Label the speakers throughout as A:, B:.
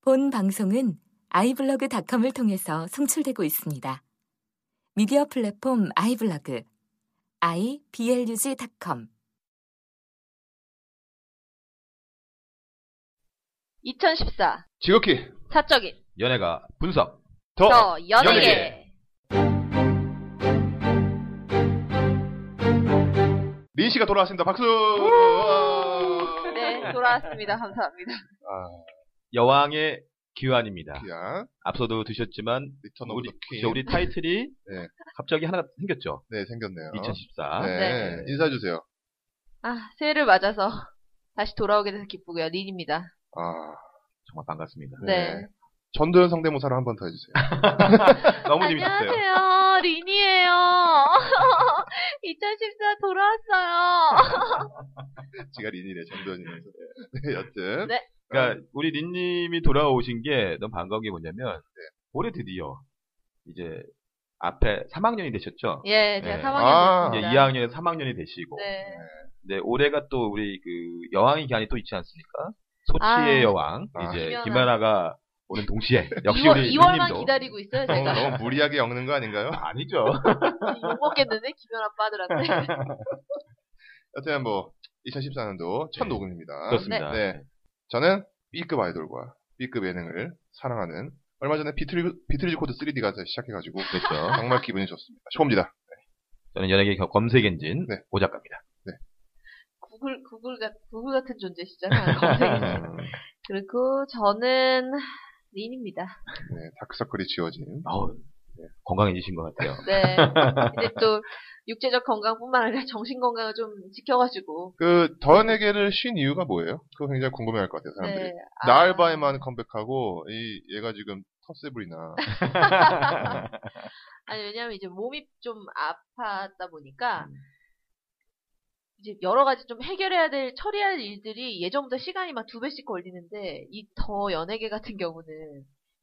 A: 본 방송은 아이블로그닷컴을 통해서 송출되고 있습니다. 미디어 플랫폼 아이블로그 iblog.com
B: 2014
C: 지극히
B: 사적인
C: 연예가 분석
B: 더 연예계
C: 어, 연예계. 린 씨가 돌아왔습니다. 박수.
B: 네 돌아왔습니다 감사합니다
C: 아, 여왕의 기환입니다.
D: 야
C: 앞서도 드셨지만
D: 리턴 오브
C: 우리,
D: 더
C: 이제
D: 퀸.
C: 우리 타이틀이
D: 네.
C: 갑자기 하나 생겼죠.
D: 네, 생겼네요.
C: 2014. 어.
D: 네.
C: 네.
D: 인사해 주세요.
B: 아 새해를 맞아서 다시 돌아오게 돼서 기쁘고요 린입니다
D: 아.
C: 정말 반갑습니다.
B: 네,
D: 전도연 상대모사를 한 번 더 해주세요.
C: 네. 너무 재밌었어요.
B: 안녕하세요 린이에요 2014 돌아왔어요
D: 제가 린이래, 전도연이면서. 네, 여튼.
B: 네.
C: 그러니까 우리 린님이 돌아오신 게 너무 반가운 게 뭐냐면 올해 드디어 이제 앞에 3학년이 되셨죠.
B: 예
C: 네.
B: 제가
D: 아,
C: 이제
B: 3학년
C: 2학년에서 3학년이 되시고
B: 네.
C: 네, 올해가 또 우리 그 여왕의 기한이 또 있지 않습니까? 소치의
B: 아.
C: 여왕
D: 아.
C: 이제
B: 김연아.
C: 김연아가 오는 동시에 역시
B: 2월,
C: 우리
B: 2월만
C: 린님도
B: 기다리고 있어요
D: 너무,
B: 제가
D: 너무 무리하게 엮는 거 아닌가요?
C: 아니죠.
B: 네. 욕 먹겠는데 김연아 빠들한테
D: 여튼 뭐, 2014년도 첫
C: 네.
D: 녹음입니다.
C: 그렇습니다.
D: 네. 저는 B급 아이돌과 B급 예능을 사랑하는 얼마 전에 비틀, 비틀즈 코드 3D가 시작해가지고
C: 그렇죠.
D: 정말 기분이 좋습니다. 쇼입니다.
C: 저는 연예계 겨- 검색 엔진
D: 네.
C: 오작가입니다.
B: 구글 구글 같 구글 같은 존재시잖아요 검색이. 그리고 저는 린입니다
D: 네, 다크서클이 지워진.
C: 어우, 건강해지신 것 같아요.
B: 네. 근데 또 육체적 건강뿐만 아니라 정신 건강을 좀 지켜가지고.
D: 그, 더연에게를 쉰 이유가 뭐예요? 그거 굉장히 궁금해할 것 같아요, 사람들이.
B: 네. 아,
D: 나알바에만 컴백하고 이 얘가 지금 터세블이나
B: 아니 왜냐면 이제 몸이 좀 아팠다 보니까
D: 음.
B: 이제 여러 가지 좀 해결해야 될 처리해야 될 일들이 예전보다 시간이 막 두 배씩 걸리는데 이 더 연예계 같은 경우는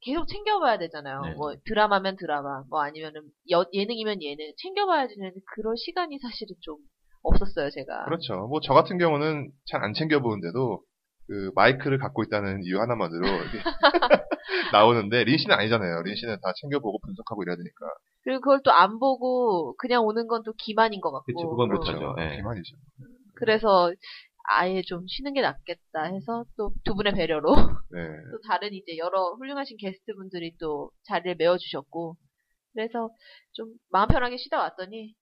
B: 계속 챙겨봐야 되잖아요.
C: 네.
B: 뭐 드라마면 드라마, 뭐 아니면은 여- 예능이면 예능 챙겨봐야 되는 그런 시간이 사실은 좀 없었어요 제가.
D: 그렇죠. 뭐 저 같은 경우는 잘 안 챙겨 보는데도 그 마이크를 갖고 있다는 이유 하나만으로 이렇게 나오는데 린 씨는 아니잖아요. 린 씨는 다 챙겨 보고 분석하고 이래야 되니까.
B: 그리고 그걸 또 안 보고 그냥 오는 건 또 기만인 것 같고.
C: 그치, 그건
B: 어.
C: 못하죠.
D: 그렇죠.
C: 예.
D: 기만이죠.
B: 그래서 아예 좀 쉬는 게 낫겠다
C: 음.
B: 해서 또 두 분의 배려로
D: 네.
B: 또 다른 이제 여러 훌륭하신 게스트분들이 또 자리를 메워주셨고 그래서 좀 마음 편하게 쉬다 왔더니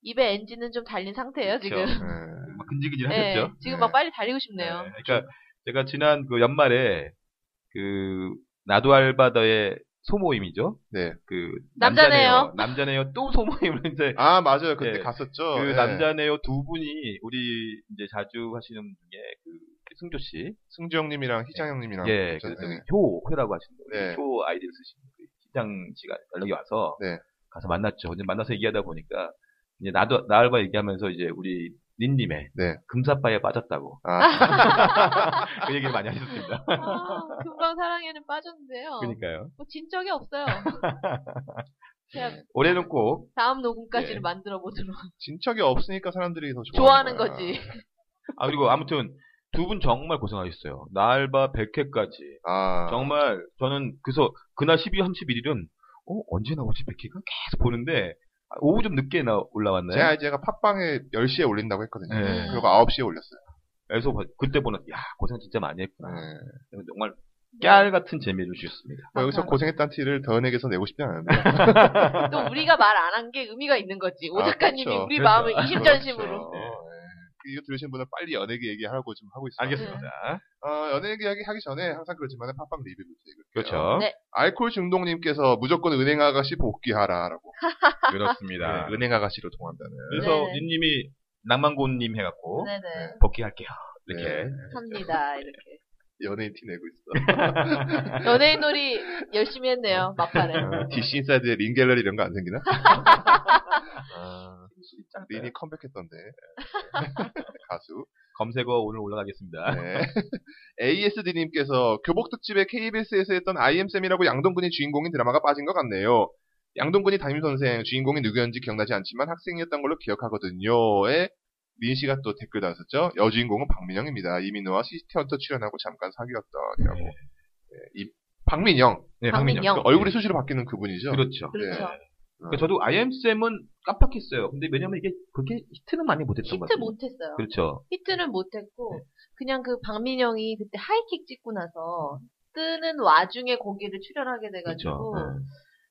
B: 입에 엔진은 좀 달린 상태예요 지금.
C: 그렇죠.
D: 네.
C: 막 근질근질
B: 네,
C: 하셨죠?
B: 지금
D: 네.
B: 막 빨리 달리고 싶네요.
C: 네, 그러니까 제가 지난 그 연말에 그 나도 알바더의 소모임이죠.
D: 네.
C: 그
B: 남자네요.
C: 남자네요 또 소모임을 이제
D: 아 맞아요. 그때
C: 예.
D: 갔었죠.
C: 그
D: 예.
C: 남자네요 두 분이 우리 이제 자주 하시는 분의 그 승조 씨,
D: 승주 형님이랑 희장 형님이랑
C: 예,
D: 그랬죠.
C: 그래서
D: 네.
C: 효 회라고 하시는 우리
D: 네.
C: 효 아이디를 쓰시는 그 시장 씨가 연락이 와서
D: 네.
C: 가서 만났죠. 이제 만나서 얘기하다 보니까 이제 나도 나알바 얘기하면서 이제 우리 닌님의
D: 네.
C: 금사빠에 빠졌다고
D: 아,
C: 그 얘기를 많이 하셨습니다.
B: 아, 금방 사랑에는 빠졌는데요.
C: 그러니까요.
B: 뭐 진 적이 없어요. 그냥
C: 올해는 꼭
B: 다음 녹음까지를
C: 예.
B: 만들어 보도록
D: 진척이 없으니까 사람들이 더
B: 좋아하는
D: 좋아하는 거야.
B: 거지.
C: 아 그리고 아무튼 두 분 정말 고생하셨어요. 나알바 100회까지
D: 아,
C: 정말 저는 그래서 그날 12월 31일은 어 언제 나오지 백희가 계속 보는데 아, 오후 좀 늦게 나 올라왔나요?
D: 제가 제가 팟빵에 10시에 올린다고 했거든요.
C: 네.
D: 그리고 9시에 올렸어요.
C: 그래서 봐- 그때 보는 야 고생 진짜 많이 했구나.
D: 네.
C: 정말 깨알 같은 재미를 주셨습니다.
D: 뭐 여기서
B: 감사합니다.
D: 고생했다는 티를 더연에게서 내고 싶지 않은데.
B: 또 우리가 말 안 한 게 의미가 있는 거지. 오
D: 아,
B: 작가님이
D: 그렇죠.
B: 우리
C: 그렇죠.
B: 마음을 이심전심으로.
D: 그렇죠. 예. 이거 들으신 분은 빨리 연예계 얘기하라고 지금 하고 있어요.
C: 네. 알겠습니다.
D: 어, 연예계 얘기 하기 전에 항상 그렇지만 팝빵 리뷰 부터 읽을게요.
C: 그렇죠.
B: 네.
D: 알코올 중독님께서 무조건 은행 아가씨 복귀하라라고.
C: 그렇습니다.
D: 네, 은행 아가씨로 통한다는.
C: 그래서
B: 네.
C: 님님이 낭만고님 해갖고
B: 그렇죠. 네네.
C: 복귀할게요. 이렇게
B: 합니다. 이렇게.
D: 연예인 티 내고
C: 네.
D: 있어.
B: 연예인 놀이 열심히 했네요. 막판에.
D: DC 어, 인사이드에 링갤러리 이런 거 안 생기나?
C: 아,
D: 린이 컴백했던데.
C: 네.
D: 가수.
C: 검색어 오늘 올라가겠습니다.
D: 네. ASD님께서 교복특집에 KBS에서 했던 IM쌤이라고 양동근이 주인공인 드라마가 빠진 것 같네요. 양동근이 담임선생, 주인공이 누구였는지 기억나지 않지만 학생이었던 걸로 기억하거든요.에 민 씨가 또 네. 댓글 달았었죠. 여주인공은 박민영입니다. 이민호와 시티헌터 출연하고 잠깐 사귀었던. 이라고. 박민영.
C: 네,
B: 박민영.
C: 박민영.
D: 그 얼굴이 수시로 바뀌는 그분이죠.
C: 그렇죠.
B: 그렇죠.
D: 네.
C: 그러니까 저도 IM쌤은 깜빡했어요. 근데 왜냐면 이게 그렇게 히트는 많이 못했던 것
B: 히트
C: 같아요.
B: 못했어요.
C: 그렇죠. 네.
B: 히트는 못했고 그냥 그 박민영이 그때 하이킥 찍고 나서 뜨는 와중에 거기를 출연하게
C: 그렇죠.
B: 돼가지고
C: 네.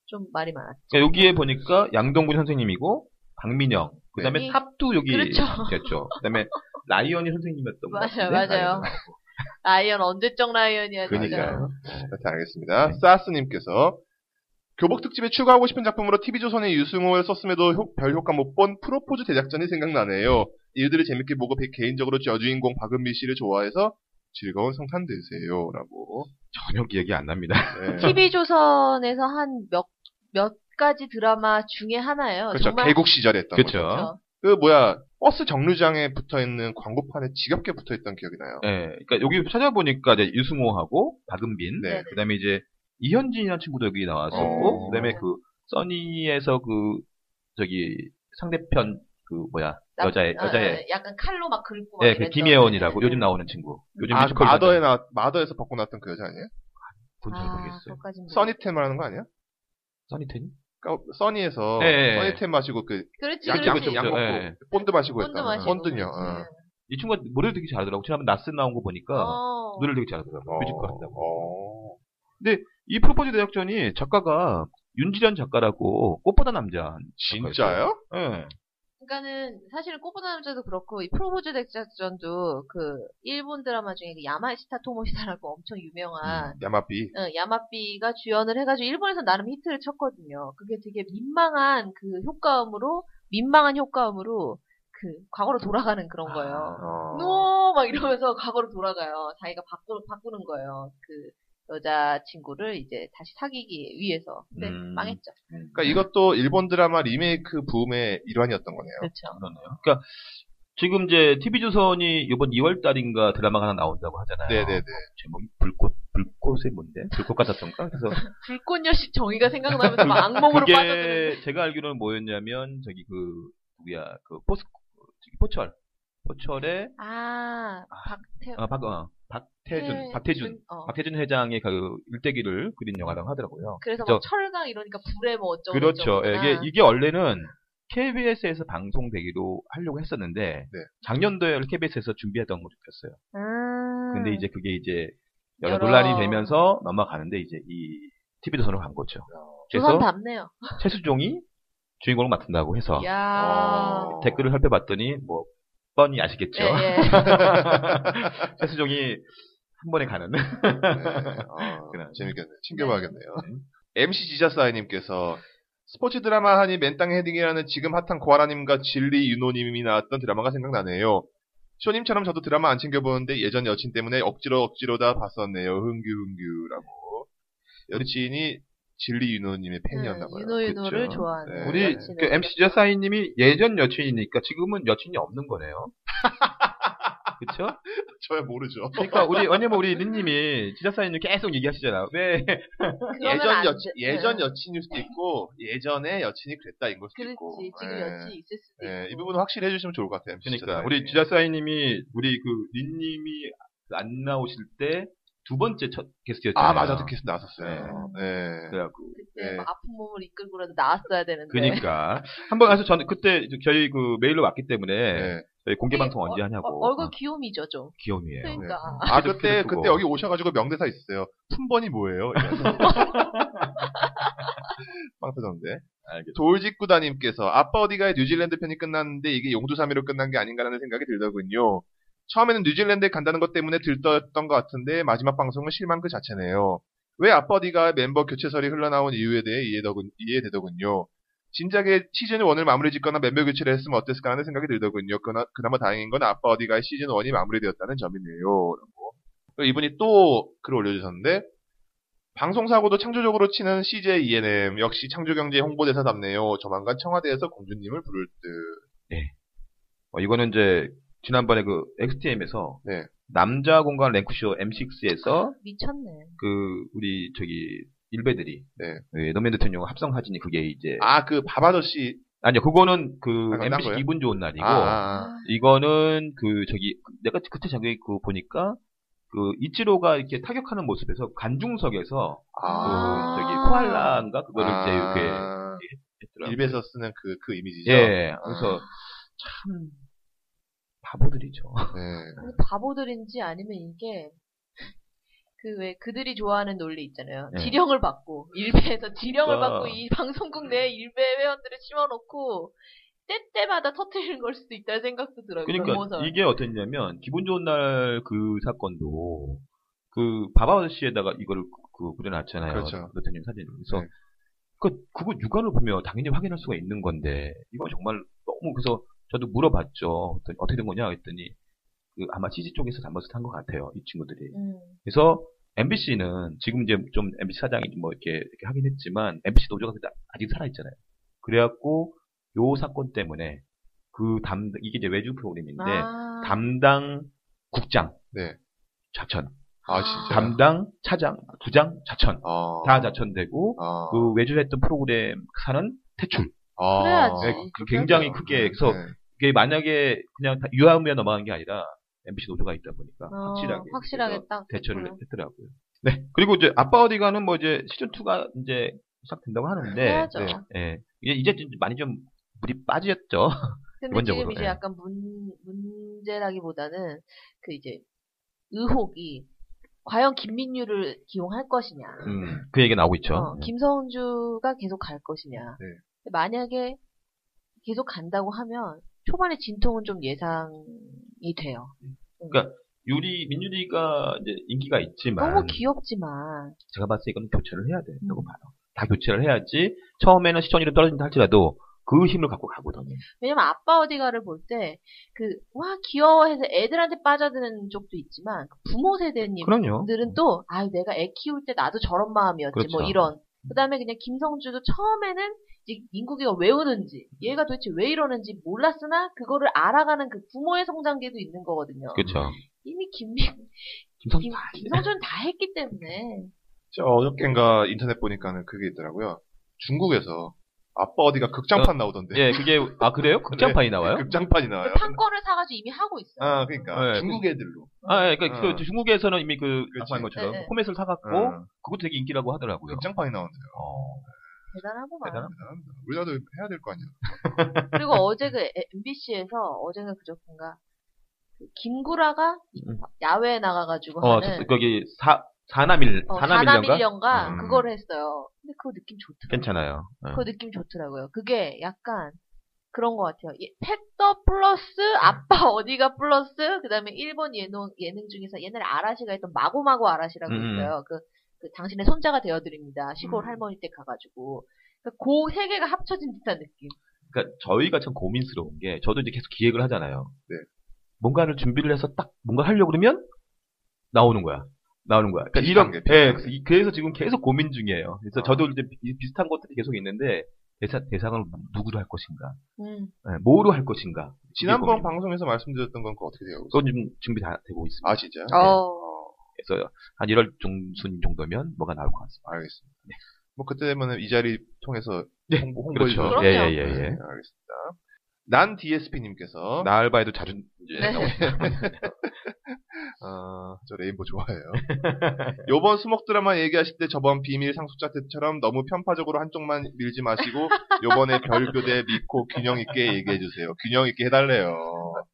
B: 좀 말이 많았죠.
C: 그러니까 여기에 보니까 양동근 선생님이고 박민영. 그다음에
B: 네.
C: 탑도 여기
B: 그렇죠.
C: 있었죠. 그다음에 라이언이 선생님이었던 것
B: 맞아요,
C: 같은데.
B: 맞아요. 라이언 언제적 라이언이야 진짜.
C: 그러니까요.
D: 자, 알겠습니다.
C: 네.
D: 사스님께서 교복 특집에 추가하고 싶은 작품으로 TV조선의 유승호를 썼음에도 효- 별 효과 못 본 프로포즈 대작전이 생각나네요. 일들을 재밌게 보고 배- 개인적으로 여주인공 박은미 씨를 좋아해서 즐거운 성탄 되세요. 라고.
C: 전혀 기억이 안 납니다.
D: 네.
B: TV 조선에서 한 몇 몇 가지 드라마 중에 하나예요.
D: 그렇죠.
B: 정말
D: 개국 시절에 했던 거죠.
C: 그렇죠.
D: 그 뭐야 버스 정류장에 붙어있는 광고판에 지겹게 붙어있던 기억이 나요.
C: 예. 그러니까 여기 찾아보니까 이제 유승호하고 박은빈,
D: 네.
C: 그다음에 이제 이현진이라는 친구도 여기 나왔었고,
D: 어.
C: 그다음에 그 써니에서 그 저기 상대편 그 뭐야
B: 남-
C: 여자애
B: 아,
C: 여자애
B: 아, 약간 칼로 막 긁고 막
C: 네, 그
B: 이랬던.
C: 김예원이라고
B: 네.
C: 요즘 나오는 친구. 요즘
D: 아,
C: 네, 뮤지컬
D: 마더에 나 마더에서 벗고 나왔던 그 여자 아니에요?
C: 본잘
B: 아,
C: 모르겠어요.
B: 그것까진 모르겠어요.
D: 써니템 말하는 거 아니야?
C: 써니텐?
D: 그러니까 써니에서
C: 네.
D: 써니템 마시고 그
B: 그렇지,
D: 양,
B: 그렇지.
D: 양쪽 양 먹고
C: 네.
D: 본드 마시고
B: 예. 본드
D: 했던
B: 마시고.
D: 본드요. 어.
B: 네.
C: 이 친구가 노래를 되게 잘하더라고. 지난번 나스 나온 거 보니까
B: 어.
C: 노래를 되게 잘하더라고. 뮤지컬 한다고.
D: 어.
C: 이 프로포즈 대작전이 작가가 윤지련 작가라고 꽃보다 남자.
D: 진짜요?
C: 예.
B: 그러니까는 사실은 꽃보다 남자도 그렇고 이 프로포즈 덱작전도 그 일본 드라마 중에 그 야마시타 토모시다라고 엄청 유명한
D: 음. 야마비.
C: 음.
B: 어, 야마삐가 주연을 해가지고 일본에서 나름 히트를 쳤거든요. 그게 되게 민망한 그 효과음으로 민망한 효과음으로 그 과거로 돌아가는 그런 거예요.
D: 어.
B: 노막 이러면서 과거로 돌아가요. 자기가 바꾸, 바꾸는 거예요. 그 여자친구를 이제 다시 사귀기 위해서. 근데
C: 음.
B: 망했죠.
D: 그러니까
B: 네.
D: 이것도 일본 드라마 리메이크 붐의 일환이었던 거네요.
B: 그렇죠.
C: 그러네요. 그러니까 지금 이제 TV조선이 이번 2월 달인가 드라마가 하나 나온다고 하잖아요.
D: 네네네.
C: 제목이 불꽃, 불꽃의 뭔데? 불꽃 같았던가? 그래서
B: 불꽃여신 정의가 생각나면서 막 악몽으로 빠져드는
C: 그게 제가 알기로는 뭐였냐면 저기 그 누구야 그 포스 저기 포철 포철의
B: 아, 박태,
C: 아, 박, 어, 박태준
B: 태-
C: 박태준
B: 준- 어.
C: 박태준 회장의 그 일대기를 그린 영화라고 하더라고요.
B: 그래서 막
C: 저-
B: 철강 이러니까 불에 뭐 어쩌고
C: 그렇죠. 예,
B: 저쩌고
C: 이게 이게 원래는 KBS에서 방송되기로 하려고 했었는데
D: 네.
C: 작년도에 KBS에서 준비했던 걸로 했어요.
B: 음.
C: 근데 이제 그게 이제 여러,
B: 여러-
C: 논란이 되면서 넘어가는데 이제 이 TV 조선으로 간 거죠.
B: 조선
C: 그래서 어.
B: 답네요.
C: 최수종이 주인공을 맡는다고 해서
B: 야
D: 어.
C: 댓글을 살펴봤더니 뭐 뻔히 아시겠죠.
B: 예, 예.
C: 최수종이 한 번에 가는.
D: 네. 어,
C: 그래.
D: 재밌겠네요. 챙겨봐야겠네요. MC 지자사이님께서 스포츠 드라마 하니 맨땅 헤딩이라는 지금 핫한 고아라님과 진리 윤호님이 나왔던 드라마가 생각나네요. 쇼님처럼 저도 드라마 안 챙겨보는데 예전 여친 때문에 억지로 억지로 다 봤었네요. 흥규 흥규라고. 여친이 진리 윤호님의 팬이었나봐요.
B: 윤호 윤호를
C: 그렇죠.
B: 네, 좋아하는.
D: 네.
C: 우리
B: 여친을.
C: 그 MC 지자사이님이 예전 여친이니까 지금은 여친이 없는 거네요. 그쵸?
D: 저야 모르죠.
C: 그러니까 우리 왜냐면 우리 린님이 지자사이님 계속 얘기하시잖아. 왜?
B: 그러면
D: 예전
B: 안
D: 여친,
B: 돼.
D: 예전
B: 네.
D: 여친일 수도 있고 예전에 여친이 그랬다 인걸 수도
B: 그렇지.
D: 있고.
B: 지금
D: 예.
B: 여친 있을 수도
D: 예, 이
B: 있고.
D: 부분 확실히 해주시면 좋을 것 같아요. MC
C: 그러니까
D: 지자사이님.
C: 우리 지자사이님이 우리 그 린님이 안 나오실 때 두 번째 첫 게스트였잖아요.
D: 아 맞아 듣기스 나왔었어요. 예.
C: 그래갖고
B: 그때
D: 예.
B: 막 아픈 몸을 이끌고라도 나왔어야 되는데.
C: 네. 그니까 한번 가서 저는 그때 이제 저희 그 메일로 왔기 때문에
D: 예.
C: 저희 공개 방송 언제 하냐고
B: 어, 얼굴
C: 어,
B: 귀요미죠, 좀.
C: 귀염이에요.
B: 그러니까.
D: 아
C: 계속
D: 그때
C: 그거.
D: 그때 여기 오셔가지고 명대사 있었어요. 품번이 뭐예요? 이러면서. 빵 터졌는데.
C: 알겠습니다.
D: 돌직구다님께서 아빠 어디가의 뉴질랜드 편이 끝났는데 이게 용두삼이로 끝난 게 아닌가라는 생각이 들더군요. 처음에는 뉴질랜드에 간다는 것 때문에 들떴던 것 같은데 마지막 방송은 실망 그 자체네요. 왜 아빠 어디가 멤버 교체설이 흘러나온 이유에 대해 이해더군, 이해되더군요. 진작에 시즌 1을 마무리 짓거나 멤버 교체를 했으면 어땠을까 하는 생각이 들더군요. 그나, 그나마 다행인 건 아빠 어디가의 시즌 1이 마무리되었다는 점이네요. 라고. 그리고 이분이 또 글을 올려주셨는데 방송사고도 창조적으로 치는 CJ ENM 역시 창조경제 홍보대사답네요. 조만간 청와대에서 공주님을 부를 듯.
C: 어, 이거는 이제 지난번에 그 XTM에서
D: 네.
C: 남자 공간 랭크쇼 M6에서
B: 아, 미쳤네.
C: 그 우리 저기 일베들이
D: 네.
C: 예, 노무현 대통령 합성 사진이 그게 이제
D: 아 그 바바저씨.
C: 아니요 그거는 그
D: 아, 그건 딴
C: MBC
D: 거예요?
C: 기분 좋은 날이고
D: 아, 아, 아.
C: 이거는 그 저기 내가 그때 자기 그 보니까 그 이치로가 이렇게 타격하는 모습에서 관중석에서 그
B: 아.
C: 저기 코알라인가 그거를 이제 이렇게
D: 아,
C: 했더라고요.
D: 일베에서 쓰는 그, 그 이미지죠.
C: 예,
B: 아,
C: 그래서
D: 아.
C: 참 바보들이죠.
D: 네.
B: 근데 바보들인지 아니면 이게 그 왜 그들이 좋아하는 논리 있잖아요.
C: 네.
B: 지령을 받고 일베에서 지령을
C: 그러니까.
B: 받고 이 방송국
C: 네.
B: 내에 일베 회원들을 심어놓고 때때마다 터트리는 걸 수도 있다는 생각도 들어요.
C: 그러니까
B: 넘어서.
C: 이게 어땠냐면 기분 좋은 날 그 사건도 그 바바씨에다가 이거를 그 그려놨잖아요.
D: 그렇죠.
C: 대통령 사진. 그래서
D: 네.
C: 그 그거 육안을 보면 당연히 확인할 수가 있는 건데 이건 정말 너무 그래서 저도 물어봤죠. 그랬더니 어떻게 된 거냐 했더니 그 아마 CG 쪽에서 잘못을 한 것 같아요. 이 친구들이.
B: 음.
C: 그래서 MBC는 지금 이제 좀 MBC 사장이 뭐 이렇게, 이렇게 하긴 했지만 MBC 노조가 그때 아직 살아있잖아요. 그래갖고 요 사건 때문에 그 담 이게 이제 외주 프로그램인데
B: 아.
C: 네, 담당 국장
D: 네.
C: 좌천,
D: 아, 진짜.
C: 담당 차장, 부장 좌천
D: 아.
C: 다 좌천되고
D: 아.
C: 그 외주했던 프로그램 사는 퇴출.
D: 아.
B: 그래야지.
C: 네, 그 굉장히 크게 그래서
D: 네.
C: 이게 만약에 그냥 다 유아무에 넘어간 게 아니라 MBC 노조가 있다 보니까
B: 어,
C: 확실하게
B: 확실하게 딱
C: 대처를
B: 됐구나.
C: 했더라고요. 네. 그리고 이제 아빠 어디 가는 뭐 이제 시즌 2가 이제 시작된다고 하는데
B: 해야죠.
C: 네. 예. 이제 이제 좀 많이 좀 물이 빠졌죠.
B: 근데
C: 기본적으로,
B: 지금 이제
C: 예.
B: 약간 문, 문제라기보다는 그 이제 의혹이 과연 김민유를 기용할 것이냐,
D: 음.
C: 그 얘기 나오고 있죠.
B: 어, 김성주가 계속 갈 것이냐.
D: 네.
B: 근데 만약에 계속 간다고 하면 초반에 진통은 좀 예상이 돼요.
C: 유리 민유리가 이제 인기가 있지만
B: 너무 귀엽지만
C: 제가 봤을 때 이건 교체를 해야 된다고
B: 음.
C: 봐요. 다 교체를 해야지 처음에는 시청률이 떨어진다 할지라도 그 힘을 갖고 가거든요.
B: 왜냐면 아빠 어디가를 볼 때 그 와 귀여워해서 애들한테 빠져드는 쪽도 있지만 그 부모 세대님
C: 그럼요.
B: 예. 들은 또, 아 내가 애 키울 때 나도 저런 마음이었지, 뭐
C: 그렇죠.
B: 이런. 그 다음에 그냥 김성주도 처음에는 이제 민국이가 왜 우는지, 얘가 도대체 왜 이러는지 몰랐으나, 그거를 알아가는 그 부모의 성장기도 있는 거거든요.
D: 음.
C: 그렇죠.
B: 이미 김민,
C: 김성
B: 김, 김성주는 다 했기 때문에.
D: 저 어저께인가 인터넷 보니까는 그게 있더라고요. 중국에서 아빠 어디가 극장판 나오던데.
C: 예, 그게 아 그래요?
D: 네.
C: 극장판이 나와요?
D: 극장판이 나와요.
B: 그 판권을 사가지고 이미 하고 있어요.
D: 아, 그러니까
C: 네,
D: 중국 애들로.
C: 아, 예, 그러니까
D: 어.
C: 그 중국에서는 이미 그
D: 그렇지.
C: 아까 한 것처럼
B: 네, 네.
C: 포맷을 사갖고
D: 어,
C: 그것도 되게 인기라고 하더라고요.
D: 극장판이 나오는데요.
C: 어.
B: 대단하구만.
C: 대단한
D: 대단합니다. 우리나라도 해야 될 거 아니야.
B: 그리고 어제 그 MBC에서, 어제가 그저께인가, 그 김구라가 이-
C: 음.
B: 야외에 나가가지고
C: 어,
B: 하는
C: 저- 거기 사 사남일
B: 어,
C: 사남일년가
B: 사나밀련가
D: 음.
B: 그걸 했어요. 근데 그거 느낌 좋더라고요.
C: 괜찮아요. 예.
B: 그 느낌 좋더라고요. 그게 약간 그런 것 같아요. 예, 팩더 플러스
C: 네.
B: 아빠 어디가 플러스 그다음에 일본 예능 예능 중에서 옛날에 아라시가 했던 마고마고 아라시라고
C: 음.
B: 있어요. 그, 그 당신의 손자가 되어드립니다. 시골
D: 음.
B: 할머니 댁 가가지고 그세 개가 합쳐진 듯한 느낌.
C: 그러니까 저희가 참 고민스러운 게 저도 이제 계속 기획을 하잖아요.
D: 네.
C: 뭔가를 준비를 해서 딱 뭔가 하려고 그러면 나오는 거야. 나오는 거야. 그러니까
D: 비슷한
C: 이런
D: 게,
C: 예,
D: 비슷한
C: 그래서, 이- 그래서 지금 계속 고민 중이에요. 그래서
D: 아.
C: 저도 이제 비, 슷한 것들이 계속 있는데 대사, 대상을 누구로 할 것인가,
B: 음.
C: 예, 뭐로 할 것인가. 이게
D: 지난번
C: 고민.
D: 방송에서 말씀드렸던 건 그거 어떻게 돼요?
C: 그건 지금 준비 다 되고 있습니다.
D: 아 진짜?
C: 네.
D: 요
B: 어.
C: 그래서 한 1월 중순 정도면 뭐가 나올 것 같습니다.
D: 알겠습니다. 뭐 그때 되면 이 자리 통해서
C: 네,
D: 홍보 홍보
C: 그렇죠.
B: 그럼요.
C: 예, 예, 예,
D: 네,
C: 예.
D: 알겠습니다. 난 DSP님께서
C: 나알바에도 자주 이제
B: 네.
D: 아, 저 레인보 좋아해요. 요번 수목 드라마 얘기하실 때 저번 비밀 상속자 때처럼 너무 편파적으로 한쪽만 밀지 마시고 요번에 별교대 믿고 균형 있게 얘기해 주세요. 균형 있게 해달래요.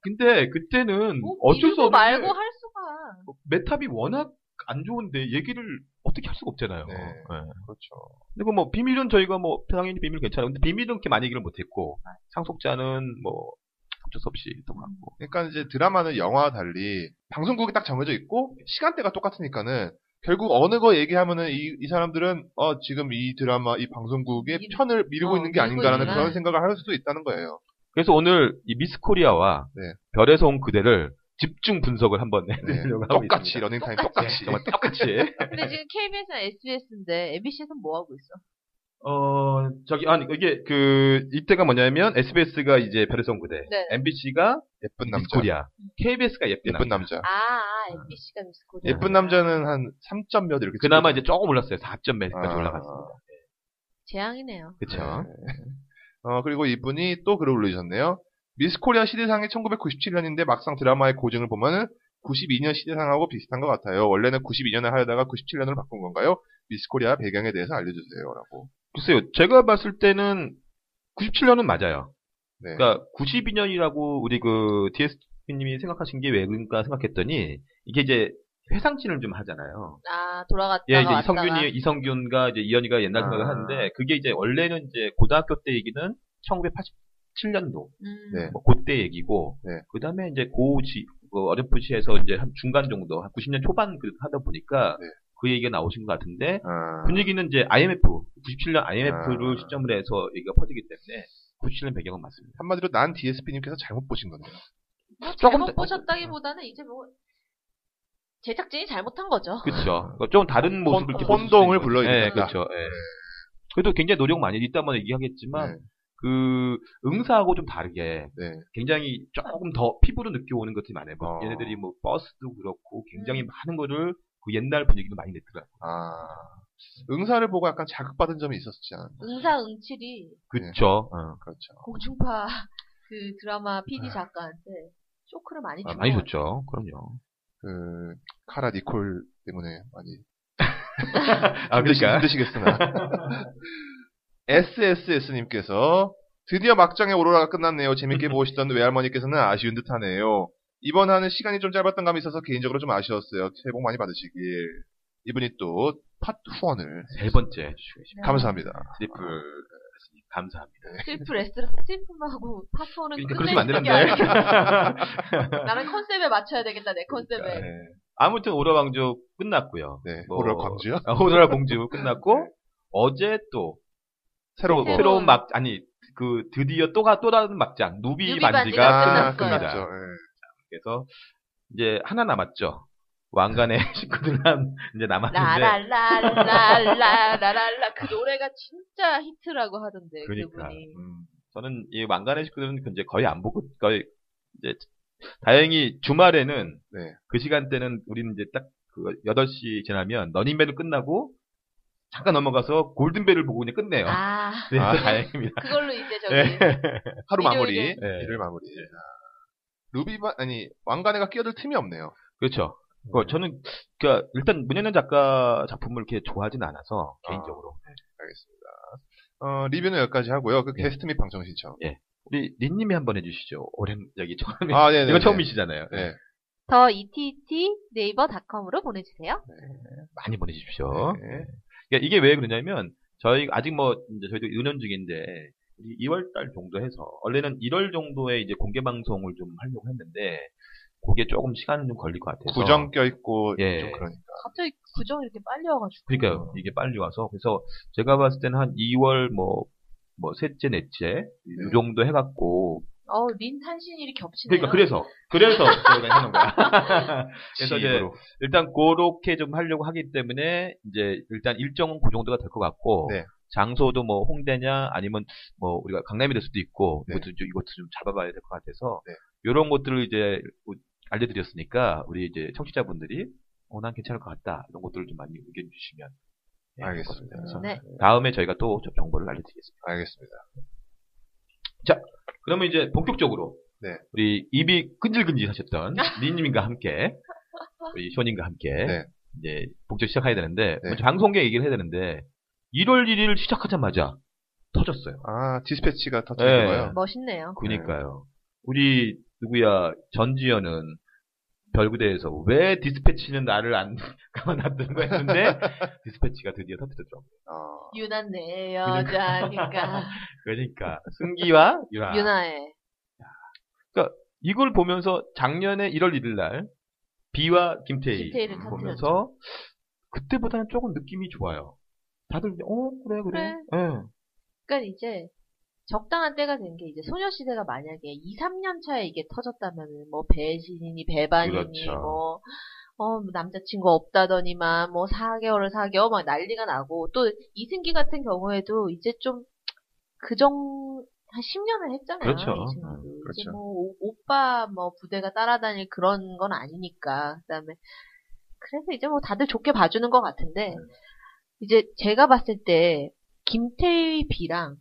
C: 근데 그때는
B: 뭐
C: 음, 어쩔 수
B: 미루고
C: 없는
B: 말고
C: 게
B: 할 수가.
C: 메탑이 워낙 안 좋은데 얘기를 어떻게 할 수가 없잖아요.
D: 네.
C: 예.
D: 그렇죠.
C: 그리고 뭐 비밀은 저희가 뭐 당연히 비밀 괜찮아요. 근데 비밀은 그렇게 많이 얘기를 못했고 상속자는 뭐 어쩔 수 없이 했던 것 같고.
D: 그러니까 이제 드라마는 영화와 달리 방송국이 딱 정해져 있고 시간대가 똑같으니까는 결국 어느 거 얘기하면은 이, 이 사람들은 어 지금 이 드라마 이 방송국의
B: 이-
D: 편을 미루고
B: 어,
D: 있는 게
B: 밀고
D: 아닌가라는
B: 있구나.
D: 그런 생각을 할 수도 있다는 거예요.
C: 그래서 오늘 이 미스코리아와
D: 네.
C: 별에서 온 그대를 집중 분석을 한번
D: 네.
C: 해드리려고 하고
D: 똑같이
C: 있습니다. 네,
D: 러닝타임 똑같이.
C: 정말 똑같이.
B: 근데 지금 KBS나 SBS인데 MBC에서는 뭐 하고 있어?
C: 어 저기 아니 이게 그 이때가 뭐냐면 SBS가 이제 별에서 온 그대,
B: 네.
C: MBC가
D: 예쁜 남자.
C: 미스코리아,
B: 음.
C: KBS가 예쁜
D: 예쁜
C: 남자.
D: 남자.
B: 아, 아 MBC가 미스코리.
D: 예쁜 남자는 한 3점 몇 이렇게.
C: 그나마
D: 찍혀요.
C: 이제 조금 올랐어요. 4점 몇까지
D: 음. 아.
C: 올라갔습니다.
B: 재앙이네요.
C: 그쵸
D: 어, 그리고 이분이 또 글을 올리셨네요. 미스 코리아 시대상이 1997년인데 막상 드라마의 고증을 보면은 92년 시대상하고 비슷한 것 같아요. 원래는 92년에 하려다가 97년으로 바꾼 건가요? 미스코리아 배경에 대해서 알려주세요라고.
C: 글쎄요, 제가 봤을 때는 97년은 맞아요.
D: 네.
C: 그러니까 92년이라고 우리 그 DSP님이 생각하신 게 왜인가 생각했더니 이게 이제 회상진을 좀 하잖아요.
B: 아, 돌아갔다가
C: 예, 이제
B: 왔다가.
C: 이성균이 이성균과 이제 이현이가 옛날 생각을
D: 아.
C: 하는데 그게 이제 원래는 이제 고등학교 때 얘기는 1987년도
B: 음.
D: 네.
C: 뭐 그때 얘기고
D: 네.
C: 그다음에 이제 고지 그 어렴풋이해서 이제 한 중간 정도 한 90년 초반 그 하다 보니까
D: 네.
C: 그 얘기가 나오신 것 같은데
D: 아,
C: 분위기는 이제 IMF 97년 IMF를
D: 아.
C: 시점으로 해서 얘기가 퍼지기 때문에 97년 배경은 맞습니다.
D: 한마디로 난 DSP님께서 잘못 보신 거네요.
B: 뭐
C: 조금
B: 잘못
C: 더-
B: 보셨다기보다는 이제 뭐 제작진이 잘못한 거죠.
C: 그렇죠. 좀 다른 모습을
D: 혼-
C: 좀 보여줄 수
D: 혼동을
C: 있는 거죠.
D: 불러일으켰다.
C: 예, 그렇죠. 예. 그래도 굉장히 노력 많이 있다면 얘기하겠지만
D: 네.
C: 그 응사하고 좀 다르게
D: 네.
C: 굉장히 조금 더 피부로 느껴오는 것들이 많아요. 뭐
D: 어.
C: 얘네들이 뭐 버스도 그렇고 굉장히
B: 음.
C: 많은 거를 그 옛날 분위기도 많이 냈더라고요.
D: 아. 응사를 보고 약간 자극받은 점이 있었지 않았나.
B: 응사 응칠이
C: 그렇죠.
D: 그렇죠.
B: 공중파 그 드라마 PD 작가한테 쇼크를 많이 준
C: 네. 아, 많이
B: 것
C: 좋죠. 그럼요.
D: 그, 카라 니콜 때문에 많이.
C: 아 그러니까
D: 힘드시- 힘드시겠으나. SSS님께서 드디어 막장의 오로라가 끝났네요. 재밌게 보시던 외할머니께서는 아쉬운 듯하네요. 이번 하는 시간이 좀 짧았던 감이 있어서 개인적으로 좀 아쉬웠어요. 새해 복 많이 받으시길. 이분이 또 팟 후원을
C: 세 번째
B: 네.
D: 감사합니다.
C: 트리플 감사합니다.
B: 같아요. 스티프 레스랑 스티프하고 파트너는
C: 그러니까
B: 끝낼
C: 그러시면 안
B: 생각이
C: 되는데.
B: 아니야. 나는 컨셉에 맞춰야 되겠다 내 컨셉에.
C: 그러니까, 예. 아무튼 오라 왕조 끝났고요.
D: 네,
C: 뭐-
D: 오로라 광주요?
C: 아, 오로라 공주 끝났고 어제 또
D: 새로운
C: 새로운,
D: 거.
B: 새로운
C: 막 아니 그 드디어 또가 또 다른 막장 누비,
B: 누비
C: 반지가
B: 반지가
D: 아,
B: 끝났어요.
C: 끝났습니다.
D: 끝났죠. 예.
C: 그래서 이제 하나 남았죠. 왕관의 식구들만 이제 남았는데
B: 라라라라라라라 그 노래가 진짜 히트라고 하던데
C: 그러니까.
B: 분이
D: 음.
C: 저는 이 왕관의 식구들은 이제 거의 안 보고 거의 이제 다행히 주말에는
D: 네.
C: 그 시간대는 우리는 이제 딱그 8시 지나면 러닝벨도 끝나고 잠깐 넘어가서 골든벨을 보고 이제 끝내요.
B: 아 네.
C: 그래서
D: 아.
C: 다행입니다.
B: 그걸로 이제 저기
C: 예.
D: 하루 마무리.
B: 일요일에.
C: 네.
D: 일을 마무리. 아, 루비반 아니 왕관에가 끼어들 틈이 없네요.
C: 그렇죠. 그
D: 네.
C: 저는 그러니까 일단 문현현 작가 작품을 이렇게 좋아하진 않아서
D: 아.
C: 개인적으로
D: 알겠습니다. 어, 리뷰는 여기까지 하고요. 그
C: 네.
D: 게스트 및 방청 신청.
C: 우리 린님이 한번 해주시죠. 오랜 저기 처음에
D: 아, 네,
C: 이거 처음이시잖아요.
D: 네.
B: 더 이티티 네이버닷컴으로 보내주세요.
C: 많이 보내주십시오.
D: 네.
C: 그러니까 이게 왜 그러냐면 저희 아직 뭐 이제 저희도 은연 중인데 2월달 정도 해서 원래는 1월 정도에 이제 공개 방송을 좀 하려고 했는데 그게 조금 시간은 좀 걸릴 것 같아서
D: 구정 껴있고,
C: 예.
D: 좀 그러니까.
B: 갑자기 구정 이렇게 빨리 와가지고
C: 그러니까요 이게 빨리 와서 그래서 제가 봤을 때는 한 2월 뭐 뭐 셋째 넷째 이 정도 해갖고
B: 어우 린 탄신일이 겹치네요.
C: 그러니까 그래서 그래서 저희가 하는 거야. 그래서 이제
D: 시입으로.
C: 일단 그렇게 좀 하려고 하기 때문에 이제 일단 일정은 그 정도가 될 것 같고
D: 네.
C: 장소도 뭐 홍대냐 아니면 뭐 우리가 강남이 될 수도 있고
D: 네.
C: 이것도 좀, 이것도 좀 잡아봐야 될 것 같아서
D: 네.
C: 이런 것들을 이제 알려드렸으니까 우리 이제 청취자분들이 어 난 괜찮을 것 같다 이런 것들을 좀 많이 의견 주시면 네,
D: 알겠습니다.
C: 좋을 것 같아서
B: 네.
C: 다음에 저희가 또저 정보를 알려드리겠습니다.
D: 알겠습니다.
C: 그러면 이제 본격적으로
D: 네.
C: 우리 입이 끈질끈질 하셨던 니님과 함께 우리 쇼님과 함께
D: 네.
C: 이제 본격 시작해야 되는데
D: 네.
C: 먼저 방송계 얘기를 해야 되는데 1월 1일 시작하자마자 터졌어요.
D: 아, 디스패치가 터뜨
C: 네.
D: 린 거예요.
B: 멋있네요.
C: 그니까요. 우리 누구야 전지현은 별구대에서 왜 디스패치는 나를 안 가만놨던 거 했는데 디스패치가 드디어 터뜨렸죠.
D: 아,
B: 유난 내 여자니까
C: 그러니까 승기와 유라
B: 유나의
C: 이걸 보면서 작년에 1월 1일 날 비와 김태희
B: 디테일을
D: 음,
B: 터뜨렸죠.
C: 보면서 그때보다는 조금 느낌이 좋아요. 다들 이제, 어 그래 그래. 예.
B: 그러니까 이제 적당한 때가 된 게 이제 소녀시대가 만약에 2, 3년 차에 이게 터졌다면은 뭐 배신이니 배반이니
C: 그렇죠.
B: 뭐 어, 뭐 남자친구 없다더니만 뭐 4개월을 사겨 막 난리가 나고 또 이승기 같은 경우에도 이제 좀 그정 한 10년을 했잖아요.
C: 그렇죠.
B: 이 친구도.
C: 음,
D: 그렇죠.
B: 이제 뭐 오- 오빠 뭐 부대가 따라다닐 그런 건 아니니까. 그다음에 그래서 이제 뭐 다들 좋게 봐주는 것 같은데
C: 네.
B: 이제 제가 봤을 때 김태희 B랑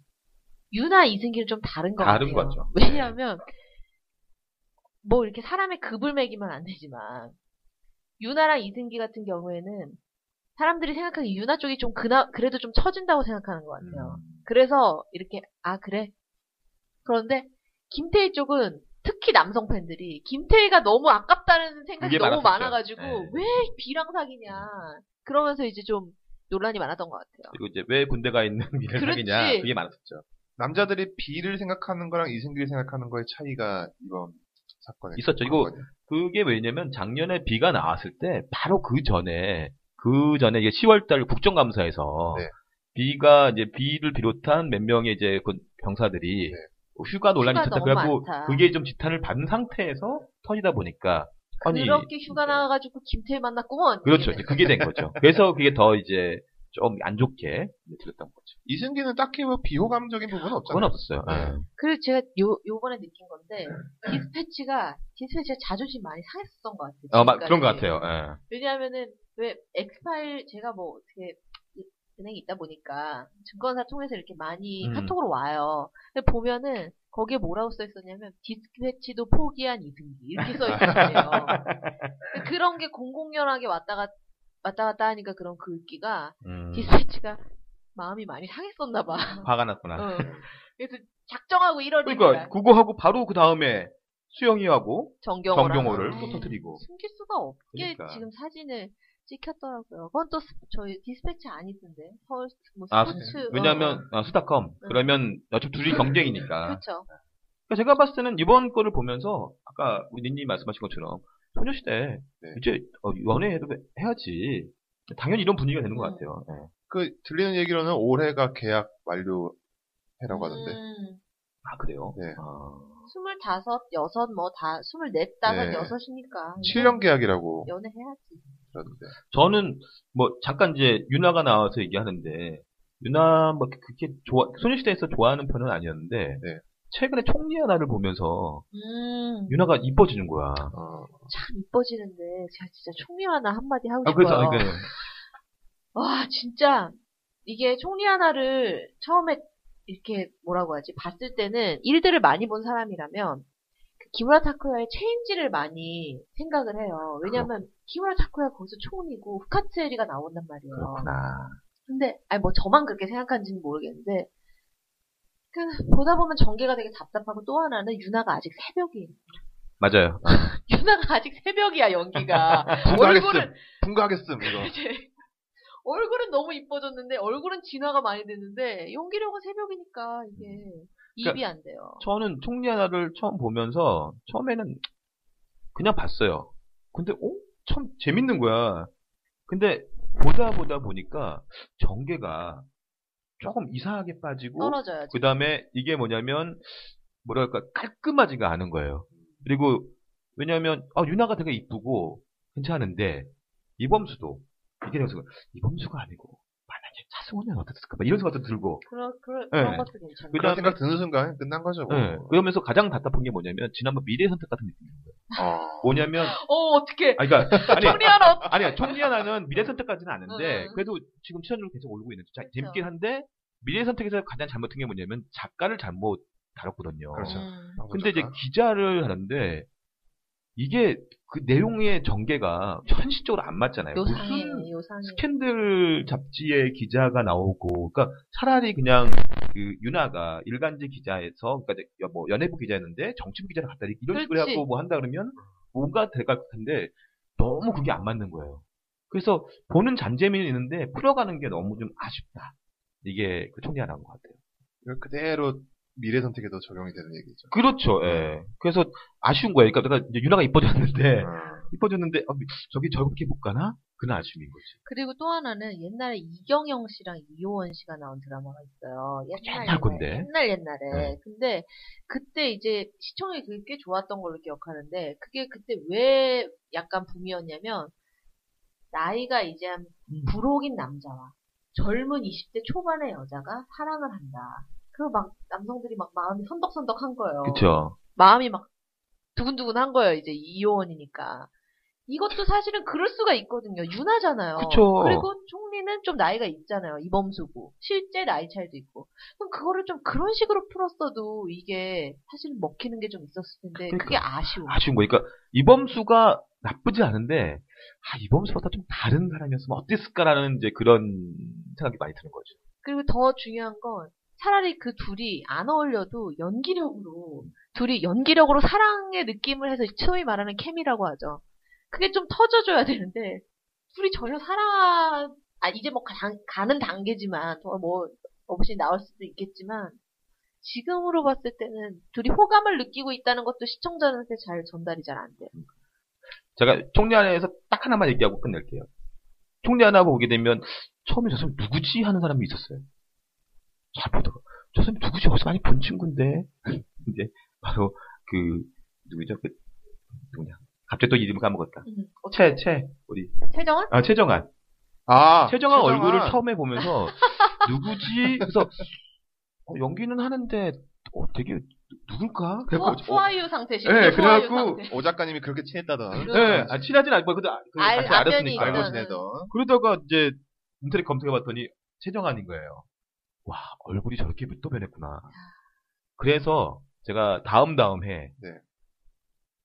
B: 유나 이승기는 좀 다른 것
C: 다른 네.
B: 같아요.
C: 거죠.
B: 왜냐하면 뭐 이렇게 사람의 급을 매기면 안 되지만 유나랑 이승기 같은 경우에는 사람들이 생각하는 유나 쪽이 좀 그나 그래도 좀 처진다고 생각하는 것
C: 음.
B: 같아요. 그래서 이렇게 아 그래. 그런데 김태희 쪽은 특히 남성 팬들이 김태희가 너무 아깝다는 생각이
C: 그게
B: 너무
C: 많았었죠.
B: 많아가지고
C: 네.
B: 왜 비랑 사귀냐 그러면서 이제 좀 논란이 많았던 것 같아요.
C: 그리고 이제 왜 군대가 있는 미를
B: 그렇지.
C: 사귀냐 그게 많았었죠.
D: 남자들이 B를 생각하는 거랑 이승기를 생각하는 거의 차이가 이번 사건에
C: 있었죠.
D: 있었거든요.
C: 그게 왜냐면 작년에 비가 나왔을 때 바로 그 전에 그 전에 이게 10월달 국정감사에서
D: 네.
C: 비가 이제 비를 비롯한 몇 명의 이제 그 병사들이
D: 네.
C: 휴가 논란이
B: 휴가
C: 있었다.
B: 너무
C: 그래갖고
B: 많다.
C: 그게 좀 지탄을 받은 상태에서 터지다 보니까 아니
B: 그렇게 휴가 나가가지고 김태희 만났구먼. 네.
C: 그렇죠.
B: 이게.
C: 이제 그게 된 거죠. 그래서 그게 더 이제 좀 안 좋게 들렸던 거죠.
D: 이승기는 딱히 뭐 비호감적인 부분은 없잖아요.
C: 그건 없었어요.
D: 네.
C: 예.
B: 그리고 제가 요, 요번에 느낀 건데, 디스패치가, 디스패치가 자존심 많이 상했었던 것 같아요.
C: 어, 막
B: 지금까지.
C: 그런 것 같아요. 예.
B: 왜냐하면은, 왜, 엑스파일, 제가 뭐, 어떻게, 은행이 있다 보니까, 증권사 통해서 이렇게 많이
C: 음.
B: 카톡으로 와요. 근데 보면은, 거기에 뭐라고 써 있었냐면, 디스패치도 포기한 이승기. 이렇게 써 있었어요. 그런 게 공공연하게 왔다 갔, 왔다 갔다 하니까 그런 글귀가,
C: 음,
B: 디스패치가 마음이 많이 상했었나 봐.
C: 화가 났구나.
B: 어. 네. 그래서 작정하고 1월이니까
C: 아. 그러니까 그거 하고 바로 그 다음에 수영이하고
B: 정경호랑
C: 정경호를
B: 아,
C: 또 터뜨리고.
B: 숨길 수가 없게
C: 그러니까.
B: 지금 사진을 찍혔더라고요. 그건 또 스- 저희 디스패치 아니던데 서울 스- 뭐
C: 아,
B: 스포츠
C: 왜냐하면 아, 수다컴 그러면 어차피 둘이 경쟁이니까.
B: 어. 음. 그렇죠.
C: 그러니까 제가 봤을 때는 이번 거를 보면서 아까 우리 닌님 말씀하신 것처럼 소녀시대
D: 네.
C: 이제 어, 연애해도 해야지. 당연히 이런 분위기가 되는 것
B: 음.
C: 같아요. 예.
D: 그 들리는 얘기로는 올해가 계약 완료해라고 하던데.
B: 음,
C: 아 그래요?
D: 네.
C: 아,
B: 25, 6, 뭐다 24, 5,
D: 네.
B: 6이니까 그러니까
D: 7년 계약이라고
B: 연애해야지.
D: 들었는데.
C: 저는 뭐 잠깐 이제 유나가 나와서 얘기하는데 유나 뭐 그렇게 좋아 소녀시대에서 좋아하는 편은 아니었는데
D: 네.
C: 최근에 총리 하나를 보면서
B: 음,
C: 유나가 이뻐지는 거야.
D: 어,
B: 참 이뻐지는데 제가 진짜 총리 하나 한마디 하고
C: 아
B: 싶어요.
C: 그래서 아, 그러니까
B: 와, 진짜, 이게 총리 하나를 처음에 이렇게 뭐라고 하지, 봤을 때는 일들을 많이 본 사람이라면, 그 기무라 타쿠야의 체인지를 많이 생각을 해요. 왜냐면, 기무라 타쿠야 거기서 총리고, 후카츠에리가 나온단 말이에요.
C: 그렇구나.
B: 근데, 아니, 뭐, 저만 그렇게 생각하는지는 모르겠는데, 그, 보다 보면 전개가 되게 답답하고, 또 하나는 유나가 아직 새벽이,
C: 맞아요.
B: 유나가 아직 새벽이야, 연기가.
D: 분가하겠음.
B: 얼굴은,
D: 분가하겠음 이거.
B: 이제 얼굴은 너무 이뻐졌는데 얼굴은 진화가 많이 됐는데 연기력은 새벽이니까 이게
C: 음.
B: 입이 안 돼요.
C: 저는 총리 하나를 처음 보면서 처음에는 그냥 봤어요. 근데 어? 참 재밌는 거야. 근데 보다 보다 보니까 전개가 조금 이상하게 빠지고
B: 떨어져야지.
C: 그 다음에 이게 뭐냐면 뭐랄까 깔끔하지가 않은 거예요. 그리고 왜냐하면 아, 유나가 되게 이쁘고 괜찮은데 이범수도 이게 되면서 이범수가 아니고 만약에 차승원이면 어땠을까 막 이런 생각도 들고
B: 그런 그런
C: 네.
B: 그런 것도 괜찮아요.
C: 그
D: 그런
C: 다음에-
D: 생각 드는 순간 끝난 거죠.
B: 어.
D: 뭐.
C: 예, 그러면서 가장 답답한 게 뭐냐면 지난번 미래 선택 같은 느낌인 거예요.
D: 어.
C: 뭐냐면
B: 어 어떻게
C: 아니 그러니까 아니
B: 총리 하나 없-
C: 아니야 총리 하나는 미래 선택까지는 아는데
B: 응, 응.
C: 그래도 지금 출연율 계속 오르고 있는 자, 재밌긴
B: 그렇죠.
C: 한데 미래 선택에서 가장 잘못한 게 뭐냐면 작가를 잘못 다뤘거든요.
D: 그렇죠.
B: 음.
C: 근데 이제 기자를 하는데 이게 그 내용의 전개가 현실적으로 안 맞잖아요. 네, 무슨
B: 요상해 요상해.
C: 스캔들 잡지에 기자가 나오고, 그러니까 차라리 그냥 그 유나가 일간지 기자에서, 그러니까 이제 여- 뭐 연예부 기자였는데 정치부 기자를 갖다 이렇게 이런 식으로
B: 그렇지.
C: 하고 뭐 한다 그러면 뭔가 될것 같은데 너무 그게 안 맞는 거예요. 그래서 보는 잔재미는 있는데 풀어가는 게 너무 좀 아쉽다. 이게 그 총리 하나인 것 같아요.
D: 이걸 그대로 미래 선택에도 적용이 되는 얘기죠.
C: 그렇죠. 예. 그래서 아쉬운 거예요. 그러니까 내가 이제 유나가 이뻐졌는데
B: 네.
D: 어.
C: 이뻐졌는데 어, 저기 저렇게 못 가나? 그런 아쉬움인 거지.
B: 그리고 또 하나는 옛날에 이경영 씨랑 이호원 씨가 나온 드라마가 있어요. 옛날,
C: 옛날 건데.
B: 옛날 옛날에.
C: 네.
B: 근데 그때 이제 시청률이 그게 꽤 좋았던 걸로 기억하는데 그게 그때 왜 약간 붐이었냐면 나이가 이제 한
C: 음.
B: 불혹인 남자와 젊은 20대 초반의 여자가 사랑을 한다. 그리고 막 남성들이 막 마음이 선덕선덕한 거예요.
C: 그렇죠.
B: 마음이 막 두근두근한 거예요. 이제 이호원이니까. 이것도 사실은 그럴 수가 있거든요. 유나잖아요.
C: 그쵸.
B: 리고 총리는 좀 나이가 있잖아요. 이범수고. 실제 나이 차이도 있고. 그럼 그거를 좀 그런 식으로 풀었어도 이게 사실은 먹히는 게 좀 있었을 텐데 그게
C: 그러니까.
B: 아쉬워.
C: 아쉬운 거니까 이범수가 나쁘지 않은데 아 이범수보다 좀 다른 사람이었으면 어땠을까라는 이제 그런 생각이 많이 드는 거죠.
B: 그리고 더 중요한 건 차라리 그 둘이 안 어울려도 연기력으로 둘이 연기력으로 사랑의 느낌을 해서 소위 말하는 케미라고 하죠. 그게 좀 터져줘야 되는데 둘이 전혀 사랑 아 이제 뭐 가, 는 단계지만 더뭐 없이 나올 수도 있겠지만 지금으로 봤을 때는 둘이 호감을 느끼고 있다는 것도 시청자한테 잘 전달이 잘 안 돼요.
C: 제가 총리 하나에서 딱 하나만 얘기하고 끝낼게요. 총리 하나 보게 되면 처음에 저 사람 누구지 하는 사람이 있었어요. 잘 보다가 저 사람 누구지 어디서 많이 본 친구인데 이제 바로 그 누구죠 그 누구냐 갑자기 또 이름 까먹었다.
B: 음.
C: 채 채 우리
B: 최정은?
C: 아 최정한
D: 아,
C: 최정아 얼굴을 처음에 보면서 누구지? 그래서 어, 연기는 하는데 어, 되게 누굴까? 그래갖고
B: 후,
C: 어,
B: 후아유 상태 시죠
D: 네,
B: 후아유
D: 그래갖고
B: 상태.
D: 오 작가님이 그렇게 친했다던
C: 네, 아, 친하진 않고 근데 아- 그
B: 알-
C: 같이
B: 안면이
C: 알았으니까
B: 있잖아.
D: 알고
B: 일단은.
D: 지내던
C: 그러다가 이제 인터넷 검색해봤더니 최정아인 거예요. 와 얼굴이 저렇게 또 변했구나. 그래서 제가 다음 다음 해
D: 네.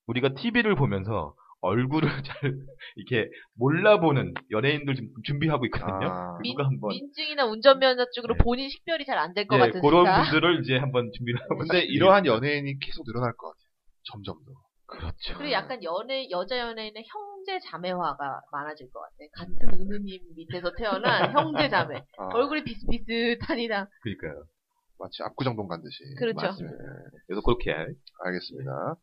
C: 우리가 TV를 보면서 얼굴을 잘 이렇게 몰라보는 연예인들 지금 준비하고 있거든요.
D: 아,
C: 그 누가 한번
B: 민증이나 운전면허 쪽으로
C: 네.
B: 본인 식별이 잘 안 될 것
C: 예,
B: 같으니까.
C: 그런 분들을 이제 한번 준비를 하고
D: 근데
C: 있습니다.
D: 이러한 연예인이 계속 늘어날 것 같아요. 점점 더.
C: 그렇죠.
B: 그리고 약간 연애 여자 연예인의 형제 자매화가 많아질 것 같아. 같은
C: 음.
B: 은우님 밑에서 태어난 형제 자매.
D: 아,
B: 얼굴이 비슷비슷하니랑
C: 그러니까요.
D: 마치 압구정동 간 듯이.
B: 그렇죠.
D: 맞습니다. 네.
C: 그래서 그렇게
D: 알겠습니다.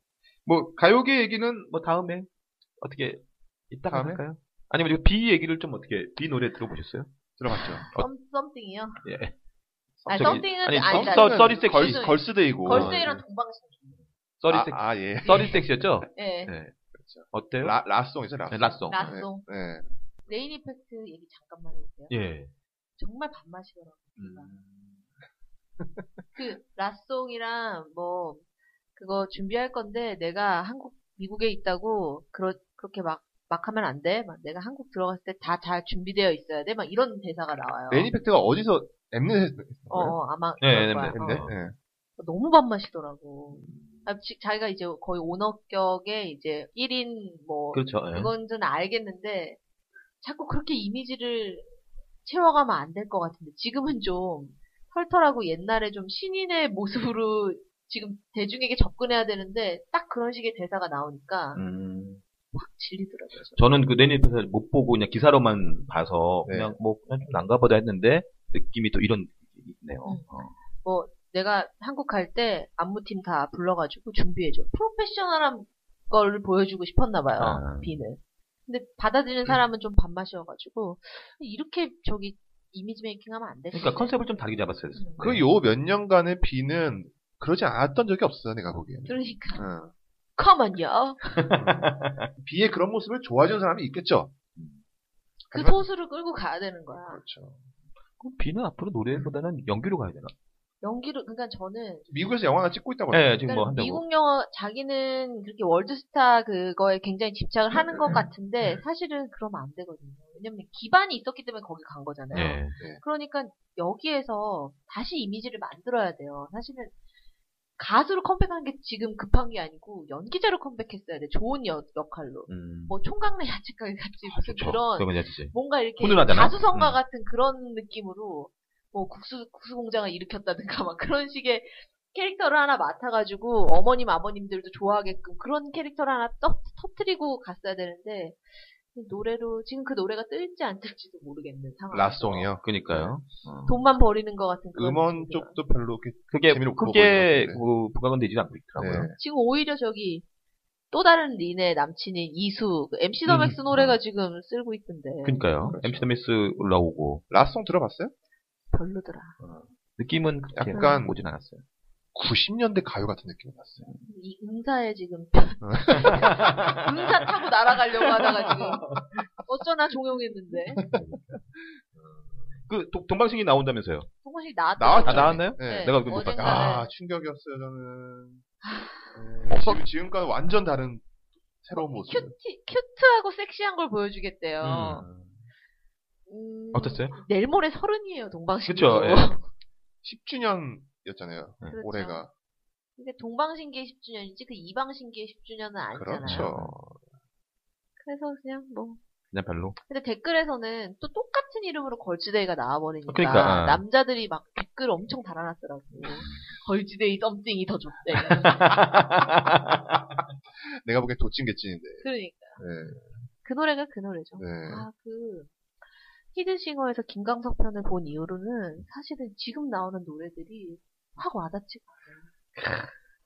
C: 뭐 가요계 얘기는 뭐 다음에 어떻게 이따가
D: 다음에?
C: 할까요? 아니면 이거 비 얘기를 좀 어떻게 비 노래 들어보셨어요?
D: 들어갔죠.
B: 썸띵이요.
C: 예.
B: 아니,
C: 아, 저기-
B: 썸띵은
C: 아니,
B: 아니다. 네,
C: 썸- 써- 써리 섹시.
D: 걸스, 걸스데이고.
C: 네.
B: 걸스이랑 동방신.
C: 써리
D: 아,
C: 섹
D: 아, 예.
C: 써리 섹시였죠?
B: 예.
C: 네.
D: 그렇죠.
C: 어때요?
D: 라, 라송이죠, 라송.
C: 네, 라송.
B: 라송.
D: 네.
B: 레인 이펙트 얘기 잠깐만 해볼게요.
C: 예.
B: 정말 밥맛이더라고.
D: 음.
B: 그 라송이랑 뭐 그거 준비할 건데 내가 한국 미국에 있다고 그러, 그렇게 막. 막 하면 안 돼. 막 내가 한국 들어갔을 때 다 잘 준비되어 있어야 돼. 막 이런 대사가 나와요.
D: 레니팩트가 어디서 엠넷
B: 어, 어, 아마 그럴
C: 네, 네,
B: 거야.
C: 네,
B: 어.
C: 네.
D: 했네. 예.
B: 너무 밥맛이더라고. 아, 지- 자기가 이제 거의 오너격에 이제 1인 뭐
C: 그렇죠. 예.
B: 그건 전 알겠는데 자꾸 그렇게 이미지를 채워가면 안 될 것 같은데 지금은 좀 털털하고 옛날에 좀 신인의 모습으로 지금 대중에게 접근해야 되는데 딱 그런 식의 대사가 나오니까
C: 음.
B: 확 질리더라고요. 저는.
C: 저는 그 레니페를 못 보고 그냥 기사로만 봐서
D: 네.
C: 그냥 뭐 그냥 좀 난가보다 했는데 느낌이 또 이런 느낌이 있네요.
B: 음.
C: 어.
B: 내가 한국 갈 때 안무팀 다 불러가지고 준비해줘. 프로페셔널한 걸 보여주고 싶었나 봐요.
C: 아.
B: 비는. 근데 받아들이는 사람은 좀 밥맛이어가지고 이렇게 저기 이미지 메이킹하면 안 돼.
C: 그러니까 컨셉을 좀 다르게 잡았어요.
B: 음.
D: 그 요 몇 년간의 비는 그러지 않았던 적이 없어, 내가 보기에는.
B: 그러니까
D: 응.
B: 컴온요.
D: 음. 비의 그런 모습을 좋아하는 사람이 있겠죠.
B: 그
D: 하지만-
B: 소수를 끌고 가야 되는 거야.
D: 그렇죠.
C: 그럼 비는 앞으로 노래보다는 연기로 가야 되나?
B: 연기를 그러니까 저는
D: 미국에서 영화나 찍고 있다고.
C: 예,
D: 하던데.
C: 지금 뭐
B: 그러니까
C: 한다고.
B: 미국 영화 자기는 그렇게 월드스타 그거에 굉장히 집착을 하는 것 같은데 사실은 그러면 안 되거든요. 왜냐면 기반이 있었기 때문에 거기 간 거잖아요.
C: 예.
B: 그러니까 여기에서 다시 이미지를 만들어야 돼요. 사실은 가수로 컴백한 게 지금 급한 게 아니고 연기자로 컴백했어야 돼. 좋은 여- 역할로.
C: 음.
B: 뭐 총각내 야채가게 같이 무슨
C: 좋죠.
B: 그런
C: 그러면 이제
B: 뭔가 이렇게
C: 훈훈하잖아.
B: 가수성가
C: 음.
B: 같은 그런 느낌으로 뭐 국수 국수 공장을 일으켰다든가 막 그런 식의 캐릭터를 하나 맡아가지고 어머님 아버님들도 좋아하게끔 그런 캐릭터를 하나 떠, 터트리고 갔어야 되는데 노래로 지금 그 노래가 뜰지 안 뜰지도 모르겠는 상황.
D: 라송이요.
C: 그러니까요. 어.
B: 돈만 버리는 것 같은 그런
D: 네. 음원
B: 느낌이라.
D: 쪽도 별로 이렇게
C: 그게
D: 재미로 보고
C: 그게
D: 있는 것
C: 그 부각은 되지 않고 있더라고요.
D: 네.
B: 지금 오히려 저기 또 다른 린의 남친인 이수 그 MC 더
C: 음.
B: 맥스 노래가 지금 쓸고 있던데
C: 그러니까요.
D: 그렇죠.
C: MC 더미스 올라오고
D: 라송 들어봤어요?
B: 별로더라.
C: 느낌은 그렇게
D: 약간-
C: 오진 않았어요.
D: 90년대 가요 같은 느낌이 났어요.
B: 이 응사에 지금
C: 아.
B: 응사 타고 날아가려고 하다가 지금 어쩌나 종용했는데
C: 그 동- 동방신기 나온다면서요?
B: 동원식 나왔다.
D: 나왔죠.
C: 아, 나왔나요?
D: 네.
C: 내가 그걸 못
B: 어젠가는
C: 봤다. 아.
D: 아, 충격이었어요, 저는. 네, 지금, 지금과는 완전 다른 새로운 모습.
B: 큐티, 큐트하고 섹시한 걸 보여주겠대요. 음,
C: 음. 어땠어요?
B: 내일 모레 서른이에요, 동방신기.
C: 그쵸, 예.
D: 10주년이었잖아요.
B: 그렇죠.
D: 올해가.
B: 근데 동방신기의 10주년이지 그 이방신기의 10주년은 아니잖아요.
D: 그렇죠.
B: 그래서 그냥 뭐
C: 그냥 별로.
B: 근데 댓글에서는 또 똑같은 이름으로 걸치데이가 나와버리니까
C: 그러니까, 음. 아.
B: 남자들이 막 댓글 엄청 달아놨더라고. 걸치데이 썸띵이 더 좋대.
D: 내가 보기엔 도찐개찐인데.
B: 그러니까
D: 네.
B: 그 노래가 그 노래죠.
D: 네.
B: 아 그 히든싱어에서 김광석 편을 본 이후로는 사실은 지금 나오는 노래들이 확 와닿지.
C: 음.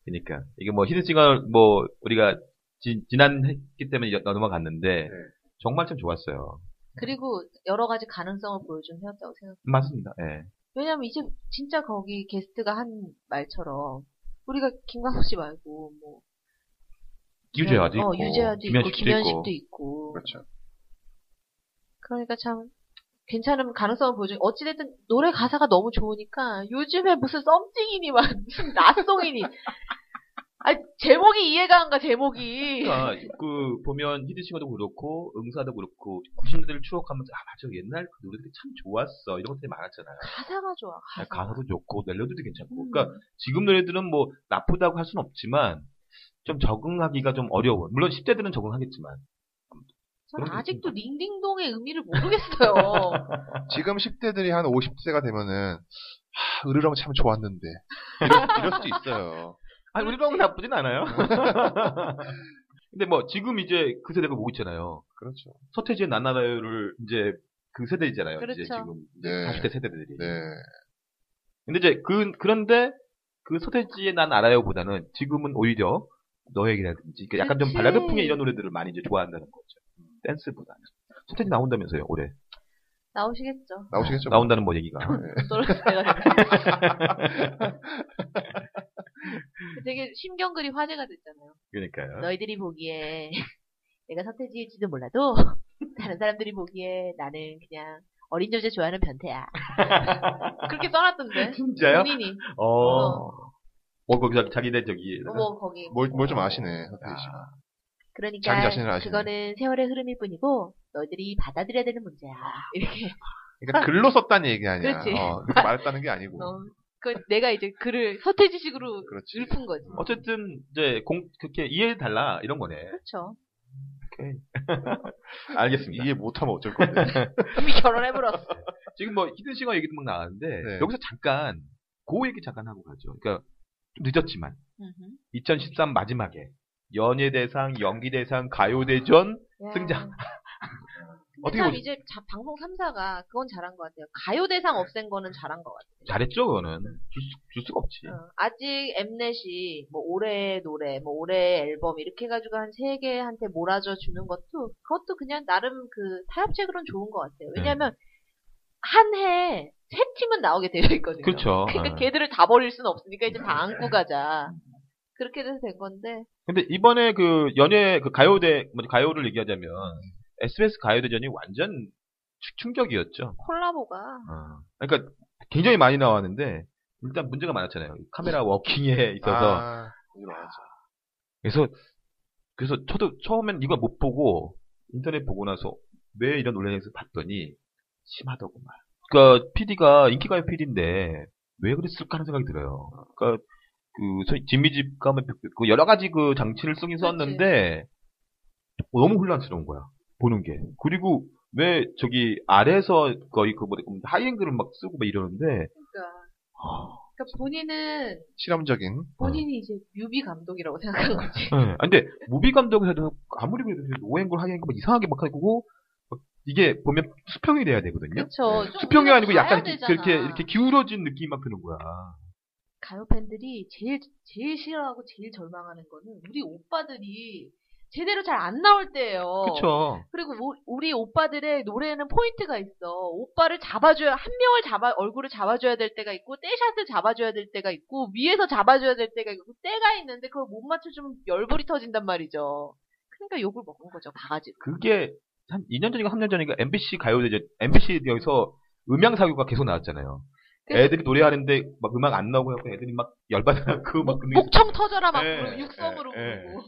C: 그러니까 이게 뭐 히든싱어 뭐 우리가 지, 지난 했기 때문에 여- 넘어갔는데
D: 네.
C: 정말 참 좋았어요.
B: 그리고 여러 가지 가능성을 보여준 회였다고 생각.
C: 맞습니다. 예.
B: 왜냐면 이제 진짜 거기 게스트가 한 말처럼 우리가 김광석 씨 말고 뭐
C: 유재하도 있고,
B: 어, 유재하도 있고
C: 김현식도 있고.
B: 김현식도 있고
D: 그렇죠.
B: 그러니까 참 괜찮은 가능성을 보여줘. 어찌됐든 노래 가사가 너무 좋으니까 요즘에 무슨 썸띵이니 막 무슨 나송이니. 아 제목이 이해가 안 가 제목이.
C: 그러니까 그 보면 히든싱어도 그렇고 응사도 그렇고 90년대를 추억하면서 아 맞아 옛날 그 노래들이 참 좋았어 이런 것들이 많았잖아요.
B: 가사가 좋아. 음. 가사.
C: 가사도 좋고 멜로디도 괜찮고. 그러니까 지금 노래들은 뭐 나쁘다고 할 수는 없지만 좀 적응하기가 좀 어려워. 물론 10대들은 적응하겠지만.
B: 저는
C: 그런
B: 아직도 링딩동의 의미를 모르겠어요.
D: 지금 10대들이 한 50세가 되면은, 하, 으르렁 참 좋았는데. 이럴, 이럴 수도 있어요.
C: 아니 우리 방은 나쁘진 않아요. 근데 뭐 지금 이제 그 세대가 오고 있잖아요.
D: 그렇죠.
C: 서태지의 나나라요를 이제 그 세대이잖아요.
B: 그렇죠.
C: 이제 지금
D: 네.
C: 40대 세대들이.
D: 네.
C: 근데 이제 그 그런데 그 서태지의 난 알아요보다는 지금은 오히려 너에게라든지 그러니까 약간 좀
B: 그치.
C: 발라드풍의 이런 노래들을 많이 이제 좋아한다는 거죠. 음, 댄스보다는. 서태지 나온다면서요 올해
B: 나오시겠죠.
D: 나오시겠죠?
C: 나온다는 뭐 얘기가
B: 떨어져가지고. 되게 심경글이 화제가 됐잖아요.
D: 어?
C: 그러니까요.
B: 너희들이 보기에 내가 서태지일지도 몰라도 다른 사람들이 보기에 나는 그냥 어린 여자 좋아하는 변태야. 그렇게 써놨던데.
C: 진짜요?
B: 본인이.
C: 어. 어, 거기 자- 자기네 저기.
B: 뭐 거기.
D: 뭘, 뭘 좀 아시네, 서태지 씨.
C: 어. 아,
B: 그러니까
D: 자기 자신을 아시네.
B: 그거는 세월의 흐름일 뿐이고 너희들이 받아들여야 되는 문제야. 이렇게.
D: 그러니까 글로 썼다는 얘기 아니야.
B: 그렇지.
D: 어, 그렇게 말했다는 게 아니고.
B: 어. 그 내가 이제 글을 서태지식으로
D: 그렇지.
B: 읊은 거지.
C: 어쨌든 이제 공 그렇게 이해 달라 이런 거네.
B: 그렇죠.
C: 오케이. 알겠습니다.
D: 이해 못하면 어쩔 건데.
B: 이미 결혼해버렸어.
C: 지금 뭐 히든싱어 얘기도 막 나왔는데
D: 네.
C: 여기서 잠깐 그 얘기 잠깐 하고 가죠. 그러니까 좀 늦었지만 2013 마지막에 연예대상, 연기대상, 가요대전
B: 야.
C: 승자.
B: 근데
C: 어떻게
B: 참
C: 보시-
B: 예. 이제 자- 방송 3사가 그건 잘한 것 같아요. 가요 대상 없앤 거는 잘한 것 같아요.
C: 잘했죠 그거는 줄, 수, 줄 수가 없지.
B: 어, 아직 엠넷이 뭐 올해 노래, 뭐 올해 앨범 이렇게 해가지고 한 세 개한테 몰아줘 주는 것도 그것도 그냥 나름 그 타협책으로는 좋은 것
C: 네.
B: 같아요. 왜냐하면 한 해 세 팀은 나오게 되어 있거든요.
C: 그렇죠. 네.
B: 러니까
C: 어.
B: 걔들을 다 버릴 수는 없으니까 이제 다 안고 가자. 그렇게 돼서 된 건데
C: 근데 이번에 그 연예 그 가요대 뭐 가요를 얘기하자면 SBS 가요대전이 완전 충- 충격이었죠.
B: 콜라보가
C: 그러니까 굉장히 많이 나왔는데 일단 문제가 많았잖아요. 카메라 워킹에 있어서
D: 아, 일어나죠.
C: 그래서 그래서 저도 처음엔 이걸 못 보고 인터넷 보고 나서 왜 이런 논란에서 봤더니 심하더구만. 그러니까 PD가 인기가요 PD인데 왜 그랬을까 하는 생각이 들어요. 그러니까 그 소위 진미집 가면 그 여러 가지 그 장치를 쓰긴 썼는데 너무 혼란스러운 거야 보는 게. 그리고 왜 저기 아래에서 거의 그 뭐래 하이앵글을 막 쓰고 막 이러는데
B: 그러니까, 그러니까 본인은
D: 실험적인.
C: 네.
B: 본인이 이제 뮤비 감독이라고 생각한 거지.
C: 예. 아, 근데 무비 감독에서도 아무리 그래도 노앵글 뭐 하이앵글 막 이상하게 막 하고 막 이게 보면 수평이 돼야 되거든요.
B: 그렇죠.
D: 네.
B: 좀
C: 수평이
B: 우리가
C: 아니고 약간
B: 봐야
C: 이렇게 이렇게
B: 되잖아.
C: 이렇게 기울어진 느낌이 막 드는 거야.
B: 가요 팬들이 제일 제일 싫어하고 제일 절망하는 거는 우리 오빠들이 제대로 잘 안 나올 때예요.
C: 그쵸.
B: 그리고 우- 우리 오빠들의 노래에는 포인트가 있어. 오빠를 잡아줘야 한 명을 잡아 얼굴을 잡아줘야 될 때가 있고 떼샷을 잡아줘야 될 때가 있고 위에서 잡아줘야 될 때가 있고 때가 있는데 그걸 못 맞춰주면 열불이 터진단 말이죠. 그러니까 욕을 먹은 거죠 바가지로.
C: 그게 한 2년 전인가 3년 전인가 MBC 가요대전 MBC 여기서 음향 사교가 계속 나왔잖아요.
B: 그래서-
C: 애들이 노래하는데 막 음악 안 나오고 해갖고 애들이 막 열받아갖고 막 그런 게
B: 목청 터져라 막
D: 예,
B: 부르고 육성으로
D: 예, 예.
B: 부르고.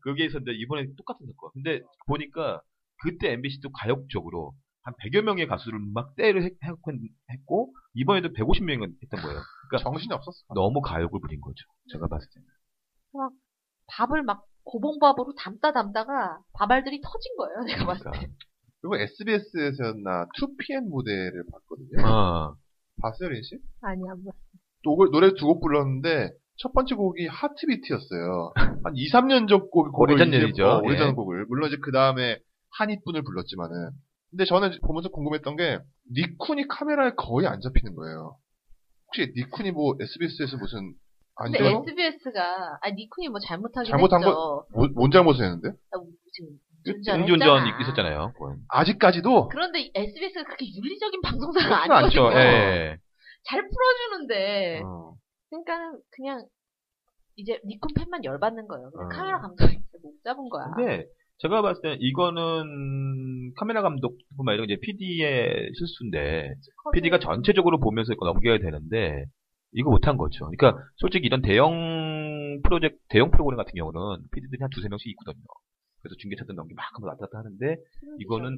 C: 그게 있었는데 이번에 똑같은 사건. 근데 보니까 그때 MBC도 가역 쪽으로 한 100여 명의 가수를 막 때를 했- 했고 이번에도 150명은 했던 거예요. 그러니까
D: 정신이 없었어.
C: 너무 가역을 부린 거죠. 제가 봤을 때는.
B: 밥을 막 고봉밥으로 담다 담다가 밥알들이 터진 거예요. 내가 봤을 때.
C: 그러니까.
D: 그리고 SBS에서였나 2PM 무대를 봤거든요.
C: 아,
D: 봤어요, 린 씨?
B: 아니 안 봤어.
D: 노- 노래 두 곡 불렀는데 첫 번째 곡이 하트비트였어요. 한 2, 3년 전 곡, 곡을
C: 오래전
D: 이제-
C: 일이죠.
D: 어, 오래전
C: 예.
D: 곡을. 물론 이제 그 다음에 한이뿐을 불렀지만은. 근데 저는 보면서 궁금했던 게 니쿤이 카메라에 거의 안 잡히는 거예요. 혹시 니쿤이 뭐 SBS에서 무슨 안
B: 근데
D: 돼요?
B: SBS가 아니 니쿤이 뭐 잘못하긴
D: 잘못한
B: 했죠.
D: 뭐- 뭔 잘못을 했는데?
B: 나 우- 지금 운전을
C: 음주운전
B: 했잖아.
C: 있었잖아요. 그건.
D: 아직까지도
B: 그런데 SBS가 그렇게 윤리적인 방송사가
D: 그렇진 않죠.
B: 아니거든요.
D: 예.
B: 잘 풀어주는데.
D: 어,
B: 그러니까 그냥 이제 니쿤 팬만 열받는 거예요. 그냥
C: 어.
B: 카메라 감독이 못 잡은 거야.
C: 근데 제가 봤을 때 이거는 카메라 감독뿐만 아니라 이제 PD의 실수인데 PD가 전체적으로 보면서 이거 넘겨야 되는데 이거 못한 거죠. 그러니까 솔직히 이런 대형 프로젝트, 대형 프로그램 같은 경우는 PD들이 한 두세 명씩 있거든요. 그래서 중계차도 넘기 막 하면서 왔다 갔다 하는데 이거는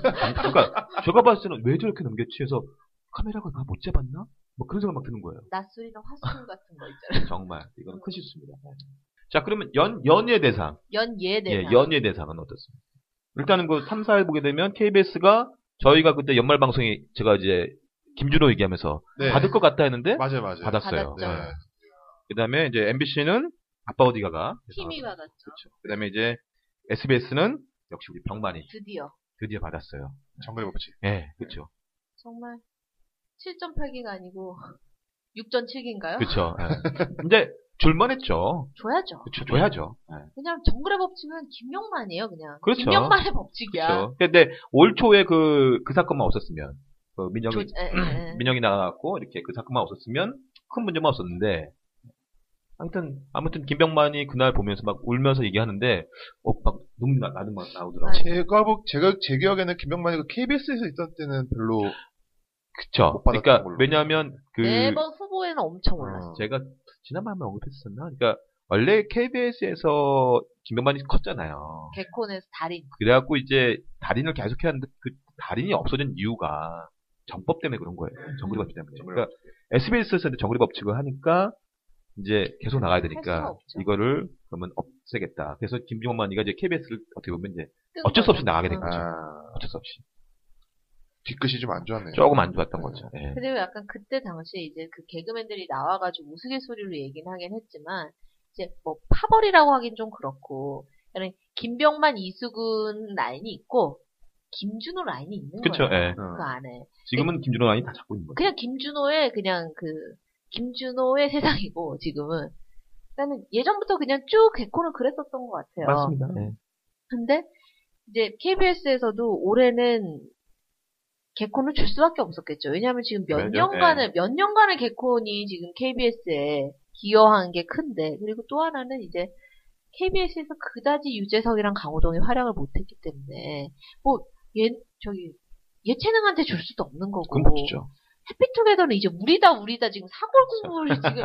C: 그러니까 제가 봤을 때는 왜 저렇게 넘겼지 해서 카메라가 나 못 잡았나? 뭐 그런 생각 막 드는 거예요.
B: 낯설이나 화수분 같은 거 있잖아요.
C: 정말 이건 큰 실수입니다. 네. 자 그러면 연 연예 대상,
B: 네, 연예 대상.
C: 예 연예 대상은 어떻습니까? 일단은 그 3, 4일 보게 되면 KBS가 저희가 그때 연말 방송에 제가 이제 김준호 얘기하면서
D: 네.
C: 받을 것 같다 했는데
D: 맞아요, 맞아요.
B: 받았죠.
C: 받았어요. 네. 그다음에 이제 MBC는 아빠 어디 가가.
B: 힘이
C: 그래서
B: 받았죠.
C: 그렇죠. 그다음에 이제 SBS는 역시 우리 병만이
B: 드디어
C: 드디어 받았어요.
D: 정글의 법칙.
C: 예, 그렇죠.
B: 정말 7.8기가 아니고 6.7기인가요?
C: 그렇죠. 이제 줄만했죠.
B: 줘야죠.
C: 그렇죠. 줘야죠. 예.
B: 그냥 정글의 법칙은 김영만이에요, 그냥.
C: 그렇죠.
B: 김영만의 법칙이야.
C: 그렇죠. 근데 올 초에 그, 그 사건만 없었으면, 그
B: 조- 예,
C: 민영이,
B: 에, 에, 에.
C: 민영이 나가갖고, 이렇게 그 사건만 없었으면, 큰 문제만 없었는데, 아무튼, 아무튼, 김병만이 그날 보면서 막 울면서 얘기하는데, 어, 막 눈물 나, 나는 막 나오더라고.
B: 네.
D: 제가 보, 제가, 제 기억에는 김병만이가 KBS에서 있던 때는 별로
C: 그쵸.
D: 못 받았던
C: 그니까,
D: 걸로.
C: 왜냐면, 그,
B: 매번 후보에는 엄청 올랐어.
D: 어.
C: 제가 지난번에 한번 언급했었나? 그니까, 원래 KBS에서 김병만이 컸잖아요.
B: 개콘에서 달인.
C: 그래갖고 이제 달인을 계속 해야 하는데 그 달인이 없어진 이유가 정법 때문에 그런 거예요.
B: 음.
C: 정글이 법칙 때문에. 그러니까 SBS에서 정글이 법칙을 하니까 이제 계속 나가야
B: 수가
C: 되니까
B: 없죠.
C: 이거를 그러면 없애겠다. 그래서 김종만이가 이제 KBS를 어떻게 보면 이제 어쩔 수 없이 나가게 된
B: 어.
C: 거죠.
D: 아,
C: 어쩔 수 없이
D: 뒤끝이 좀 안 좋았네요.
C: 조금 안 좋았던 거죠. 예.
B: 그리고 약간 그때 당시에 이제 그 개그맨들이 나와가지고 우스갯소리로 얘기는 하긴 했지만, 이제 뭐 파벌이라고 하긴 좀 그렇고, 그냥 김병만 이수근 라인이 있고, 김준호 라인이 있는
C: 그쵸.
B: 거예요.
D: 네.
C: 예.
B: 그 안에.
C: 지금은 김준호 라인이 다 잡고 있는 거죠.
B: 그냥 김준호의 그냥 그, 김준호의 세상이고, 지금은. 일단은 예전부터 그냥 쭉 개코는 그랬었던 것 같아요.
C: 맞습니다. 예.
B: 근데 이제 KBS에서도 올해는 개콘을 줄 수밖에 없었겠죠. 왜냐하면 지금 몇
C: 그래요?
B: 년간을 몇 년간의 개콘이 지금 KBS에 기여한 게 큰데 그리고 또 하나는 이제 KBS에서 그다지 유재석이랑 강호동이 활약을 못했기 때문에 뭐 얘 저기 예체능한테 줄 수도 없는 거고
C: 그건 못죠
B: 해피투게더는 이제 우리다 우리다 지금 사골국물이 지금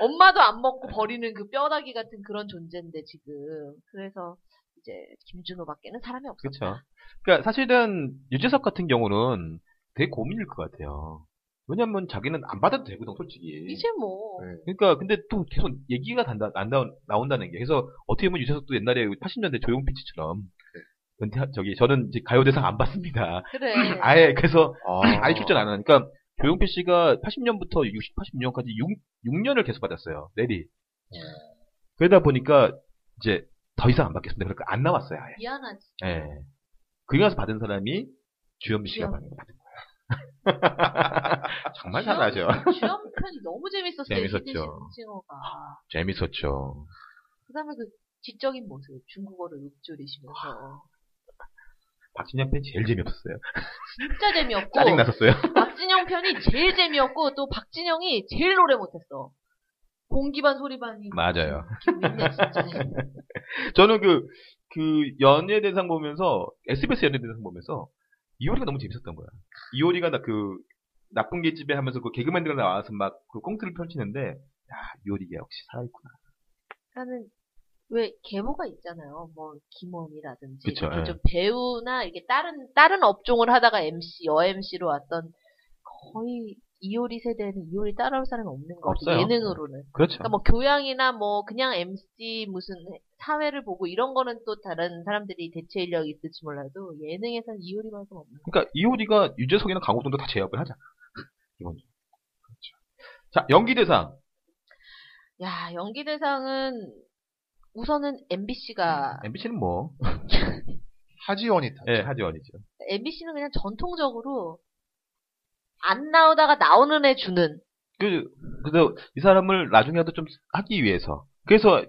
B: 엄마도 안 먹고 버리는 그 뼈다귀 같은 그런 존재인데 지금 그래서 이제 김준호밖에는 사람이 없었다.
C: 그렇죠. 그러니까 사실은 유재석 같은 경우는 되게 고민일 것 같아요. 왜냐면 자기는 안 받아도 되거든, 솔직히.
B: 이제 뭐
D: 네.
C: 그러니까 근데 또 계속 얘기가 단다, 안 나온- 나온다는 게 그래서 어떻게 보면 유재석도 옛날에 그 80년대 조용필 씨처럼 은퇴 저기 저는 이제 가요대상 안 받습니다.
B: 그래
C: 아예 그래서
D: 아,
C: 아예 출전 안 하니까 조용필 씨가 80년부터 60, 80년까지 6, 6년을 계속 받았어요. 내리.
B: 네.
C: 그러다 보니까 이제 더 이상 안 받겠습니다. 그러니까 안 나왔어요. 아예.
B: 미안하지.
C: 예. 그게 가서 받은 사람이 주현미 씨가 받은
B: 주현미.
C: 거예요. 정말 잘하죠.
B: 주연 편이 너무 재밌었어요.
C: 재밌었죠.
B: 히든 싱어가
C: 재밌었죠.
B: 그다음에 그 지적인 모습 중국어를 읊조리시면서
C: 박진영 팬 제일 재미없었어요.
B: 진짜 재미없고
C: 짜증 났었어요.
B: 박진영 편이 제일 재미없고 또 박진영이 제일 노래 못했어. 공기반 소리반이
C: 맞아요.
B: 김민네 진짜.
C: 저는 그, 그 연예 대상 보면서, SBS 연예 대상 보면서, 이효리가 너무 재밌었던 거야. 이효리가 나 그, 나쁜 계집애 하면서 그 개그맨들 나와서 막 그 꽁트를 펼치는데 야 요리가 역시 살아있구나.
B: 그러니까는 왜 계모가 있잖아요. 뭐 김원이라든지
C: 그쵸,
B: 이렇게
C: 예.
B: 좀 배우나 이게 다른 다른 업종을 하다가 MC 여 MC로 왔던 거의 이효리 세대에는 이효리 따라올 사람이 없는 거 같아요.
C: 없어요.
B: 예능으로는.
C: 그렇죠.
B: 그러니까 뭐 교양이나 뭐 그냥 MC 무슨 사회를 보고 이런 거는 또 다른 사람들이 대체 인력이 있을지 몰라도 예능에서는 이효리만큼 없는 거.
C: 그러니까 이효리가 유재석이나 강호동도 다 제압을 하자. 이번 주. 그렇죠. 자 연기 대상
B: 야 연기 대상은 우선은 MBC가
C: MBC는 뭐?
D: 하지원이 타.
C: 예 하지원이죠.
B: MBC는 그냥 전통적으로 안 나오다가 나오는 애 주는
C: 그 그래서 이 사람을 나중에라도 좀 하기 위해서 그래서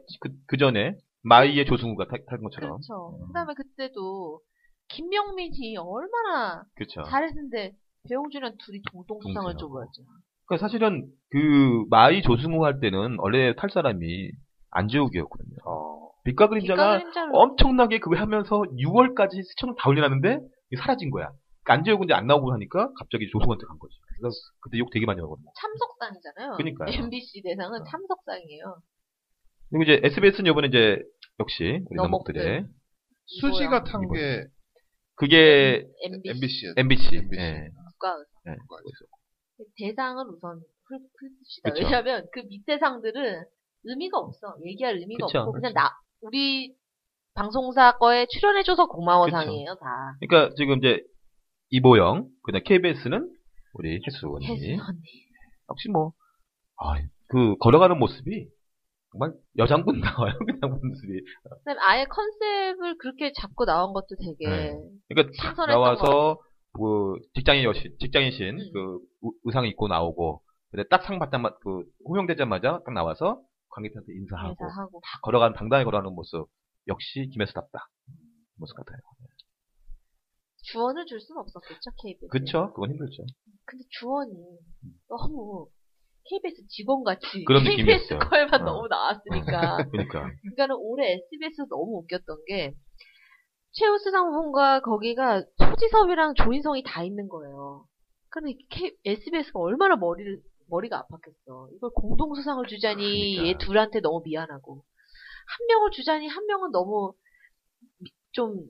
C: 그 전에 마이의 조승우가 탈, 탈 것처럼
B: 그렇죠.
C: 음.
B: 그다음에 그때도 김명민이 얼마나
C: 그렇죠.
B: 잘했는데 배용준이랑 둘이 동동상을
C: 동등하고.
B: 줘버렸죠.
C: 그러니까 사실은 그 마이 조승우 할 때는 원래 탈 사람이 안재욱이었거든요. 어. 빛과 그림자가
B: 그림자를
C: 엄청나게 그거 하면서 6월까지 시청을 다 올려놨는데 이게 사라진 거야. 그러니까 안재욱은 이제 안 나오고 하니까 갑자기 조승우한테 간 거지. 그래서 그때 욕 되게 많이 먹었네.
B: 참석상이잖아요.
C: 그러니까요.
B: MBC 대상은
C: 어.
B: 참석상이에요.
C: 그리고 이제 SBS는 이번에 이제 역시 우리
B: 너목들.
C: 너목들의
D: 수지가 탄
C: 이거야.
D: 게
C: 그게
B: MBC,
D: MBC였어요.
C: MBC.
D: MBC.
C: 예.
B: 국가의 그 대상을 우선 훌- 훌읍시다.
C: 그쵸.
B: 왜냐하면 그 밑에 상들은 의미가 없어. 얘기할 의미가
C: 그쵸,
B: 없고 그냥
C: 그쵸.
B: 나 우리 방송사 거에 출연해줘서 고마워
C: 그쵸.
B: 상이에요 다.
C: 그러니까 지금 이제 이보영, 그다음 KBS는 우리 혜수언니.
B: 혜순 언니.
C: 역시 뭐, 아, 그 걸어가는 모습이 정말 여장군 나와요. 그냥 모습이.
B: 그다음에 아예 컨셉을 그렇게 잡고 나온 것도 되게
C: 네. 그러니까 탁
B: 신선했던 것
C: 나와서 그 직장인 여신, 직장인 신,
B: 음.
C: 그 우- 의상 입고 나오고, 근데 딱 상 받자마자 그 호명되자마자 딱 나와서 관객한테 인사하고
B: 인사하고
C: 딱 걸어가는 당당히 걸어가는 모습 역시 김혜수답다 모습 같아요.
B: 주원을 줄 수는 없었겠죠 KBS.
C: 그쵸? 그건 힘들죠.
B: 근데 주원이 너무 KBS 직원같이
C: 그런
B: KBS
C: 느낌이었어요.
B: 거에만
C: 어.
B: 너무 나왔으니까.
C: 그러니까
B: 그러니까는 올해 SBS에서 너무 웃겼던 게 최우수 상품과 거기가 소지섭이랑 조인성이 다 있는 거예요. 근데 K- SBS가 얼마나 머리를 머리가 아팠겠어. 이걸 공동 수상을 주자니
C: 그러니까요.
B: 얘 둘한테 너무 미안하고 한 명을 주자니 한 명은 너무 미- 좀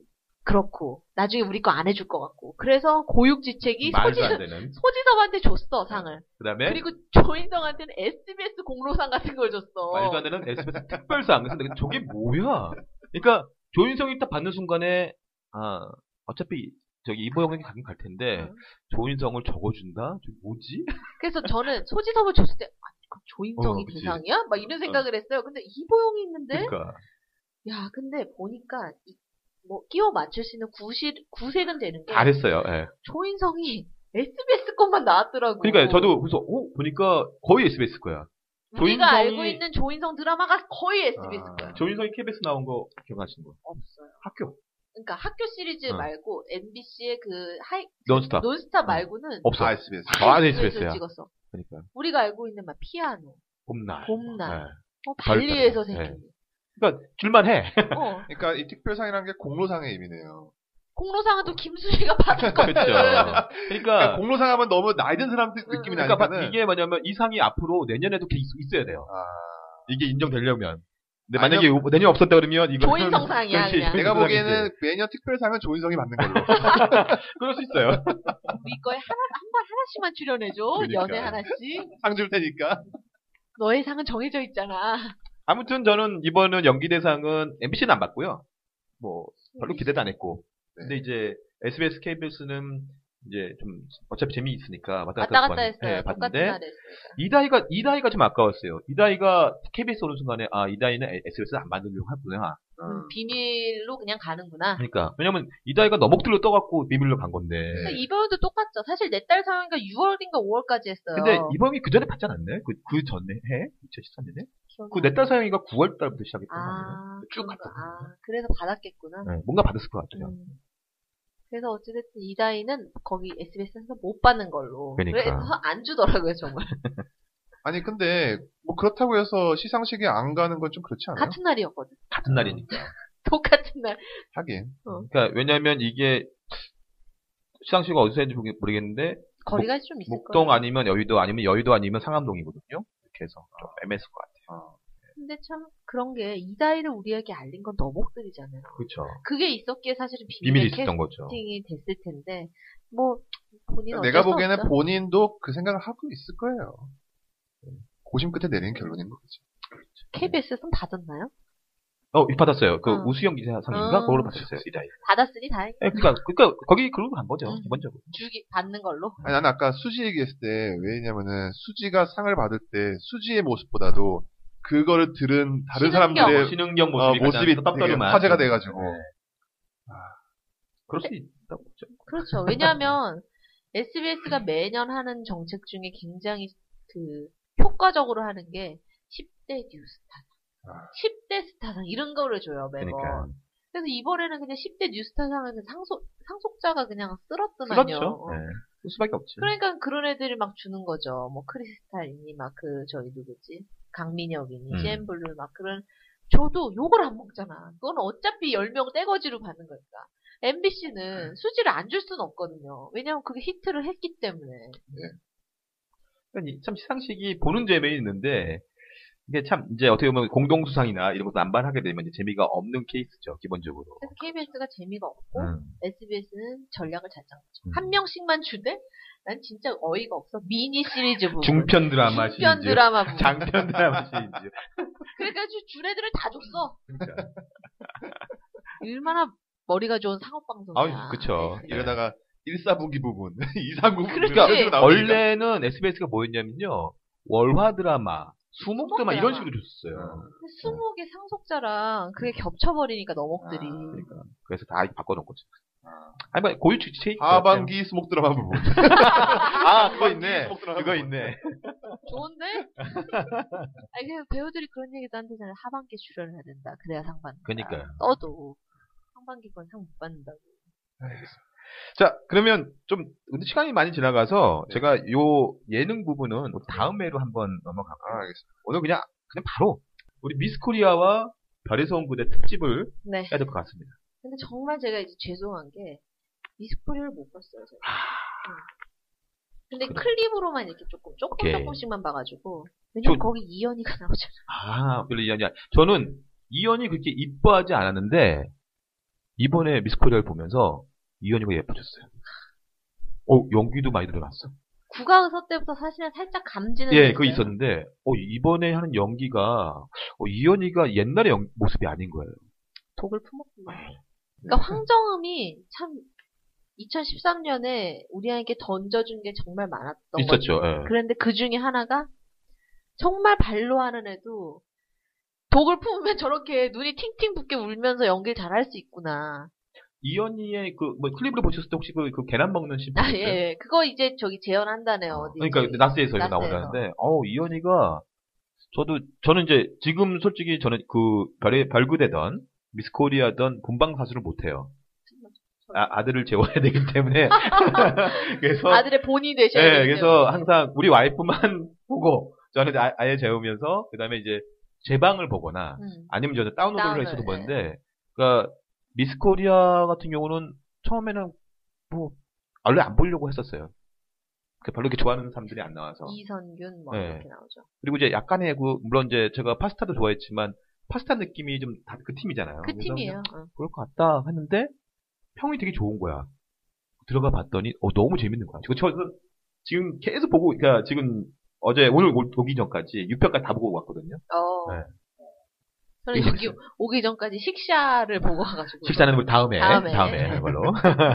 B: 그렇고 나중에 우리 거 안 해줄 것 같고 그래서 고육지책이
C: 말도 안 네?
B: 소지섭,
C: 되는.
B: 소지섭한테 줬어 상을
C: 그다음에
B: 그리고 조인성한테는 SBS 공로상 같은 걸 줬어.
C: 말도 안 되는 SBS 특별상. 근데 저게 뭐야? 그러니까 조인성이 딱 받는 순간에 아 어차피 저기 이보영에게 가긴 갈 텐데
B: 응.
C: 조인성을 적어준다? 저게 뭐지?
B: 그래서 저는 소지섭을 줬을 때, 아, 그 조인성이
C: 어, 그치.
B: 대상이야? 막 이런 생각을 했어요. 근데 이보영이 있는데,
C: 그러니까
B: 야, 근데 보니까, 이- 뭐, 끼워 맞출 수 있는 구실, 구색은 되는 게,
C: 잘했어요. 예.
B: 조인성이 SBS 것만 나왔더라고요.
C: 그러니까 저도 그래서 어 보니까 거의 SBS 거야.
B: 우리가
C: 조인성이- 아.
B: 알고 있는 조인성 드라마가 거의 SBS 거야.
C: 조인성이 KBS 나온 거 기억나시는 거?
B: 없어요.
C: 학교
B: 그러니까 학교 시리즈
C: 어.
B: 말고, MBC의 그, 하이,
C: 논스톱
B: 논스타 말고는,
C: 아. 없어.
D: 다 아, SBS.
C: 다 안에
B: SBS를
C: SBS야.
B: 찍었어.
C: 그러니까
B: 우리가 알고 있는 막 피아노,
C: 봄날.
B: 봄날.
C: 예.
B: 어, 발리에서
C: 별별.
B: 생긴.
C: 그러니까 줄만 해.
B: 어,
D: 그러니까 이 특별상이라는 게 공로상의 의미네요.
B: 공로상은 또 김수희가 받을
C: 그렇죠.
B: 거예요.
D: 그러니까
C: 그러니까
D: 공로상 하면 너무 나이든
B: 음.
D: 사람 느낌이
C: 그러니까 막
D: 나니까는.
C: 이게 뭐냐면 이 상이 앞으로 내년에도 계속 있- 있어야 돼요.
D: 아,
C: 이게 인정되려면. 근데
D: 아니요.
C: 만약에 요- 내년 없었다 그러면 이거
B: 조인성상이야,
C: 그러니까
B: 그냥.
D: 내가 보기에는 매년 특별상은 조인성이 받는 걸로.
C: 그럴 수 있어요.
B: 우리 거에 하나 네, 한 번 하나씩만 출연해줘
C: 그러니까.
B: 연애 하나씩
D: 상 줄 테니까.
B: 너의 상은 정해져 있잖아
C: 아무튼 저는 이번은 연기 대상은 MBC는 안 받고요. 뭐 별로 기대도 안 했고.
B: 네.
C: 근데 이제 SBS, KBS는 이제 좀 어차피 재미 있으니까 왔다 갔다,
B: 왔다 갔다 했어요
C: 예,
B: 똑같은
C: 봤는데
B: 날에 했어요
C: 이다희가 이다희가 좀 아까웠어요. 이다희가 KBS 오는 순간에 아 이다희는 SBS 안 받으려고 하구나.
B: 음, 비밀로 그냥 가는구나
C: 그러니까 왜냐면 이다희가 너목들로 떠갖고 비밀로 간 건데.
B: 근데 이 배우도 똑같죠 사실 내 딸 상황이가 6월인가 5월까지 했어요
C: 근데 이범이 그 전에 봤지 않았나요? 그, 그 전에 해? 2013년에?
B: 기억나.
C: 그 내딸 사형이가 9월 달부터 시작했던 거 아니에요?
B: 아,
C: 쭉
B: 그런가.
C: 갔다
B: 아 그래서 받았겠구나
C: 네, 뭔가 받았을 것 같아요.
B: 음. 그래서 어찌됐든 이다희는 거기 SBS에서 못 받는 걸로
C: 그러니까.
B: 그래서 안 주더라고요 정말
D: 아니 근데 뭐 그렇다고 해서 시상식에 안 가는 건 좀 그렇지 않아요?
B: 같은 날이었거든
C: 같은 날이니까.
B: 똑같은 날
D: 하긴.
B: 어.
C: 그러니까 왜냐면 이게 시상식이 어디서 했는지 모르겠는데
B: 거리가 좀 있을
C: 목동
B: 거예요.
C: 아니면 여의도 아니면 여의도 아니면 상암동이거든요. 이렇게 해서 좀 애매했을 것 같아요.
B: 근데 참 그런 게 이다희를 우리에게 알린 건 너목들이잖아요.
C: 그렇죠.
B: 그게 있었기에 사실은 비밀
C: 비밀이
B: 의
C: 있었던 거죠.
B: 캐스팅이 됐을 텐데 뭐 본인
D: 내가 보기에는 본인도 그 생각을 하고 있을 거예요. 고심 끝에 내린 결론인 거지.
B: KBS에선 받았나요?
C: 그렇죠. 네. 어, 이 받았어요. 그
B: 어.
C: 우수영 기사상인가
B: 어.
C: 그걸로 받았어요. 이다이.
B: 받았으니 다행.
D: 네,
C: 예, 그러니까 그러니까 거기 그걸로 간 거죠.
B: 음.
C: 기본적으로.
B: 주기 받는 걸로.
D: 아니, 나는 아까 수지 얘기했을 때 왜냐면은 수지가 상을 받을 때 수지의 모습보다도 그거를 들은 다른
B: 신은경.
D: 사람들의
C: 뭐 신은경
D: 어,
C: 모습이,
D: 모습이
C: 가장
D: 되게
C: 떳떳하더만.
D: 화제가 돼가지고
C: 네. 그럴 수 있다고 보죠.
B: 그렇죠. 왜냐하면 SBS가 매년 하는 정책 중에 굉장히 그 효과적으로 하는 게 10대 뉴스타상,
D: 아.
B: 10대 스타상 이런 거를 줘요 매번.
C: 그러니까
B: 그래서 이번에는 그냥 10대 뉴스타상에는 상속 상속자가 그냥 쓸었더만요.
C: 그렇죠.
B: 어.
C: 네. 쓸 수밖에 없지.
B: 그러니까 그런 애들이 막 주는 거죠. 뭐 크리스탈이니 막 그 저기 누구지 강민혁이니
C: 음.
B: CN블루 막 그런 저도 욕을 안 먹잖아. 그건 어차피 10명 떼거지로 받는 거니까.
C: 음.
B: MBC는 수지를 안 줄 순 없거든요. 왜냐면 그게 히트를 했기 때문에.
C: 그러니까 이참 시상식이 보는 재미는 있는데 이게 참 이제 어떻게 보면 공동 수상이나 이런 것도 남발하게 되면 이제 재미가 없는 케이스죠 기본적으로.
B: 그래서 KBS가 재미가 없고
C: 어, 음.
B: SBS는 전략을 잘 짠 거죠.
C: 음.
B: 어? 한 명씩만 주되 난 진짜 어이가 없어. 미니 시리즈 부분.
C: 중편 드라마
B: 중편
C: 시리즈,
B: 드라마 부분.
C: 장편 드라마 시리즈.
B: 그러니까 주- 준 애들을 다 줬어.
C: 그러니까.
B: 얼마나 머리가 좋은 상업방송이야.
C: 아유, 그쵸.
B: 네.
D: 이러다가 1사분기 부분, 239 부분
B: 아, 그렇지.
D: 이런 식으로 나오니까.
C: 원래는 SBS가 뭐였냐면요 월화 드라마, 수목
B: 수목
C: 드라마 이런
B: 드라마.
C: 식으로 줬어요.
B: 수목의 상속자랑 그게 겹쳐버리니까 너목들이
C: 그러니까 그래서 다 바꿔놓은 거죠. 아니 뭐 고유 주체
D: 하반기 수목 드라마 부분.
C: 아 그거
D: 하반기
C: 있네.
D: 수목 드라마
C: 그거
D: 부분.
C: 있네. 아.
B: 좋은데? 아니 그냥 배우들이 그런 얘기도 안 되잖아요 하반기 출연을 해야 된다 그래야 상 받는다
C: 그러니까요.
B: 떠도 상반기 건 상 못 받는다고
C: 자, 그러면 좀, 근데 시간이 많이 지나가서
D: 네.
C: 제가 요 예능 부분은 우리 다음 회로 한번 넘어가고
D: 아, 알겠습니다.
C: 오늘 그냥, 그냥 바로 우리 미스 코리아와 별에서 온 그대 특집을
B: 네
C: 해야 될 것 같습니다.
B: 근데 정말 제가 이제 죄송한 게 미스코리를 못 봤어요 제가 응. 근데
C: 그래.
B: 클립으로만 이렇게 조금 조금
C: 오케이.
B: 조금씩만 봐가지고 왜냐면
C: 저-
B: 거기 이연이가 나오잖아
C: 아, 별로 이연이 아니 저는 이연이 그렇게 이뻐하지 않았는데 이번에 미스 코리아를 보면서 이연이가 예뻐졌어요. 어, 연기도 많이 늘어났어.
B: 음, 국악서 때부터 사실은 살짝 감지는
C: 예, 그거
B: 했어요.
C: 있었는데, 어, 이번에 하는 연기가, 어, 이연이가 옛날의 연- 모습이 아닌 거예요.
B: 독을 품었구나. 그러니까 황정음이 참 2013년에 우리에게 던져준 게 정말 많았던 거죠.
C: 있었죠, 예.
B: 그런데 그 중에 하나가 정말 발로 하는 애도 독을 품으면 저렇게 눈이 팅팅 붓게 울면서 연기를 잘할 수 있구나.
C: 이연희의 그, 뭐, 클립으로 보셨을 때 혹시 그, 그 계란 먹는 씬
B: 아,
C: 보셨어요?
B: 예, 예. 그거 이제 저기 재현한다네요. 어디
C: 그러니까
B: 저기.
C: 나스에서 이거
B: 나스에서.
C: 나오는데, 어 이연희가, 저도, 저는 이제, 지금 솔직히 저는 그, 별의, 별그대던, 미스코리아던 본방 사수를 못해요. 아, 아들을 재워야 되기 때문에. 그래서,
B: 아들의 본이 되셔야
C: 예,
B: 되기
C: 그래서 항상 우리 와이프만 보고, 저는 아, 아예 재우면서, 그 다음에 이제, 제 방을 보거나,
B: 때문에. 음.
C: 아니면 저는 다운로드를
B: 다운로드,
C: 해서도
B: 예.
C: 보는데, 그러니까 미스 코리아 같은 경우는 처음에는 뭐 원래 안 보려고 했었어요. 그 별로 이렇게 좋아하는 사람들이 안 나와서.
B: 이선균 뭐
C: 예.
B: 이렇게 나오죠.
C: 그리고 이제 약간의 그 물론 이제 제가 파스타도 좋아했지만 파스타 느낌이 좀 다 그 팀이잖아요.
B: 그
C: 그래서
B: 팀이에요.
C: 그냥
B: 어.
C: 그럴 것 같다 했는데 평이 되게 좋은 거야. 들어가 봤더니 어 너무 재밌는 거야. 지금 저 지금 계속 보고 그러니까 지금 어제 오늘 오- 오기 전까지 6편까지 다 보고 왔거든요.
B: 어.
C: 네.
B: 저는 여기 오기 전까지 식샤를 보고 와가지고.
C: 식사는 우리 다음에
B: 다음에.
C: 다음에 그걸로.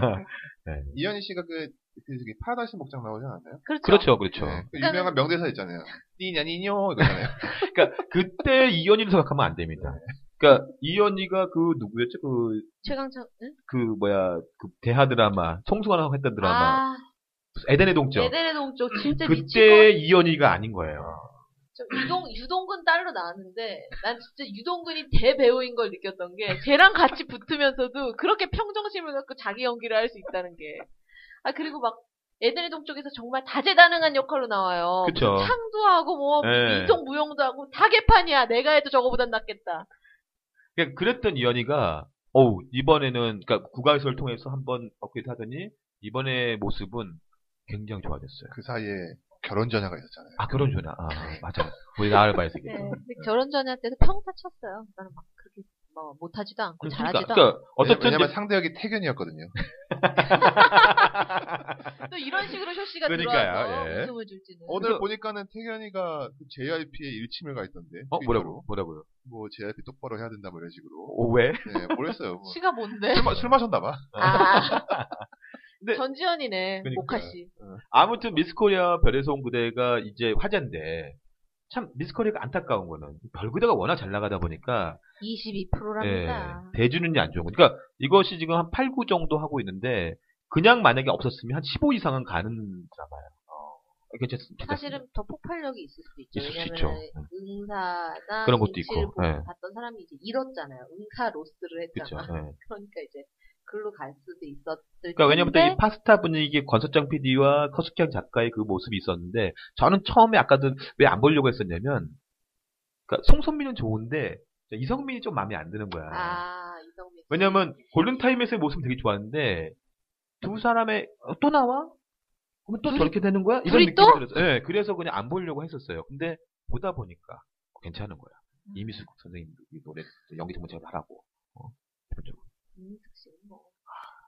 C: 네.
D: 이현희 씨가 그, 그 저기 파라다이스 목장 나오지 않았나요?
B: 그렇죠.
C: 그렇죠, 그렇죠.
D: 네. 그 유명한 명대사 있잖아요. 니냐 니뇨 이거잖아요.
C: 그러니까 그때 이연희를 생각하면 안 됩니다. 그러니까 이연희가 그 누구였죠? 그,
B: 최강창, 응?
C: 그 뭐야 그 대하 드라마 송승환하고 했던 드라마
B: 아,
C: 에덴의 동쪽.
B: 에덴의 어. 동쪽 진짜
C: 그때
B: 미치고
C: 이연희가 아닌 거예요.
B: 유동 유동근 딸로 나왔는데 난 진짜 유동근이 대배우인 걸 느꼈던 게 걔랑 같이 붙으면서도 그렇게 평정심을 갖고 자기 연기를 할 수 있다는 게. 아 그리고 막 에덴의 동쪽에서 정말 다재다능한 역할로 나와요.
C: 그쵸.
B: 무슨 창도 하고 뭐
C: 예.
B: 미통 무용도 하고 다 개판이야. 내가 해도 저거보단 낫겠다.
C: 그러니까 그랬던 이연희가 어우 이번에는 그러니까 국가에서를 통해서 한번 업그레이드 하더니 이번에 모습은 굉장히 좋아졌어요.
D: 그 사이에 결혼 전야가 있었잖아요.
C: 아, 결혼 전에. 아, 맞아. 우리 나알바에서
B: 네.
C: 얘기했던.
B: 근데 결혼 전에 때도 평타 쳤어요. 나는 막 그렇게 뭐 못하지도 않고
C: 그러니까,
B: 잘하지도
C: 그러니까 어쨌든
D: 왜냐면
C: 이제-
D: 상대역이 태균이었거든요.
B: 않고 또 이런 식으로 쇼 씨가
D: 그러니까요,
B: 들어와서
D: 예.
B: 웃음을 줄지는.
D: 오늘
C: 그래서-
D: 보니까는 태균이가 그 JYP에 일침을 가 있던데. 그
C: 어,
D: 트위터로.
C: 뭐라고? 뭐라고요?
D: 뭐 JYP 똑바로 해야 된다 뭐 이런 식으로.
C: 오, 왜?
D: 네, 모르겠어요. 뭐.
B: 씨가 뭔데?
D: 술, 마, 술 마셨나 봐.
B: 아.
C: 어. 근데-
B: 전지현이네.
C: 그러니까요.
B: 모카 씨.
C: 아무튼 미스코리아 별에서 온 그대가 이제 화제인데 참 미스코리아가 안타까운 거는 별 그대가 워낙 잘 나가다 보니까
B: 22%랍니다.
C: 예, 대주는이 안 좋은 거. 그러니까 이것이 지금 한 8, 9 정도 하고 있는데 그냥 만약에 없었으면 한 15 이상은 가는 드라마예요. 어, 괜찮습니다.
B: 사실은 더 폭발력이 있을 수도 있죠.
C: 예. 있을 수
B: 왜냐면
C: 있죠.
B: 응사나
C: 음, 그런 것도
B: 눈치를
C: 있고,
B: 보고
C: 예.
B: 봤던 사람이 이제 잃었잖아요. 응사 로스를
C: 그렇죠.
B: 했잖아. 그러니까 이제 글로 갈 수도 있었을
C: 그러니까 왜냐면 또 이
B: 텐데
C: 파스타 분위기 권석장 PD와 커숙장 작가의 그 모습이 있었는데 저는 처음에 아까도 왜 안 보려고 했었냐면 그러니까 송선민은 좋은데 이성민이 좀 마음에 안 드는 거야.
B: 아 이성민 씨.
C: 왜냐면 골든타임에서의 모습 되게 좋았는데 두 사람의 어, 또 나와? 그럼 또
B: 둘이-
C: 저렇게 되는 거야? 이런
B: 둘이
C: 느낌이
B: 또?
C: 들어서 예, 그래서 그냥 안 보려고 했었어요. 근데 보다 보니까 괜찮은 거야.
B: 음.
C: 이미숙 선생님 이 노래 연기 정말 제가 바라고. 어, 기본적으로.
B: 이민석 씨는 뭐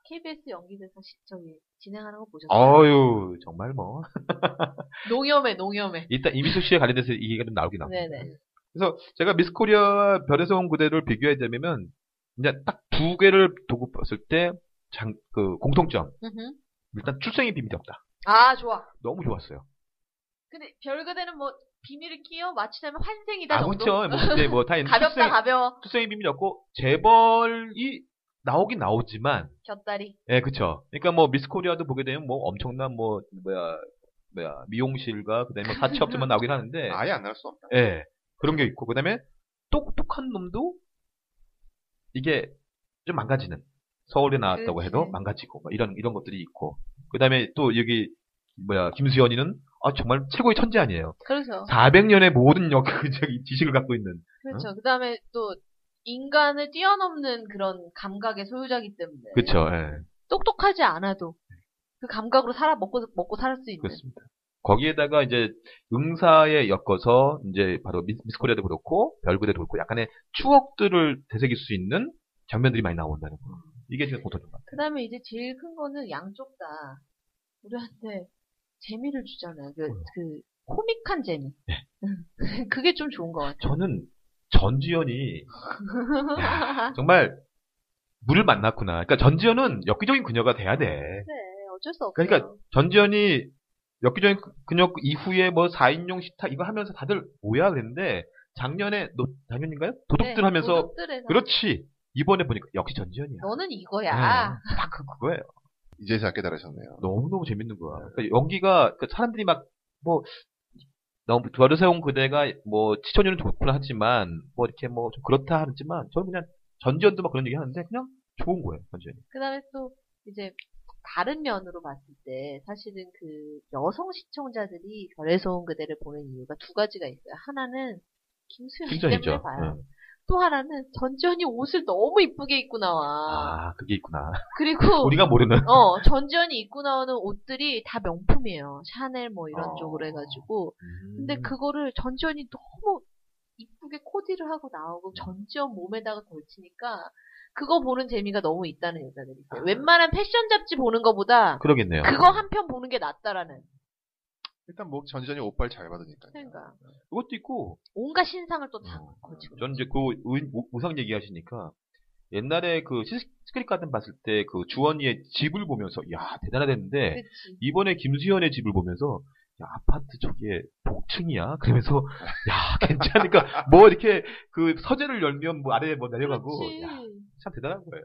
B: KBS 연기대상 시 저기 진행하는 거 보셨어요?
C: 어유 정말 뭐
B: 농염해 농염해.
C: 일단 이미숙 씨에 관련돼서 이 얘기가 좀 나오긴 나옵니다.
B: 네네.
C: 그래서 제가 미스코리아와 별에서 온 그대를 비교하자면 이제 딱 두 개를 두고 봤을 때장그 공통점
B: 음흠.
C: 일단 출생의 비밀이 없다.
B: 아 좋아.
C: 너무 좋았어요.
B: 근데 별그대는 뭐 비밀을 끼워 마치려면 환생이다
C: 아,
B: 정도.
C: 그렇죠. 뭐, 근데 뭐, 다
B: 가볍다
C: 투생이,
B: 가벼워.
C: 투생이 비밀이 없고, 재벌이 나오긴 나오지만,
B: 곁다리.
C: 예, 그쵸. 그니까 뭐, 미스 코리아도 보게 되면 뭐, 엄청난 뭐, 뭐야, 뭐야, 미용실과, 그 다음에 뭐, 사채업자만 나오긴
B: 네.
C: 하는데,
D: 아예 안 날 수 없다.
C: 예, 그런 게 있고, 그 다음에, 똑똑한 놈도, 이게, 좀 망가지는. 서울에 나왔다고
B: 그렇지.
C: 해도 망가지고, 막 이런, 이런 것들이 있고. 그 다음에 또 여기, 뭐야, 김수현이는, 아, 정말 최고의 천재 아니에요.
B: 그렇죠.
C: 400년의 모든 역, 그, 저기, 지식을 갖고 있는.
B: 그렇죠. 그 다음에 또 인간을 뛰어넘는 그런 감각의 소유자이기 때문에
C: 그쵸, 예.
B: 똑똑하지 않아도 그 감각으로 살아 먹고 먹고 살 수 있는.
C: 그렇습니다. 거기에다가 이제 응사에 엮어서 이제 바로 미- 미스코리아도 그렇고 별그대도 그렇고 약간의 추억들을 되새길 수 있는 장면들이 많이 나온다는 거. 이게 지금 고통인 것 같아요.
B: 그다음에 이제 제일 큰 거는 양쪽 다 우리한테 재미를 주잖아요. 그,
C: 뭐요? 네.
B: 그 코믹한 재미. 그게 좀 좋은 것 같아요.
C: 저는 전지현이 야, 정말 물을 만났구나. 그러니까 전지현은 엽기적인 그녀가 돼야 돼.
B: 네, 어쩔 수 없어요.
C: 그러니까 전지현이 엽기적인 그녀 이후에 뭐 4인용 식탁 이거 하면서 다들 뭐야 그랬는데 작년에 노, 작년인가요? 도둑들
B: 네,
C: 하면서
B: 도둑들에서
C: 그렇지. 이번에 보니까 역시 전지현이야.
B: 너는
C: 네,
B: 이거야.
C: 딱 그- 그거예요.
D: 이제서야 깨달으셨네요.
C: 너무너무 재밌는 거야.
B: 네.
C: 그러니까 연기가 그러니까 사람들이 막 뭐 너무 별세온 그대가 뭐 추천율은 좋구나 하지만 뭐 이렇게 뭐 좀 그렇다 하지만 저는 그냥 전지현도 막 그런 얘기 하는데 그냥 좋은 거예요. 전지현이.
B: 그다음에 또 이제 다른 면으로 봤을 때 사실은 그 여성 시청자들이 별에서 온 그대를 보는 이유가 두 가지가 있어요. 하나는 김수현 그 때문에
C: 킹전이죠. 네.
B: 봐요. 또 하나는 전지현이 옷을 너무 이쁘게 입고 나와.
C: 아 그게 있구나.
B: 그리고
C: 우리가 모르는.
B: 어 전지현이 입고 나오는 옷들이 다 명품이에요. 샤넬 뭐 이런
C: 어.
B: 쪽으로 해가지고 근데
C: 음.
B: 그거를 전지현이 너무 이쁘게 코디를 하고 나오고 전지현 몸에다가 걸치니까 그거 보는 재미가 너무 있다는 여자들이
C: 아.
B: 있어요. 웬만한 패션 잡지 보는 거보다
C: 그러겠네요.
B: 그거 한 편 보는 게 낫다라는
D: 일단 뭐 전지현이 옷발 잘 받으니까.
B: 그러니까
C: 그것도 있고
B: 온갖 신상을 또 다
C: 어.
B: 걸치고
C: 저는 이제 그 의- 우- 우상 얘기하시니까 옛날에 그 시스- 시크릿 가든 봤을 때 그 주원이의 집을 보면서 야 대단하댔는데
B: 그치
C: 이번에 김수현의 집을 보면서 야, 아파트 저게 복층이야 그러면서 야 괜찮으니까 뭐 이렇게 그 서재를 열면 뭐 아래에 뭐 내려가고
B: 그렇지
C: 야, 참 대단한 거예요.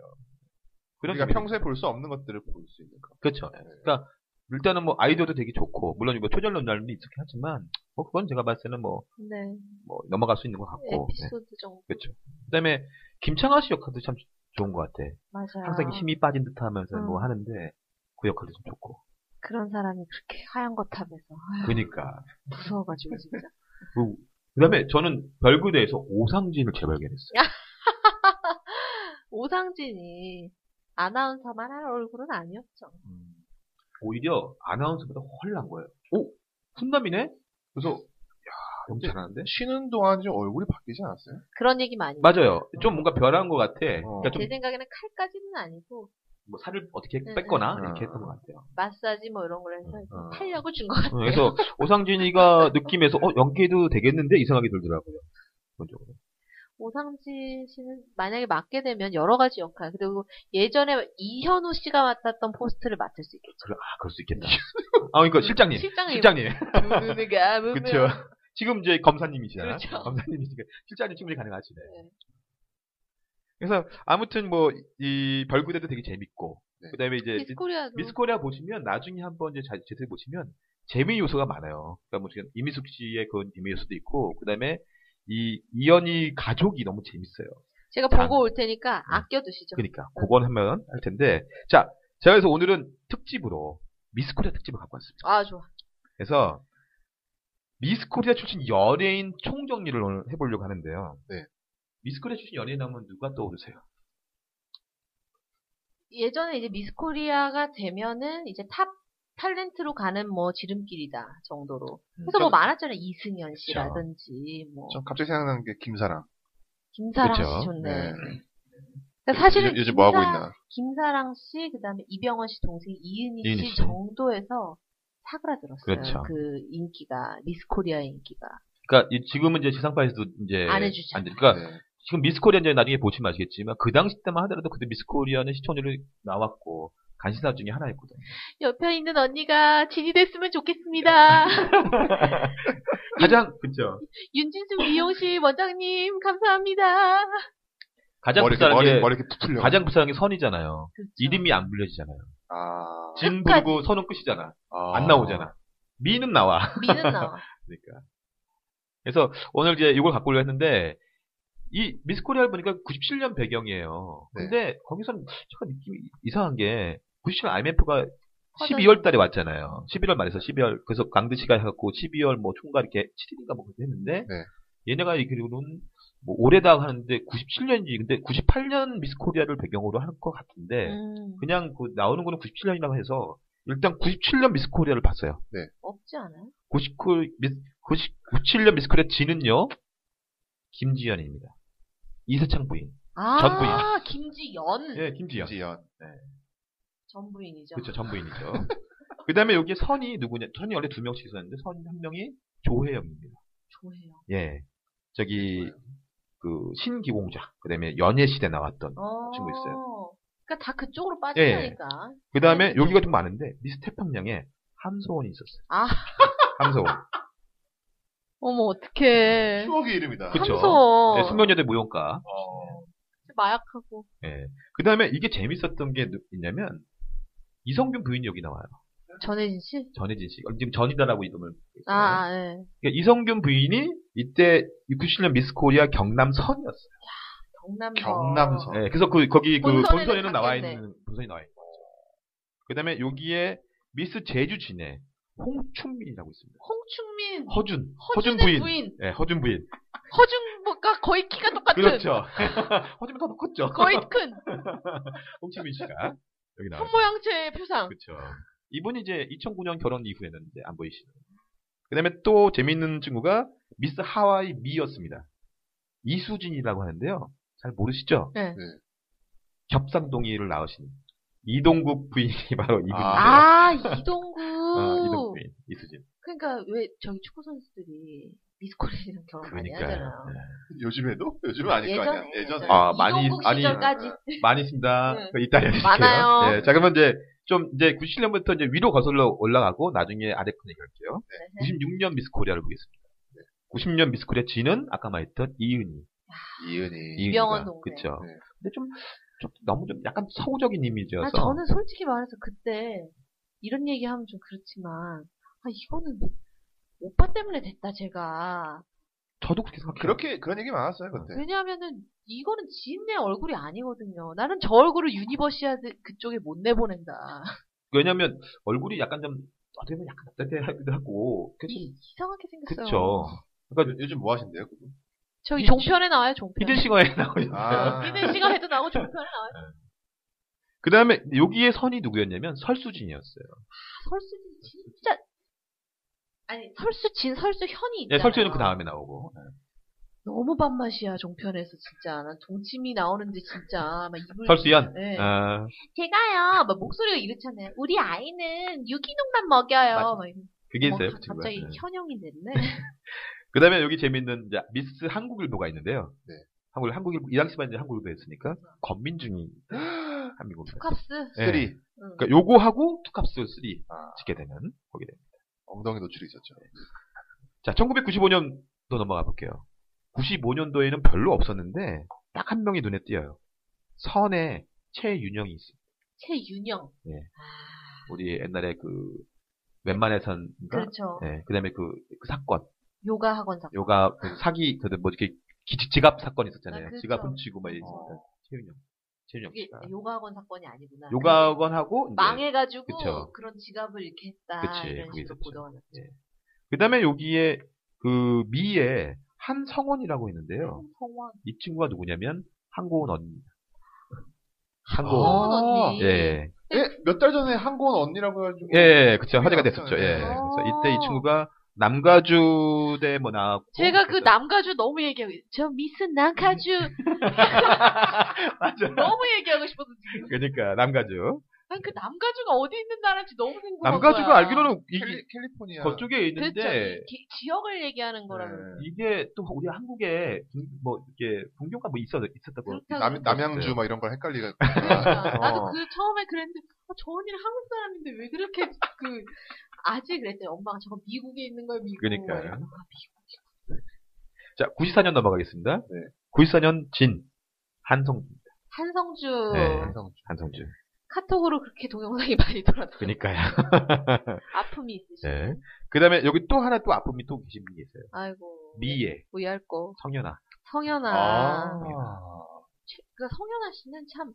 D: 우리가 네.
C: 재미가
D: 평소에 볼 수 없는 것들을 볼 수 있는 거.
C: 그렇죠. 그러니까 일단은 뭐 아이디어도 되게 좋고 물론 이거 초절 논란도 있긴 하지만 뭐 그건 제가 봤을 때는 뭐,
B: 네
C: 뭐 넘어갈 수 있는 것 같고 네.
B: 에피소드 정도
C: 그렇죠. 그다음에 김창하 씨 역할도 참 좋은 것 같아.
B: 맞아요
C: 항상 이렇게 힘이 빠진 듯하면서
B: 음.
C: 뭐 하는데 그 역할도 좀 좋고.
B: 그런 사람이 그렇게 하얀 거 타면서
C: 그러니까.
B: 무서워가지고 진짜
C: 그, 그다음에 저는 별그대에서 오상진을 재발견했어요.
B: 오상진이 아나운서만 할 얼굴은 아니었죠
C: 음. 오히려 아나운서보다 훨 난 거예요. 오, 훈남이네? 그래서 야, 너무
D: 근데
C: 잘하는데?
D: 쉬는 동안 좀 얼굴이 바뀌지 않았어요?
B: 그런 얘기 많이. 해요.
C: 맞아요. 좀 뭔가 변한 것 같아.
D: 어.
C: 그러니까
B: 제
C: 좀
B: 생각에는 칼까지는 아니고
C: 뭐 살을 어떻게
B: 음,
C: 뺐거나
D: 음.
C: 이렇게 했던 것 같아요.
B: 마사지 뭐 이런 걸 해서
C: 네. 어.
B: 탄력을 준 것 같아요.
C: 그래서 오상진이가 느낌에서 어 연기도 되겠는데 이상하게 들더라고요. 기본적으로.
B: 오상진 씨는 만약에 맡게 되면 여러 가지 역할 그리고 예전에 이현우 씨가 맡았던 포스트를 맡을 수 있겠죠.
C: 아 그럴 수 있겠다. 아 그러니까 실장님,
B: 실장님.
C: 실장님.
B: 누누가 무명.
C: 그렇죠. 지금 이제 검사님이시잖아요.
B: 그렇죠.
C: 검사님이시니까 실장님 충분히 가능하시네.
B: 네.
C: 그래서 아무튼 뭐 이 별구대도 되게 재밌고
D: 네.
C: 그다음에 이제 예, 미-
B: 미스코리아도
C: 미스코리아 보시면 나중에 한번 이제 재생 보시면 재미 요소가 많아요. 그러니까 뭐 지금 이미숙 씨의 그런 재미 요소도 있고 그다음에 이 이연희 가족이 너무 재밌어요.
B: 제가 보고 올 테니까 아껴두시죠.
C: 아. 그러니까 그건 하면 할 텐데 자 제가 그래서 오늘은 특집으로 미스코리아 특집을 갖고 왔습니다.
B: 아 좋아.
C: 그래서 미스코리아 출신 연예인 총정리를 오늘 해보려고 하는데요.
D: 네.
C: 미스코리아 출신 연예인 하면 누가 떠오르세요?
B: 예전에 이제 미스코리아가 되면은 이제 탑 탤런트로 가는 뭐 지름길이다 정도로. 그래서 뭐
C: 저는-
B: 많았잖아요. 이승현 씨라든지
C: 어.
B: 뭐
D: 전 갑자기 생각나는 게 김사랑.
B: 김사랑
C: 그쵸.
B: 씨 좋네.
D: 네.
B: 그러니까 사실은
D: 요즘, 요즘 뭐 하고
B: 김사-
D: 있나?
B: 김사랑 씨, 그다음에 이병헌 씨 동생 이은희,
C: 이은희
B: 씨
C: 씨.
B: 정도에서 사그라들었어요.
C: 그렇죠.
B: 그 인기가 미스코리아의 인기가.
C: 그러니까 이- 지금은 이제 지상파에서도 이제
B: 안 해주잖아요.
C: 안 돼. 그러니까
D: 네.
C: 지금 미스코리아 이제 나중에 보시면 아시겠지만 그 당시 때만 하더라도 그때 미스코리아는 시청률이 나왔고 간신사 중에 하나였거든요.
B: 옆에 있는 언니가 진이 됐으면 좋겠습니다.
C: 가장 그렇죠.
B: 윤진수 미용실 원장님 감사합니다.
C: 가장
D: 머리,
C: 불쌍한
D: 머리,
C: 게
D: 머리 이렇게 풀려.
C: 가장 불쌍한 게 선이잖아요.
B: 그렇죠.
C: 이름이 안 불려지잖아요.
D: 아,
C: 진 부르고 선은 끝이잖아.
D: 아.
C: 안 나오잖아. 미는 나와.
B: 미는 나와.
C: 그러니까. 그래서 오늘 이제 이걸 갖고 오려 했는데 이 미스코리아를 보니까 97년 배경이에요.
D: 네.
C: 근데 거기서는 제가 느낌이 이상한 게 97년 IMF가 12월 달에 왔잖아요. 11월 말에서 12월. 그래서 강드시가 해갖고 12월 뭐 총괄 이렇게 7일인가 뭐 그렇게 했는데,
D: 네.
C: 얘네가 얘기로는 뭐 올해다 하는데 97년이지. 근데 98년 미스 코리아를 배경으로 할 것 같은데,
B: 음,
C: 그냥 그 나오는 거는 97년이라고 해서, 일단 97년 미스 코리아를 봤어요.
B: 없지 않아요?
C: 99, 미스, 97년 미스 코리아 지는요, 김지연입니다. 이세창 부인.
B: 아,
C: 전 부인.
B: 김지연.
C: 예, 김지연.
D: 지연.
B: 전 부인이죠.
C: 그렇죠, 전부인이죠. 그 다음에 여기 선이 누구냐, 선이 원래 두 명씩 있었는데, 선이 한 명이 조혜영입니다.
B: 좋아요.
C: 예. 저기 그 신기공자 그다음에 연예시대 나왔던
B: 어.
C: 친구 있어요.
B: 그러니까 다 그쪽으로 빠지니까.
C: 그다음에 여기가 좀 많은데 미스 태평양에 함소원이 있었어요.
B: 아.
C: 함소원.
B: 어머 어떡해.
D: 추억의 이름이다.
C: 그쵸.
B: 함소.
C: 네, 숙면여대 무용가.
D: 어,
B: 마약하고.
C: 예. 그다음에 이게 재밌었던 게 누- 있냐면 이성균 부인이 여기 나와요.
B: 전혜진 씨?
C: 전혜진 씨. 지금 전이다라고 이름을.
B: 아, 아, 예.
C: 그러니까 이성균 부인이 이때 97년 미스 코리아 경남선이었어요.
B: 경남서. 네.
D: 경남서.
C: 예, 그래서 그 거기 그
B: 어. 본선에는
C: 본선에는 나와
B: 갔겠네.
C: 있는 본선이 나와 있는 거죠. 그다음에 여기에 미스 제주 진해 홍춘민이라고 있습니다.
B: 홍충민.
C: 허준,
B: 허준의
C: 허준 부인. 예, 허준 부인.
B: 허준과 거의 키가 똑같은.
C: 그렇죠. 허준이 더 컸죠.
B: 거의 큰.
C: 홍치민 씨가 여기 나와.
B: 손모양체의 표상.
C: 그렇죠. 이분이 이제 2009년 결혼 이후에는 이제 안 보이시는. 그다음에 또 재밌는 친구가 미스 하와이 미였습니다. 이수진이라고 하는데요. 잘 모르시죠?
B: 네.
D: 네.
C: 겹상동의를 낳으신 이동국 부인이 바로 이분이에요.
D: 아.
B: 아,
C: 어, 네. 이동국
B: 이동구.
C: 부인, 이수진.
B: 그러니까 왜 저기 축구 선수들이 미스코리아랑 결혼 많이
C: 그러니까
B: 하잖아요.
D: 요즘에도? 요즘은 아닐 거 아니야.
B: 예전에.
D: 예전에.
C: 네. 아, 많이-
B: 이동국
C: 많이- 네.
B: 시절까지.
C: 많이 있습니다.
B: 네.
C: 그거 이따 알려드릴게요.
B: 많아요.
C: 네, 자, 그러면 이제 좀 이제 97년부터 이제 위로 거슬러 올라가고 나중에 아래 큰 얘기할게요.
B: 네.
C: 96년 미스 코리아를 보겠습니다. 90년 미스 코리아 지는 아까 말했던 이은이.
D: 이은이.
B: 이병헌 동생.
C: 그쵸.
D: 네.
C: 근데 좀, 좀 너무 좀 약간 서구적인 이미지여서.
B: 아, 저는 솔직히 말해서 그때 이런 얘기 하면 좀 그렇지만, 아, 이거는 뭐 오빠 때문에 됐다, 제가.
C: 저도 그렇게 생각해요.
D: 그렇게, 그런 얘기 많았어요,
C: 네.
D: 그때.
B: 왜냐하면은 이거는 지인네 얼굴이 아니거든요. 나는 저 얼굴을 유니버시아드 그쪽에 못 내보낸다.
C: 왜냐면 얼굴이 약간 좀, 어떻게 보면 약간 답답해하기도 하고. 그래서-
B: 이- 이상하게 생겼어요.
C: 그쵸.
D: 그러니까 요즘 뭐 하신대요, 그거?
B: 저기
C: 이-
B: 종편에 나와요, 종편. 네.
C: 히든 싱어에 나오잖아요.
D: 아.
B: 히든 시간에도 나오고 종편에 나와요.
C: 그 다음에 여기에 선이 누구였냐면 설수진이었어요.
B: 설수진 진짜 아니 설수진 설수현이
C: 예,
B: 있잖아요.
C: 설수진은 그 다음에 나오고.
B: 너무 밥맛이야 종편에서 진짜 난 동치미 나오는데 진짜 막 입을
C: 설수연.
B: 네.
C: 아,
B: 제가요 막 목소리가 이렇잖아요. 우리 아이는 유기농만 먹여요.
C: 맞아.
B: 막 이러면서
C: 그게 있어요.
B: 가-
C: 그 친구가.
B: 뭐 갑자기
C: 네.
B: 현영이 됐네.
C: 그 다음에 여기 재밌는 이제 미스 한국일보가 있는데요.
D: 네.
C: 한국일, 한국일보, 이 당시만 이제 한국일보였으니까, 권민중이 한민국.
B: 컵스.
C: 예.
D: 쓰리
B: 응.
C: 그러니까 요거하고 투캅스 3
D: 아.
C: 찍게 되는 거기 됩니다.
D: 엉덩이 노출이 있었죠.
C: 자, 1995년도 넘어가 볼게요. 95년도에는 별로 없었는데 딱 한 명이 눈에 띄어요. 선에 최윤영이 있습니다.
B: 최윤영.
C: 예.
B: 아,
C: 우리 옛날에 그 웬만해선인가?
B: 그렇죠.
C: 예, 그다음에 그, 그 사건,
B: 요가 학원 사건.
C: 요가 그 사기, 그뭐 이렇게 기- 지갑 사건 있었잖아요.
B: 아, 그렇죠.
C: 지갑 훔치고 막 이랬으니까
B: 어.
C: 최윤영, 최윤영
B: 이게
C: 씨가
B: 요가 학원 사건이 아니구나.
C: 아. 요가원하고 네.
B: 망해가지고
C: 그쵸.
B: 그런 지갑을 이렇게 했다
C: 그치,
B: 이런 식으로
C: 그게 있었죠.
B: 보도가 났죠.
C: 예. 그다음에 여기에 그 미에 한성원이라고 있는데요.
B: 어. 성원.
C: 이 친구가 누구냐면 한고은 언니.
B: 성원
C: 한고은.
D: 아,
B: 언니.
C: 예.
B: 네.
D: 예, 몇 달 전에 한고은 언니라고 해가지고
C: 예, 그쵸. 화제가 됐었죠. 예.
D: 아.
C: 그래서 이때 이 친구가 남가주대 뭐 나왔고.
B: 제가 그
C: 그래서-
B: 남가주 너무 얘기하고 저 미스 남가주
C: 음. 맞아.
B: 너무 얘기하고 싶어서 지금
C: 그러니까 남가주.
B: 난그 남가주가 어디 있는 나라인지 너무 궁금한
C: 남가주가
B: 거야.
C: 알기로는 이
D: 캘리, 캘리포니아
C: 저쪽에
B: 그렇죠.
C: 있는데 네.
B: 이 기- 지역을 얘기하는 거라면
D: 예.
C: 이게 또 우리 한국에 분- 뭐 이게 분교가 뭐 있었 있었다고.
B: 그렇다고
D: 남, 남양주 막 이런 걸 헷갈리가.
C: 네.
B: 그러니까. 나도
D: 어.
B: 그 처음에 그랬는데 어, 저 언니는 한국 사람인데 왜 그렇게 그 아직 그랬더니 엄마가 저거 미국에 있는 걸 미국
C: 그러니까요.
B: 막 이러고.
C: 자, 94년 넘어가겠습니다.
D: 네.
C: 94년 진 한성
B: 한성주
C: 네.
D: 한성주.
C: 한성주.
B: 카톡으로 그렇게 동영상이 많이 돌아다
C: 그러니까요.
B: 아픔이 있으시
C: 네. 그다음에 여기 또 하나 또 아픔이 또 계신 분이 계세요.
B: 아이고
C: 미예
B: 위할 거
C: 성현아.
B: 성현아
D: 아.
B: 최- 그 성현아 씨는 참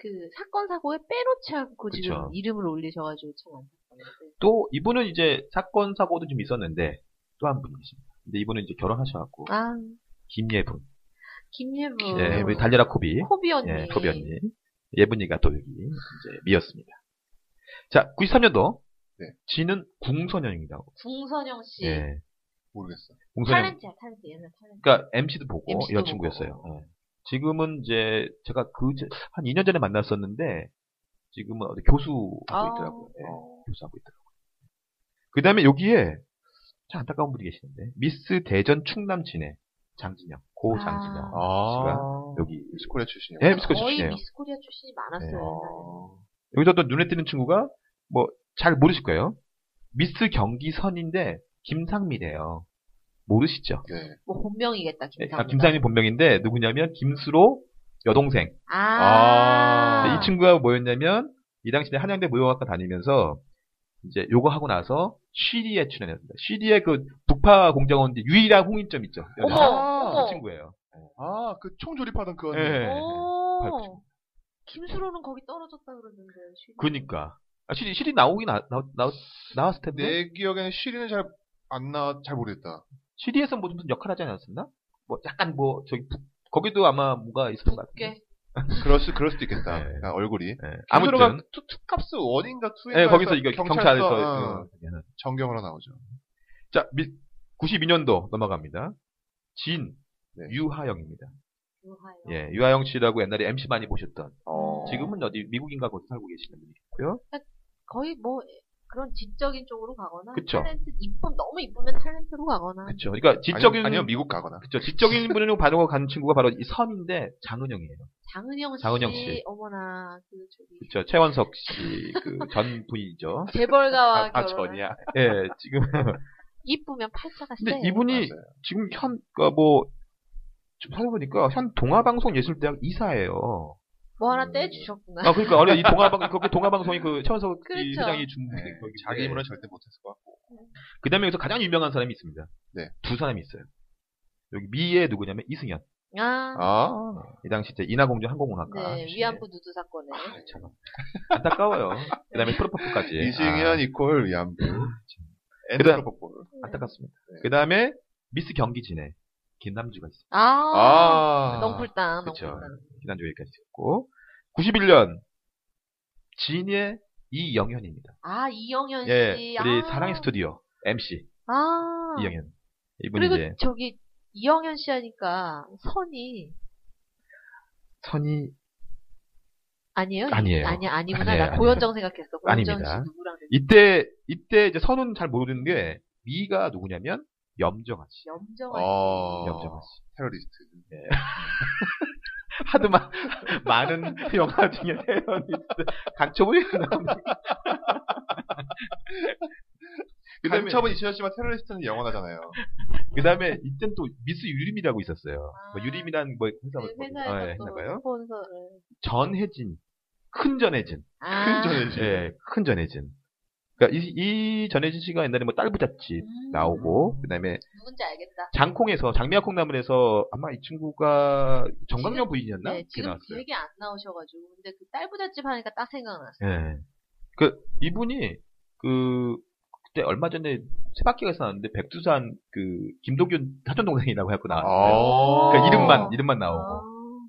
B: 그 사건 사고에 빼놓치하고 그 지금
C: 그쵸.
B: 이름을 올리셔가지고 참 안타까운데
C: 또 이분은 이제 사건 사고도 좀 있었는데 또 한 분이 계십니다. 근데 이분은 이제 결혼하셔갖고
B: 아 어.
C: 김예분,
B: 김예부
C: 예, 우리 달려라 코비,
B: 코비 언니
C: 예, 코비 언니, 예분이가 또 여기 이제 미였습니다. 자, 93년도
D: 네.
C: 지는 궁소년이라고.
B: 궁선영 씨
C: 예,
D: 모르겠어.
C: 궁소년.
B: 탤런트야 탤런트 옛날 탤런트
C: 그러니까 MC도 보고
B: MC 도
C: 이런 친구였어요. 예. 지금은 이제 제가 그 한 2년 전에 만났었는데 지금은 어디 교수하고
B: 아.
C: 있더라고요. 예, 교수하고 있더라고요. 그 다음에 여기에 참 안타까운 분이 계시는데 미스 대전 충남 진해 장진영 고
B: 아.
C: 장진영 어,
D: 아.
C: 여기
D: 미스코리아 출신이요.
C: 예, 미스코
B: 거의
C: 출신이에요.
B: 미스코리아 출신이 많았어요
C: 네.
B: 옛날에.
D: 아.
C: 여기서 또 눈에 띄는 친구가 뭐 잘 모르실 거예요. 미스 경기선인데 김상미래요. 모르시죠?
D: 네.
B: 뭐 본명이겠다
C: 예,
B: 김상
C: 아, 김상미 본명인데 누구냐면 김수로 여동생.
B: 아,
C: 근데 네, 이 친구가 뭐였냐면 이 당시에 한양대 무용학과 다니면서 이제 요거 하고 나서 쉬리에 출연했습니다. 쉬리의 그 북파 공장원 뒤 유일한 홍인점 있죠.
B: 어머, 어머.
C: 그 친구예요.
D: 아, 그 총 조립하던 그 언니.
C: 예.
B: 오
C: 발표.
B: 김수로는 거기 떨어졌다 그러는데 쉬리.
C: 그니까. 아, 쉬리, 쉬리 나오긴 나, 나, 나, 나왔을 텐데.
D: 내 기억에는 시리는 잘 안 나, 잘 모르겠다.
C: 시리에서 뭐 무슨 역할 하지 않았었나? 뭐 약간 뭐 저기 북- 거기도 아마 뭔가 있었던 것 같아요.
B: 웃게
D: 그럴 수, 그럴 수도 있겠다.
C: 네.
D: 아, 얼굴이.
C: 예.
D: 아무튼
C: 아무튼
D: 투, 투캅스 원인가 투인가
C: 예, 거기서
D: 해서
C: 이거
D: 경찰서,
C: 경찰서
D: 어,
C: 그 얘기하는.
D: 정경으로 나오죠.
C: 자, 92년도 넘어갑니다. 진
D: 네.
C: 유하영입니다.
B: 좋아요
C: 예, 유하영 씨라고 옛날에 MC 많이 보셨던
B: 어.
C: 지금은 어디 미국인가 거기 살고 계시는 분이 있고요.
B: 거의 뭐 그런 지적인 쪽으로 가거나
C: 그쵸.
B: 탤런트 이쁨 너무 이쁘면 탤런트로 가거나
C: 그렇죠. 그러니까
D: 지적인
C: 지적인
D: 아, 아니면 미국 가거나.
C: 그렇죠. 지적인 분으로 반응을 가는 친구가 바로 이 선인데 장은영이에요.
B: 장은영 씨,
C: 장은영 씨.
B: 어머나 그 저기
C: 그렇죠. 최원석 씨 그 전 부인이죠.
B: 재벌가와
C: 아, 아,
B: 결혼
C: 전이야. 예, 지금
B: 이쁘면 팔자가 세.
C: 근데 이분이
D: 맞아요.
C: 지금 현, 그니까 뭐, 좀 살펴보니까 현 동아방송예술대학 이사예요.
B: 뭐 하나 떼주셨구나.
C: 아, 그니까, 아니, 이 동아방, 그렇게 동아방송이 그, 최원석 이
B: 그렇죠.
C: 회장이 준,
D: 네, 자기 힘으로는 절대 못했을 것 같고.
C: 그 다음에 여기서 가장 유명한 사람이 있습니다.
D: 네.
C: 두 사람이 있어요. 여기 미에 누구냐면 이승현.
B: 아,
D: 아,
C: 이 당시 때 인하공주 항공운항과.
B: 네
C: 출신이에요.
B: 위안부 누드 사건에.
C: 아, 참. 안타까워요. 그 다음에 프로포폴까지.
D: 이승현
C: 아,
D: 이퀄 위안부.
C: 그다음-
D: 엔드로퍼볼.
C: 아, 안타깝습니다.
D: 네.
C: 그 다음에 미스 경기 진해. 김남주가 있습니다.
B: 아,
D: 아,
B: 넝쿨땅,
C: 그쵸.
B: 넝쿨땅.
C: 지난주 여기까지 듣고 91년 진의 이영현입니다.
B: 아, 이영현 씨.
C: 예, 우리
B: 아.
C: 사랑의 스튜디오 MC
B: 아.
C: 이영현. 예. 이분
B: 그리고
C: 이제
B: 저기 이영현 씨 하니까 선이
C: 선이
B: 아니에요?
C: 아니에요.
B: 아니 아니구나.
C: 아니에요,
B: 나 고현정 생각했어. 고현정
C: 아닙니다.
B: 씨 누구랑 됐지?
C: 이때 이때 이제 선우는 잘 모르는 게 미가 누구냐면 염정아 씨.
B: 염정아
D: 어,
C: 염정아 씨.
D: 테러리스트.
C: 네. 하도 마, 많은 영화 중에 테러리스트 강초보이 나옵니다. 그다음에-
D: 간첩은 있으셨지만 테러리스트는 영원하잖아요.
C: 그다음에 이때는 또 미스 유림이라고 있었어요. 뭐 유림이란 뭐 회사
B: 그 아. 회사에서
C: 어, 예,
B: 또
C: 했나봐요.
B: 스폰서를
C: 전혜진 큰 전혜진.
B: 아.
D: 전혜진.
C: 예, 큰 전혜진. 그러니까 이, 이 전혜진 씨가 옛날에 뭐 딸부 잡지
B: 음,
C: 나오고 그다음에
B: 누군지 알겠다.
C: 장콩에서 장미아콩나물에서 아마 이 친구가 정강년
B: 지금-
C: 부인이었나?
B: 네,
C: 그게
B: 지금 그
C: 나왔어요.
B: 얘기 안 나오셔가지고 근데 그 딸부잣집 하니까 딱 생각났어.
C: 예. 그 이분이 그 그때 얼마 전에 세바퀴가 나왔는데 백두산 그 김도균 사촌 동생이라고 해갖고 나왔어요.
D: 아.
C: 그러니까
B: 어.
C: 이름만 이름만 나오고.
B: 아,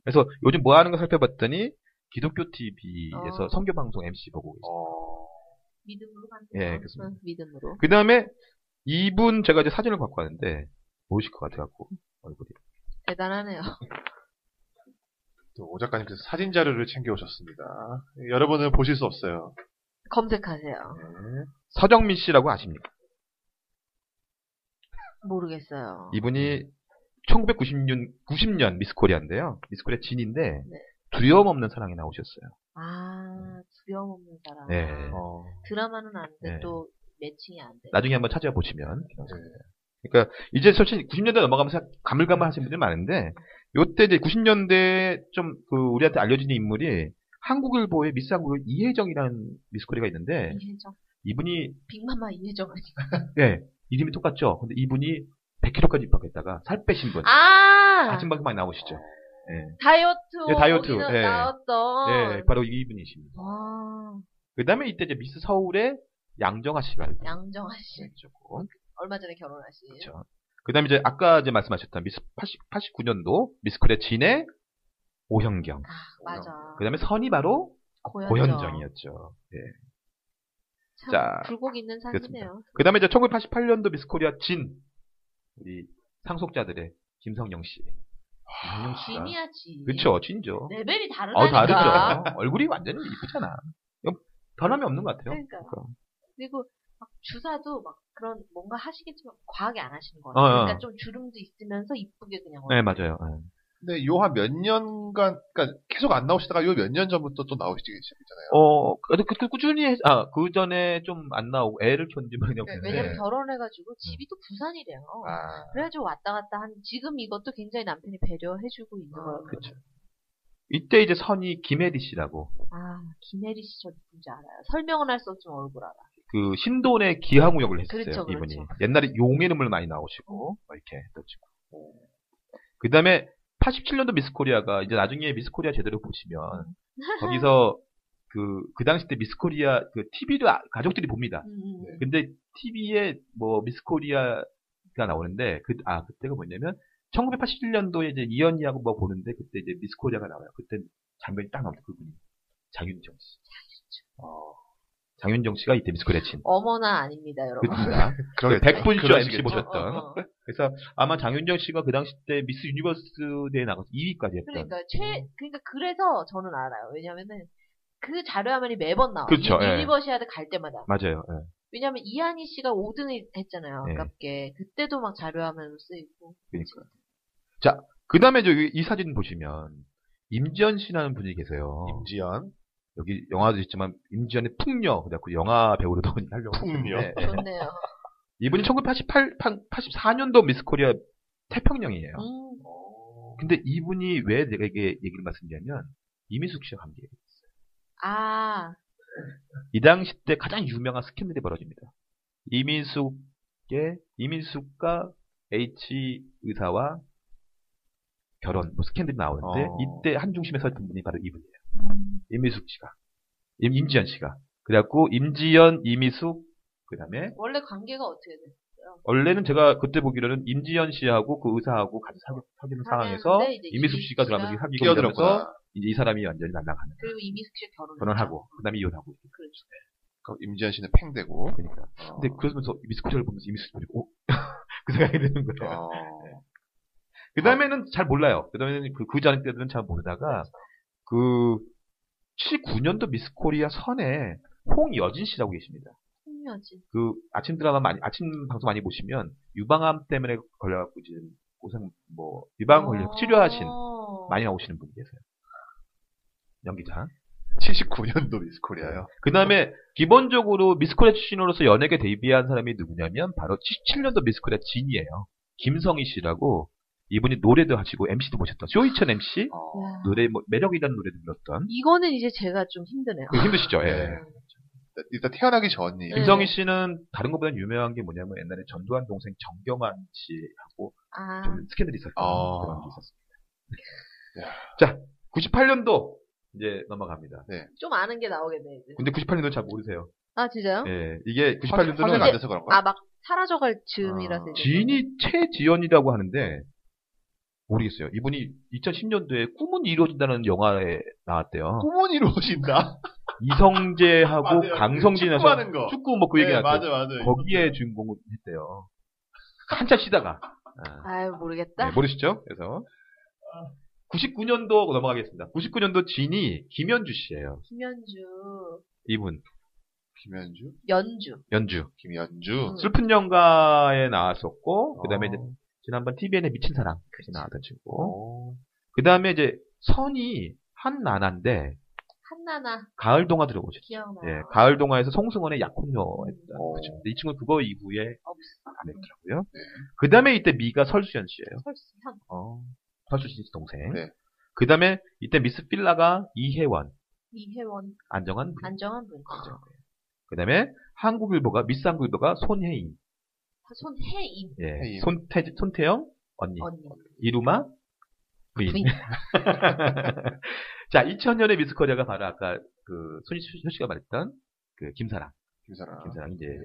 C: 그래서 요즘 뭐 하는 거 살펴봤더니 기독교 TV에서
B: 어.
C: 선교 방송 MC 보고 있어요.
D: 어.
B: 믿음으로 간다.
C: 예, 그렇습니다.
B: 응, 믿음으로.
C: 그 다음에 이분 제가 이제 사진을 갖고 왔는데 보실 것 같아갖고 얼굴이
B: 대단하네요.
D: 또 오 작가님께서 사진 자료를 챙겨오셨습니다. 여러분은 보실 수 없어요.
B: 검색하세요.
D: 네.
C: 서정민 씨라고 아십니까?
B: 모르겠어요.
C: 이분이 1990년 90년 미스코리아인데요. 미스코리아 진인데
B: 네.
C: 두려움 없는 사랑에 나오셨어요.
B: 아 두려움 없는 사람.
C: 네.
D: 어.
B: 드라마는 아닌데
C: 네.
B: 또 매칭이 안 돼.
C: 나중에 한번 찾아보시면
B: 네.
C: 그러니까 이제 솔직히 90년대 넘어가면서
B: 네.
C: 가물가물하신 분들이 많은데 요때 이제 90년대 좀 그 우리한테 알려진 인물이 한국일보의 미스 한국일 이혜정이라는 미스코리가 있는데
B: 이혜정.
C: 이분이
B: 빅마마 이혜정 아니가.
C: 예 이름이 똑같죠. 근데 이분이 100kg까지 입학했다가 살 빼신 분.
B: 아
C: 아침 방송 많이 나오시죠. 예.
B: 다이어트.
C: 예, 다이어트.
B: 오디너
C: 예.
B: 나왔던.
C: 예, 바로 이분이십니다.
B: 와
C: 그 다음에 이때 이제 미스 서울의 양정아 씨가
B: 양정아 씨
C: 있었고.
B: 얼마 전에 결혼하신.
C: 네. 그렇죠. 그 다음에 이제 아까 이제 말씀하셨던 미스 80, 89년도 미스쿨의 진의 오현경.
B: 아 맞아.
C: 그 다음에 선이 바로
B: 고현정.
C: 고현정이었죠. 예.
B: 참
C: 자,
B: 굴곡 있는 삶이네요.
C: 그 다음에 이제 1988년도 미스코리아 진. 우리 상속자들의 김성령 씨. 김성령
B: 진이야 네.
C: 씨가.
B: 그러니까. 진.
C: 그렇죠. 그쵸, 진죠.
B: 레벨이 다르다니까.
C: 어, 다르죠. 얼굴이 완전히 이쁘잖아. 이거 변함이 없는 것 같아요.
B: 그러니까. 그리고 막 주사도 막 그런 뭔가 하시겠지만 과하게 안 하시는 것
C: 어,
B: 같아요.
C: 어.
B: 그러니까 좀 주름도 있으면서 이쁘게 그냥.
C: 네, 맞아요. 예.
D: 근데 요 한 몇 년간, 그러니까 계속 안 나오시다가 요 몇 년 전부터 또 나오시기 시작했잖아요.
C: 어, 그래도 그, 그 꾸준히, 했- 아, 그 전에 좀 안 나오고, 애를 키웠는지 막 그냥.
D: 네,
B: 왜냐면
C: 네.
B: 결혼해가지고 집이 또 부산이래요.
D: 아.
B: 그래가지고 왔다 갔다 한 지금 이것도 굉장히 남편이 배려해주고 있는
D: 아,
B: 거예요.
C: 그쵸. 이때 이제 선이 김혜리 씨라고,
B: 아 김혜리 씨 저 누군지 알아요. 설명은 할 수 없지만 얼굴 알아.
C: 그, 신돈의 기항우 역을 했어요,
B: 그렇죠, 그렇죠.
C: 이분이. 옛날에 용의 눈물 많이 나오시고, 막 이렇게 했던 친구. 그 다음에, 87년도 미스 코리아가, 이제 나중에 미스 코리아 제대로 보시면, 거기서, 그, 그 당시 때 미스 코리아, 그, TV도 가족들이 봅니다.
B: 음,
D: 네.
C: 근데 TV에 뭐 미스 코리아가 나오는데 그 아 그때가 뭐냐면 1987년도에 이제 이현이하고 뭐 보는데 그때 이제 미스 코리아가 나와요. 그때 장면이 딱 나옵니다. 그분이 장윤정 씨. 어. 장윤정 씨가 이때 미스 코리아 친.
B: 어머나 아닙니다 여러분.
C: 그렇습니다.
D: 그러겠죠.
C: 백분쇼 MC
D: 그러시겠죠.
C: 보셨- 어떤? 그래서 아마 장윤정 씨가 그 당시 때 미스 유니버스 대에 나가서 2위까지 했던. 음.
B: 그러니까 최 그러니까 그래서 저는 알아요. 왜냐면은 그 자료 화면이 매번 나와.
C: 그쵸,
B: 유-
C: 예.
B: 유니버시아드 갈 때마다.
C: 맞아요. 예.
B: 왜냐면 이한희 씨가 5등을 했잖아요.
C: 예.
B: 아깝게 그때도 막 자료 화면으로 쓰이고.
C: 그러니까. 자, 그다음에 저기 이 사진 보시면 임지연 씨라는 분이 계세요. 어.
D: 임지연.
C: 여기 영화도 있지만 임지연의 풍녀 그래갖고 영화 배우로 더 하려고
D: 풍녀.
C: 했는데
B: 좋네요.
C: 이분이 1988 84년도 미스코리아 태평양이에요.
B: 음,
C: 근데 이분이 왜 내가 이게 얘기를 말씀드리냐면 이민숙 씨와 관계.
B: 아
C: 이 당시 때 가장 유명한 스캔들이 벌어집니다. 이민숙의 이민숙과 H 의사와 결혼 뭐 스캔들이 나오는데
D: 어.
C: 이때 한 중심에 서 있던 분이 바로 이분이에요. 이민숙 씨가 임, 임지연 씨가 그래갖고 임지연 이민숙 그다음에
B: 원래 관계가 어떻게 됐어요? 거죠.
C: 원래는 제가 그때 보기로는 임지연 씨하고 그 의사하고 같이 사귀, 는 상황에서
B: 하는데 이제
C: 이미숙 씨가 들어가면서
B: 이미숙
C: 사귀고 이러면서
D: 끼어들었구나.
C: 이제 이 사람이 완전히 날아가는
B: 그리고 이미숙 씨가 결혼
C: 결혼하고 그다음에 이혼하고
B: 그렇죠.
D: 그럼 임지연 씨는 팽대고. 어.
C: 그러니까 근데 그러면서 미숙 씨를 보면서 이미숙 씨를 오그 생각이 드는 거예요.
D: 어.
C: 네. 그 다음에는 잘 몰라요. 그 다음에는 그, 그 자리 때들은 잘 모르다가, 그, 79년도 미스 코리아 선에 홍여진 씨라고 계십니다.
B: 홍여진.
C: 그, 아침 드라마 많이, 아침 방송 많이 보시면, 유방암 때문에 걸려갖고 지금 고생, 뭐, 유방 걸려
B: 아.
C: 서 치료하신, 많이 나오시는 분이 계세요. 연기자.
D: 79년도 미스코리아요.
C: 그 다음에, 기본적으로 미스 코리아 출신으로서 연예계 데뷔한 사람이 누구냐면, 바로 77년도 미스 코리아 진이에요. 김성희 씨라고, 이분이 노래도 하시고, MC도 모셨던, 쇼이천 MC,
D: 어.
B: 야,
C: 노래 뭐 매력이라는 노래 들었던
B: 이거는 이제 제가 좀 힘드네요.
C: 그거 힘드시죠? 예.
D: 네. 일단 태어나기 전 일.
B: 네.
C: 김성희 씨는 다른 것보다 유명한 게 뭐냐면 옛날에 전두환 동생 정경환 씨하고
B: 아,
C: 좀 스캔들이 있었던
D: 아.
C: 그런 게 있었습니다.
D: 야.
C: 자, 98년도 이제 넘어갑니다.
B: 좀 아는 게 나오겠네, 이제.
C: 근데 98년도 잘 모르세요.
B: 아, 진짜요?
C: 예, 이게
D: 화제가 안
C: 98년도는
D: 돼서 그런 거야?
B: 아, 막 사라져갈 즈음이라서.
D: 아.
B: 이제.
C: 진이 최지연이라고 하는데 모르겠어요. 이분이 2010년도에 꿈은 이루어진다는 영화에
B: 아,
C: 나왔대요.
D: 꿈은
C: 아,
D: 이루어진다.
C: 이성재하고
D: 맞아요.
C: 강성진에서
D: 축구하는 거.
C: 축구 뭐 그 얘기
D: 네,
C: 나왔죠.
D: 맞아, 맞아.
C: 거기에 주인공을 했대요. 한참 쉬다가. 아,
B: 아유, 모르겠다.
C: 네, 모르시죠? 그래서. 99년도 넘어가겠습니다. 99년도 진이 김현주 씨예요.
B: 김현주,
C: 이분
D: 김현주,
B: 연주.
C: 연주.
D: 김연주.
B: 음.
C: 슬픈 영가에 나왔었고 그다음에
D: 네. 어.
C: 이제 지난번 TVN의 미친 사랑까지 나왔던 친구.
D: 어.
C: 그다음에 이제 선이 한나나인데
B: 한나나,
C: 가을 동화 들어보셨죠?
B: 기억나.
C: 예, 가을 동화에서 송승헌의 약혼녀 했던
D: 어.
C: 그 친구. 이 친구 그거 이후에
B: 음, 없어.
C: 안 했더라고요. 그다음에 이때 미가 설수연 씨예요.
B: 설수현.
C: 어, 설수 씨 동생.
D: 네.
C: 그 다음에 이때 미스 필라가 이혜원,
B: 이혜원,
C: 안정환 분.
B: 안정한 분.
C: 그 다음에 한국일보가, 미스 한국일보가 손혜인,
B: 아, 손혜인
C: 예,
D: 혜인.
C: 손태, 손태영, 언니,
B: 언니.
C: 이루마, 부인.
B: 부인.
C: 자, 2000년에 미스 코리아가 바로 아까 그, 손희수 씨가 말했던 그 김사랑,
B: 아,
D: 김사랑.
C: 그 김사랑 이제
B: 네.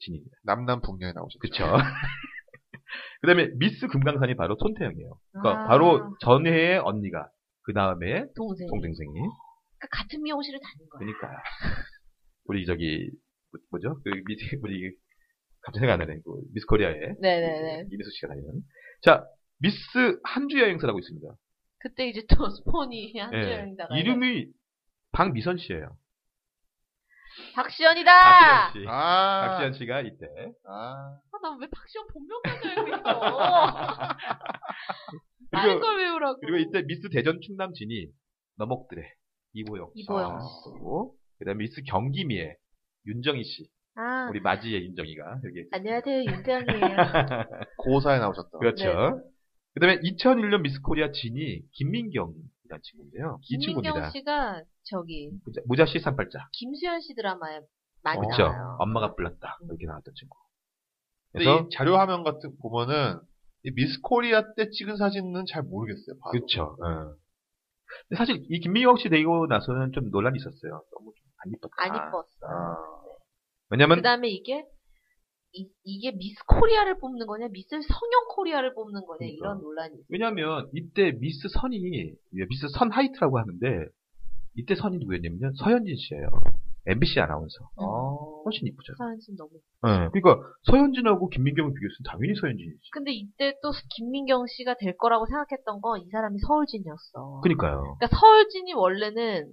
C: 진입니다.
D: 남남 북녀에 나오셨죠.
C: 그쵸. 그 다음에 미스 금강산이 바로 손태영이에요. 그러니까
B: 아. 네.
C: 바로 전해의 언니가, 그 다음에
B: 동생.
C: 동생생이.
B: 그러니까 같은 미용실을 다닌 거야.
C: 그러니까 우리 저기 뭐- 뭐죠? 그 미, 우리 갑자기 생각 안 나네. 그 미스 코리아에
B: 네네네.
C: 이민수 씨가 다니는. 자 미스 한주 여행사라고 있습니다.
B: 그때 이제 또 스폰이
C: 예.
B: 한주영이다가
C: 이름이 박미선 씨예요.
B: 박시연이다.
C: 박시연 씨.
D: 아.
C: 네. 박시연 씨가 이때.
D: 아.
B: 나왜 박시연 본명까지 알고 있어? 아는
C: 그리고
B: 걸 외우라고.
C: 그리고 이때 미스 대전 충남 진이 너목들의 이보영
B: 이보영
D: 아.
B: 씨.
C: 씨고 그다음에 미스 경기미의 윤정희 씨.
B: 아
C: 우리 마지의 윤정희가 여기.
B: 안녕하세요 윤정이에요.
D: 고사에 나오셨다.
C: 그렇죠.
B: 네.
C: 그다음에 2001년 미스 코리아 진이 김민경이라는 친구인데요. 이 친구입니다.
B: 김민경 씨가 저기
C: 모자- 모자 시산팔자.
B: 김수현 씨 드라마에 많이
D: 어.
C: 그쵸.
B: 나와요.
C: 엄마가 불렀다. 이렇게 나왔던 친구.
B: 네.
D: 근데
C: 그래서,
D: 이 자료 화면 같은 거 보면은 이 미스 코리아 때 찍은 사진은 잘 모르겠어요. 봐도.
C: 그쵸. 어. 근데 사실 이 김민경 씨 되고 나서는 좀 논란이 있었어요. 너무 좀 안 이뻤다.
B: 안 이뻤어.
D: 아.
C: 왜냐면,
B: 그다음에 이게 이, 이게 미스 코리아를 뽑는 거냐, 미스 성형 코리아를 뽑는 거냐 이런
C: 그러니까.
B: 논란이 있어요.
C: 왜냐면, 이때 미스 선이, 예, 미스 선 하이트라고 하는데, 이때 선이 누구였냐면요. 서현진 씨예요 MBC 아나운서. 아. 훨씬 이쁘죠.
B: 서현 씨 음. 너무
D: 네.
C: 예, 그러니까, 서현진하고 김민경을 비교했을 때 당연히 서현진이지.
B: 근데 이때 또 김민경 씨가 될 거라고 생각했던 건 이 사람이 서울진이었어. 그러니까
C: 그니까요.
B: 서울진이 원래는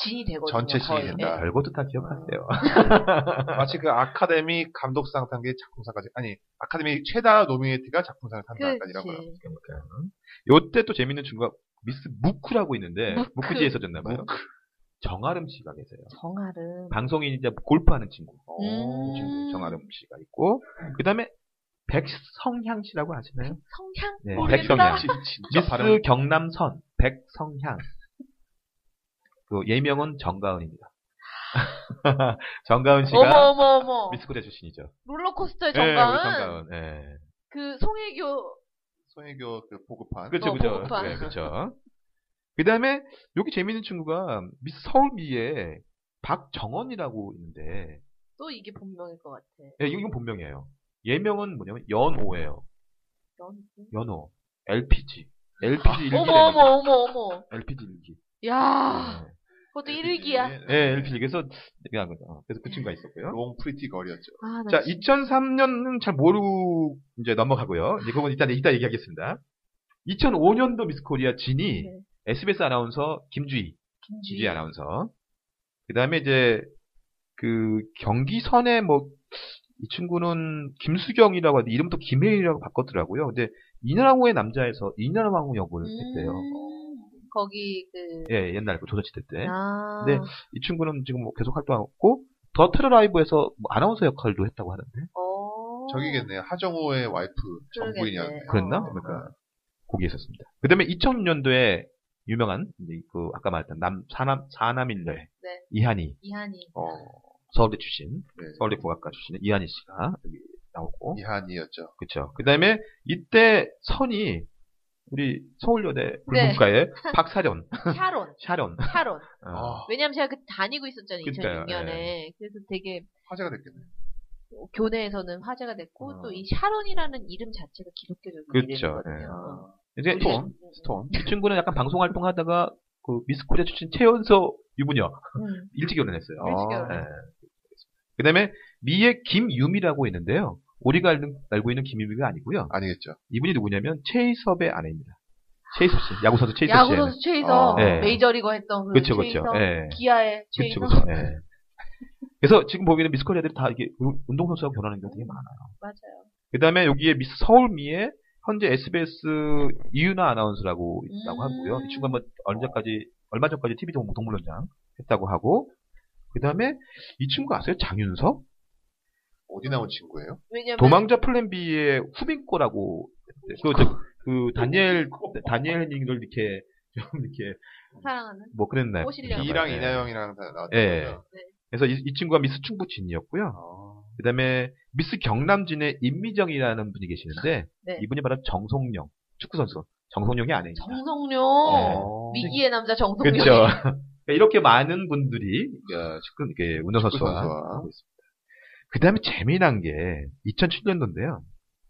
B: 진이 되거든요.
D: 전체 진이
B: 거의.
D: 된다.
B: 예.
C: 별것도 다 기억하세요.
D: 마치 그 아카데미 감독상 탄 게 작품상까지 아니 아카데미 최다 노미네이트가 작품상을 탄다 약간 이런 거요.
B: 그치.
C: 그러니까 요때 또 재밌는 친구가 미스 무크라고 있는데
B: 무크.
C: 무크지에 있었나 봐요. 정아름 씨가 계세요.
B: 정아름.
C: 방송인이자 골프하는 친구.
B: 음.
C: 그 친구 정아름 씨가 있고 그다음에 백성향 씨라고 아시나요?
B: 성향? 뭐
C: 네,
B: 모르겠다.
C: 백성향.
D: 진짜
C: 미스
D: 발음
C: 경남선 백성향. 그 예명은 정가은입니다. 정가은
B: 어머
C: 씨가
B: 어머 어머.
C: 미스코리아 출신이죠.
B: 롤러코스터의
C: 예, 우리
B: 정가은.
C: 정가은. 예.
B: 그 송혜교
D: 송혜교 그 보급판.
C: 그렇죠,
B: 어,
C: 그렇죠.
B: 보고파.
C: 네, 그렇죠. 그 다음에, 여기 재밌는 친구가, 미스 서울미에 박정원이라고 있는데,
B: 또 이게 본명일 것 같아.
C: 예, 이건 본명이에요. 예명은 뭐냐면 연호예요. 연호. LPG.
D: 아,
C: LPG 일기.
B: 어머 어머 어머 어머.
C: LPG 일기.
B: 야,
C: 네.
B: 그것도 1위기야.
C: 네, LPG. 그래서 내가 한 거죠. 어, 그래서 그 친구가 있었고요.
D: 예, 롱 프리티 걸이었죠.
B: 아, 나
C: 자,
B: 진짜-
C: 2003년은 잘 모르고 이제 넘어가고요. 이제 그건 일단 이따 얘기하겠습니다. 2005년도 미스코리아 진이
B: 네.
C: SBS 아나운서 김주희, 김주희 아나운서. 그다음에 이제 그 경기선에 뭐 이 친구는 김수경이라고 하는데 이름부터 김혜인이라고 바꿨더라고요. 근데 이나라고의 남자에서 이나라왕후 역을 했대요.
B: 음, 거기 그.
C: 예, 옛날 그 조선시대 때.
B: 아.
C: 네. 이 친구는 지금 뭐 계속 활동하고 있고 더 트러 라이브에서 뭐 아나운서 역할도 했다고 하는데
B: 어.
D: 저기겠네요. 하정우의 와이프 정부인이었네.
B: 그러겠네.
C: 그랬나?
B: 어.
C: 그러니까 거기 있었습니다. 그다음에 2006년도에 유명한 이제 그 아까 말했던 남 사남 사남인데
B: 네.
C: 이한이
B: 이한이.
D: 어,
C: 서울대 출신
D: 네.
C: 서울대 국악과 출신의 이한희 씨가 여기 나오고
B: 예.
D: 이한이었죠.
C: 그렇죠. 그다음에 이때 선이 우리 서울여대
B: 네.
C: 불문과의 박사련
B: 샤론.
C: 샤론
B: 샤론.
C: 어,
D: 아,
B: 왜냐면 제가 그 다니고 있었잖아요.
C: 그러니까요, 예.
B: 2006년에. 그래서 되게
D: 화제가 됐겠네.
B: 교내에서는 화제가 됐고
C: 어.
B: 또 이 샤론이라는 이름 자체가 기독교적인
C: 그렇죠.
B: 이름이거든요.
D: 아,
C: 예. 이제
B: 우리-
C: 스톤 스톤 이 친구는 약간 방송 활동하다가 그 미스코리아 출신 최연소 유부녀
B: 음.
C: 일찍 결혼했어요.
B: 일찍
C: 아,
B: 결혼.
C: 예. 그다음에 미의 김유미라고 있는데요. 우리가 알는- 알고 있는 김유미가 아니고요.
D: 아니겠죠.
C: 이분이 누구냐면 최희섭의 아내입니다. 최희섭 씨, 야구 선수 최희섭 씨.
B: 야구선수 최이서
D: 어.
C: 예.
B: 메이저리거 했던 그
C: 그렇죠,
B: 최이서
C: 그렇죠. 예.
B: 기아의
C: 그렇죠,
B: 최이서
C: 그렇죠. 예. 그래서 지금 보기에는 미스코리아들이 다 이게 운동선수하고 결혼하는 게 되게 많아요.
B: 맞아요.
C: 그다음에 여기에 미스 서울미에 현재 SBS 이윤아 아나운서라고
B: 음.
C: 있다고 하고요. 이 친구 한번 언제까지 얼마 전까지 TV 동- 동물원장 했다고 하고 그다음에 이 친구 아세요? 장윤석?
D: 어디 나온 친구예요?
B: 왜냐면
C: 도망자 플랜 B의 후빈꼬라고 그, 저, 그 다니엘 다니엘 님들 이렇게 좀 이렇게
B: 사랑하는 네.
C: 뭐 그랬나요?
B: 꼬시려고.
D: 이랑
C: 예.
D: 이나영이랑 다 나왔죠.
C: 예. 그래서 이, 이 친구가 미스
D: 아.
C: 충북진이었고요.
B: 어.
C: 그다음에 미스 경남진의 임미정이라는 분이 계시는데
B: 네.
C: 이분이 바로 정송영 축구 선수 정송영이 아내입니다.
B: 정성룡
C: 어.
B: 위기의 남자 정성룡.
C: 그렇죠. 그러니까 이렇게 많은 분들이 어, 축구 이렇게 운동
D: 그
C: 선수와
D: 네. 축구선수와.
C: 하고 있습니다. 그다음에 재미난 게 2007년도인데요.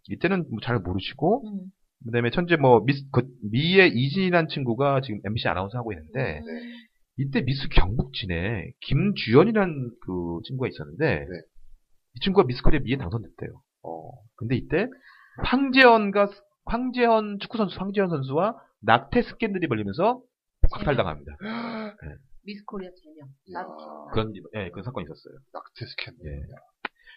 C: 이때는 뭐잘 모르시고
B: 음.
C: 그다음에 천재 뭐 미스 그 미의 이진이란 친구가 지금 MBC 아나운서 하고 있는데
B: 음.
C: 이때 미스 경북진에 김주연이란 그 친구가 있었는데
D: 네.
C: 이 친구가 미스코리아 미에 당선됐대요. 근데 이때 황재현과 황재현 축구 선수 황재현 선수와 낙태 스캔들이 벌리면서 박탈당합니다.
D: 네.
B: 미스코리아 제명.
D: 이야,
C: 그런 일- 예 그런 사건이 있었어요.
D: 낙태 스캔들.
C: 예.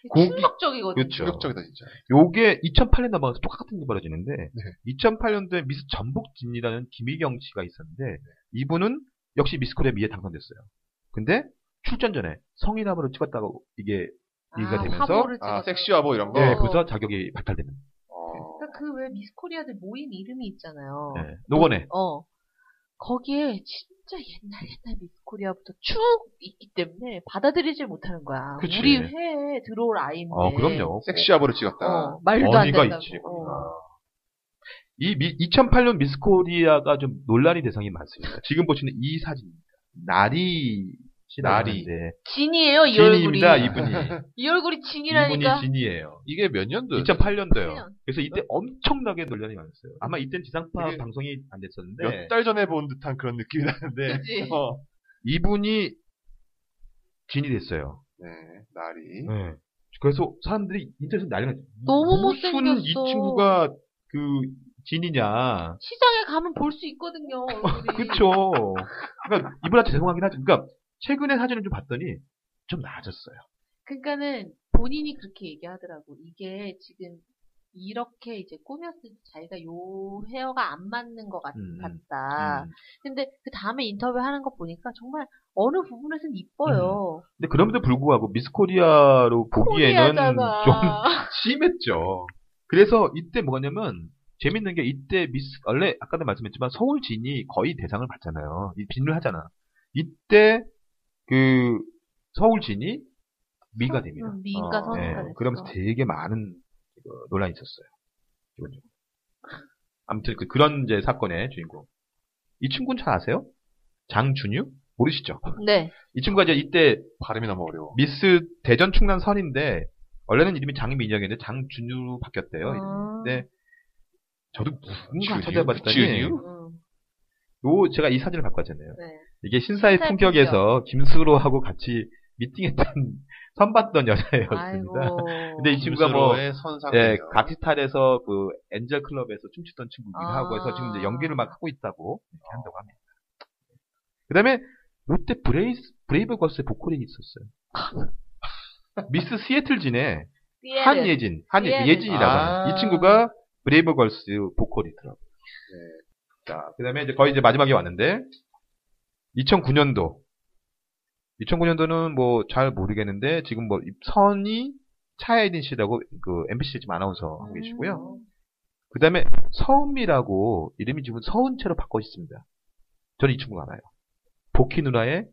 C: 공기-
B: 충격적이거든요.
C: 그렇죠.
D: 충격적이다 진짜.
C: 요게 2008년 넘어가서 똑같은 일이 벌어지는데
D: 네.
C: 2008년도에 미스 전북진이라는 김희경 씨가
D: 네.
C: 있었는데 이분은 역시 미스코리아 미에 당선됐어요. 근데 출전 전에 성인함으로 찍었다고 이게 얘기가 되면서
B: 화보를 찍어서.
D: 아, 섹시화보 이런 거.
C: 예, 그래서 자격이 박탈됩니다.
D: 어.
B: 그러니까 그 왜 미스코리아들 모임 이름이 있잖아요.
C: 예, 노원에
B: 어. 거기에 진짜 옛날 옛날 미스코리아부터 쭉 있기 때문에 받아들이질 못하는 거야.
C: 그치.
B: 우리 회에 들어올 아이인데.
C: 어 그럼요.
D: 네.
C: 아,
D: 섹시화보로 찍었다.
B: 어, 말도 안
C: 어디가
B: 된다고.
C: 있지.
B: 어.
C: 이 2008년 미스코리아가 좀 논란의 대상이 많습니다. 지금 보시는 이 사진입니다. 나리 씨
D: 나리.
C: 나오는데
B: 어, 진이에요 이
C: 진입니다.
B: 얼굴이.
C: 이분이
B: 이 얼굴이 진이라니까.
C: 이분이 진이에요.
D: 이게 몇
C: 네.
D: 년도예요?
C: 2008년도요.
B: 년.
C: 그래서 이때 엄청나게 논란이 많았어요. 아마 네. 음. 이때는 지상파
D: 이게
C: 방송이 안 됐었는데
D: 몇 달 전에 본 듯한 그런 느낌이
C: 네.
D: 나는데.
B: 그치.
D: 어.
C: 이분이 진이 됐어요.
D: 네, 날이.
C: 네. 그래서 사람들이 인터넷에서 난리가 났죠.
B: 너무
C: 무슨 이
B: 못생겼어.
C: 친구가 그 진이냐.
B: 시장에 가면 볼 수 있거든요. 얼굴이.
C: 그쵸. 그러니까 이분한테 죄송하긴 하죠. 그러니까 최근에 사진을 좀 봤더니 좀 나아졌어요.
B: 그러니까는 본인이 그렇게 얘기하더라고. 이게 지금 이렇게 이제 꾸몄을 때 자기가 요 헤어가 안 맞는 것 같,
C: 음, 음,
B: 같다.
C: 음.
B: 근데 그 다음에 인터뷰 하는 거 보니까 정말 어느 부분에서는 이뻐요.
C: 근데 그럼에도 불구하고 미스코리아로 보기에는
B: 코리아잖아.
C: 좀 심했죠. 그래서 이때 뭐냐면 재밌는 게 이때 미스 원래 아까도 말씀했지만 서울 진이 거의 대상을 받잖아요. 이 빈을 하잖아. 이때 그 서울 진이 미가 됩니다.
B: 음, 미인과
D: 어,
B: 선수가
C: 예,
B: 됐어.
C: 그러면서 되게 많은 그 논란이 있었어요. 기본적으로. 아무튼 그, 런 이제 사건의 주인공. 이 친구는 잘 아세요? 장준유? 모르시죠?
B: 네.
C: 이 친구가 이제 이때
D: 발음이 너무 어려워.
C: 미스 대전 충남 선인데 원래는 이름이 장민혁이었는데 장준유로 바뀌었대요.
B: 아.
C: 네. 저도 뭔가
D: 지은이요?
C: 찾아봤더니
D: 지은이요?
B: 음,
C: 요 제가 이 사진을 갖고 왔잖아요.
B: 네.
C: 이게 신사의
B: 신사의
C: 품격에서 김수로하고 같이 미팅했던 선봤던
B: 아이고.
C: 여자예였습니다. 근데 이 친구가 뭐
D: 김수로의 선상.
C: 예, 가티탈에서 그 엔젤 클럽에서 춤추던 친구기도
B: 아.
C: 하고 해서 지금 이제 연기를 막 하고 있다고 이렇게 한다고 합니다. 그다음에 롯데 브레이스 브레이브 걸스의 보컬이 있었어요. 미스 시애틀진의
B: 피에르.
C: 한예진, 한
B: 예.
C: 예진이라고
D: 아.
C: 하는 이 친구가 브레이브 걸스 보컬이더라고요. 자, 그다음에 이제 거의 이제 마지막에 왔는데 2009년도 2009년도는 뭐 잘 모르겠는데 지금 뭐 선이 차예진 씨라고 그 MBC 지금 아나운서
B: 음.
C: 하고 계시고요. 그 다음에 서은미라고 이름이 지금 서은채로 바꿔 있습니다. 저는 이 친구가 알아요. 복희 누나의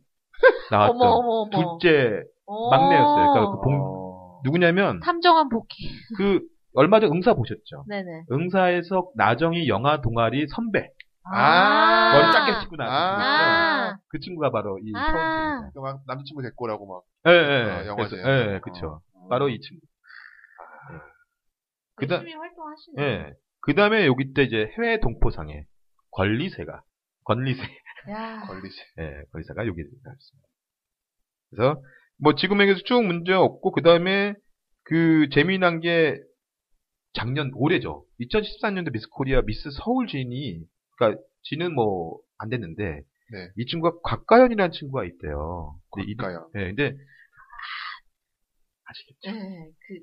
C: 나왔던
B: 어머, 어머, 어머.
C: 아, 둘째
B: 어.
C: 막내였어요. 그러니까 그 봉-
D: 어...
C: 누구냐면
B: 탐정한 복귀.
C: 그 얼마 전 응사 보셨죠?
B: 네네.
C: 응사에서 나정이 영화 동아리 선배
D: 아.
C: 머리 짧게 씻고
D: 아.
C: 나왔습니다.
B: 아.
C: 그 친구가 바로 이
B: 아.
C: 서은채입니다.
D: 그 막, 남자친구 데리고 오라고 막. 음,
C: 예, 예,
D: 어,
C: 예.
D: 영화제.
C: 그래서- 예, 예, 그쵸. 바로 이 친구. 그다-
B: 열심히 활동하시네.
C: 예. 그 다음에 여기 때 이제 해외 동포상에 권리세가, 권리세.
B: 야.
D: 걸리지.
C: 예, 거기다가 여기 나왔습니다. 그래서 뭐 지금 얘기해서 쭉 문제 없고 그 다음에 그 재미난 게 작년 올해죠. 2014년도 미스 코리아 미스 서울 진이 그러니까 진은 뭐 안 됐는데
D: 네.
C: 이 친구가 곽가연이라는 친구가 있대요. 근데 이-
D: 그러니까요.
C: 예, 근데 아, 아시겠죠?
B: 음. 예, 그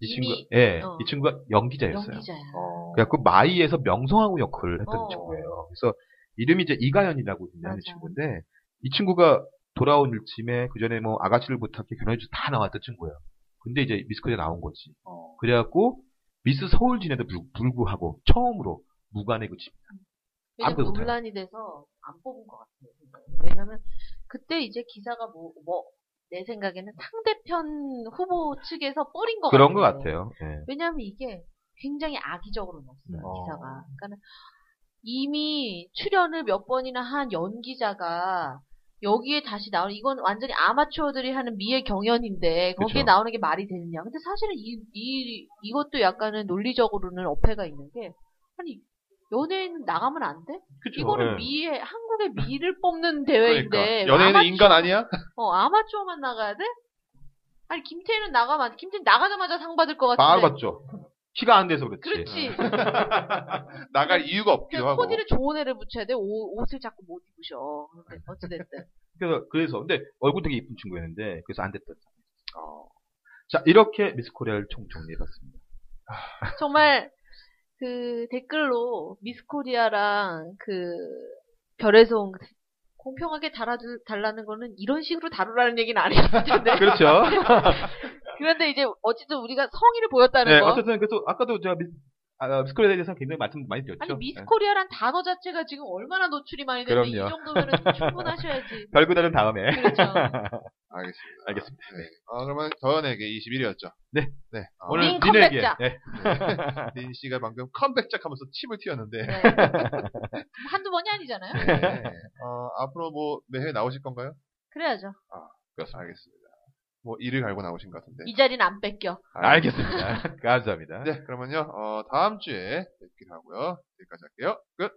C: 이
B: 이미-
C: 친구, 예,
B: 어.
C: 이 친구가 연기자였어요.
B: 연기자야.
D: 어.
C: 그래갖고 마이에서 명성황후 역할을 했던
B: 어.
C: 친구예요. 그래서 이름이 이제 이가연이라고 하는
B: 맞아.
C: 친구인데 이 친구가 돌아온 일침에 그 전에 뭐 아가씨를 부탁해 결혼해서 다 나왔던 친구예요. 근데 이제 미스코리아 나온 거지.
D: 어.
C: 그래갖고 미스 서울진에도 불- 불구하고 처음으로 무관의 그집
B: 왜냐면
C: 아무도 못해요.
B: 논란이 돼서 안 뽑은 것 같아요. 그거는. 왜냐면 그때 이제 기사가 뭐, 뭐, 내 생각에는 상대편 후보 측에서 뿌린 것
C: 그런 것
B: 어, 같아요.
C: 같아요. 예.
B: 왜냐면 이게 굉장히 악의적으로 났어요,
D: 음.
C: 어.
B: 기사가. 그러니까 이미 출연을 몇 번이나 한 연기자가 여기에 다시 나오는, 이건 완전히 아마추어들이 하는 미의 경연인데, 거기에
C: 그쵸.
B: 나오는 게 말이 되느냐. 근데 사실은 이, 이, 이것도 약간은 논리적으로는 어폐가 있는 게, 아니, 연예인 나가면 안 돼?
C: 그쵸, 네.
B: 이거를
C: 예.
B: 미의, 한국의 미를 뽑는
D: 그러니까.
B: 대회인데,
D: 연예인은
B: 아마-
D: 인간 아니야?
B: 어, 아마추어만 나가야 돼? 아니, 김태희는 나가면, 김태희 나가자마자 상 받을 것
C: 바로
B: 같은데.
C: 갔죠. 키가 안 돼서 그렇지.
B: 그렇지.
C: 예.
D: 나갈 이유가 없기도
B: 그냥
D: 하고.
B: 코디를 좋은 애를 붙여야 돼. 옷, 옷을 자꾸 못 입으셔. 근데 어찌됐든.
C: 그래서 그래서 근데 얼굴 되게 이쁜 친구였는데 그래서 안 됐던. 어. 자 이렇게 미스코리아를 총 정리해봤습니다.
B: 정말 그 댓글로 미스코리아랑 그 별에서 온그 공평하게 달아줄 달라는 거는 이런 식으로 다루라는 얘기는 아니었을 텐데.
C: 그렇죠.
B: 그런데 이제 어쨌든 우리가 성의를 보였다는
C: 네,
B: 거.
C: 어쨌든 그래서 아까도 제가 미, 아, 미스코리아에 대해서 굉장히 말씀 많이 드렸죠.
B: 아니
C: 네.
B: 미스코리아란 단어 자체가 지금 얼마나 노출이 많이 되는데 이
C: 그럼요.
B: 정도면 충분하셔야지.
C: 별그 다른 다음에.
B: 그렇죠.
D: 알겠습니다.
C: 알겠습니다.
D: 네. 아, 그러면 더현에게 21이었죠.
C: 네.
D: 네. 아,
C: 오늘
B: 링
C: 니네에게.
B: 컴백자.
C: 네.
D: 린 씨가 방금 컴백작 하면서 침을 튀었는데.
B: 네. 한두 번이 아니잖아요.
D: 네. 어, 앞으로 뭐 매해 나오실 건가요?
B: 그래야죠.
D: 그렇습니다. 알겠습니다. 뭐 일을 갈고 나오신 것 같은데.
B: 이 자리는 안 뺏겨.
C: 알겠습니다. 감사합니다.
D: 네, 그러면요. 어, 다음 주에 뵙기로 하고요. 여기까지 할게요. 끝.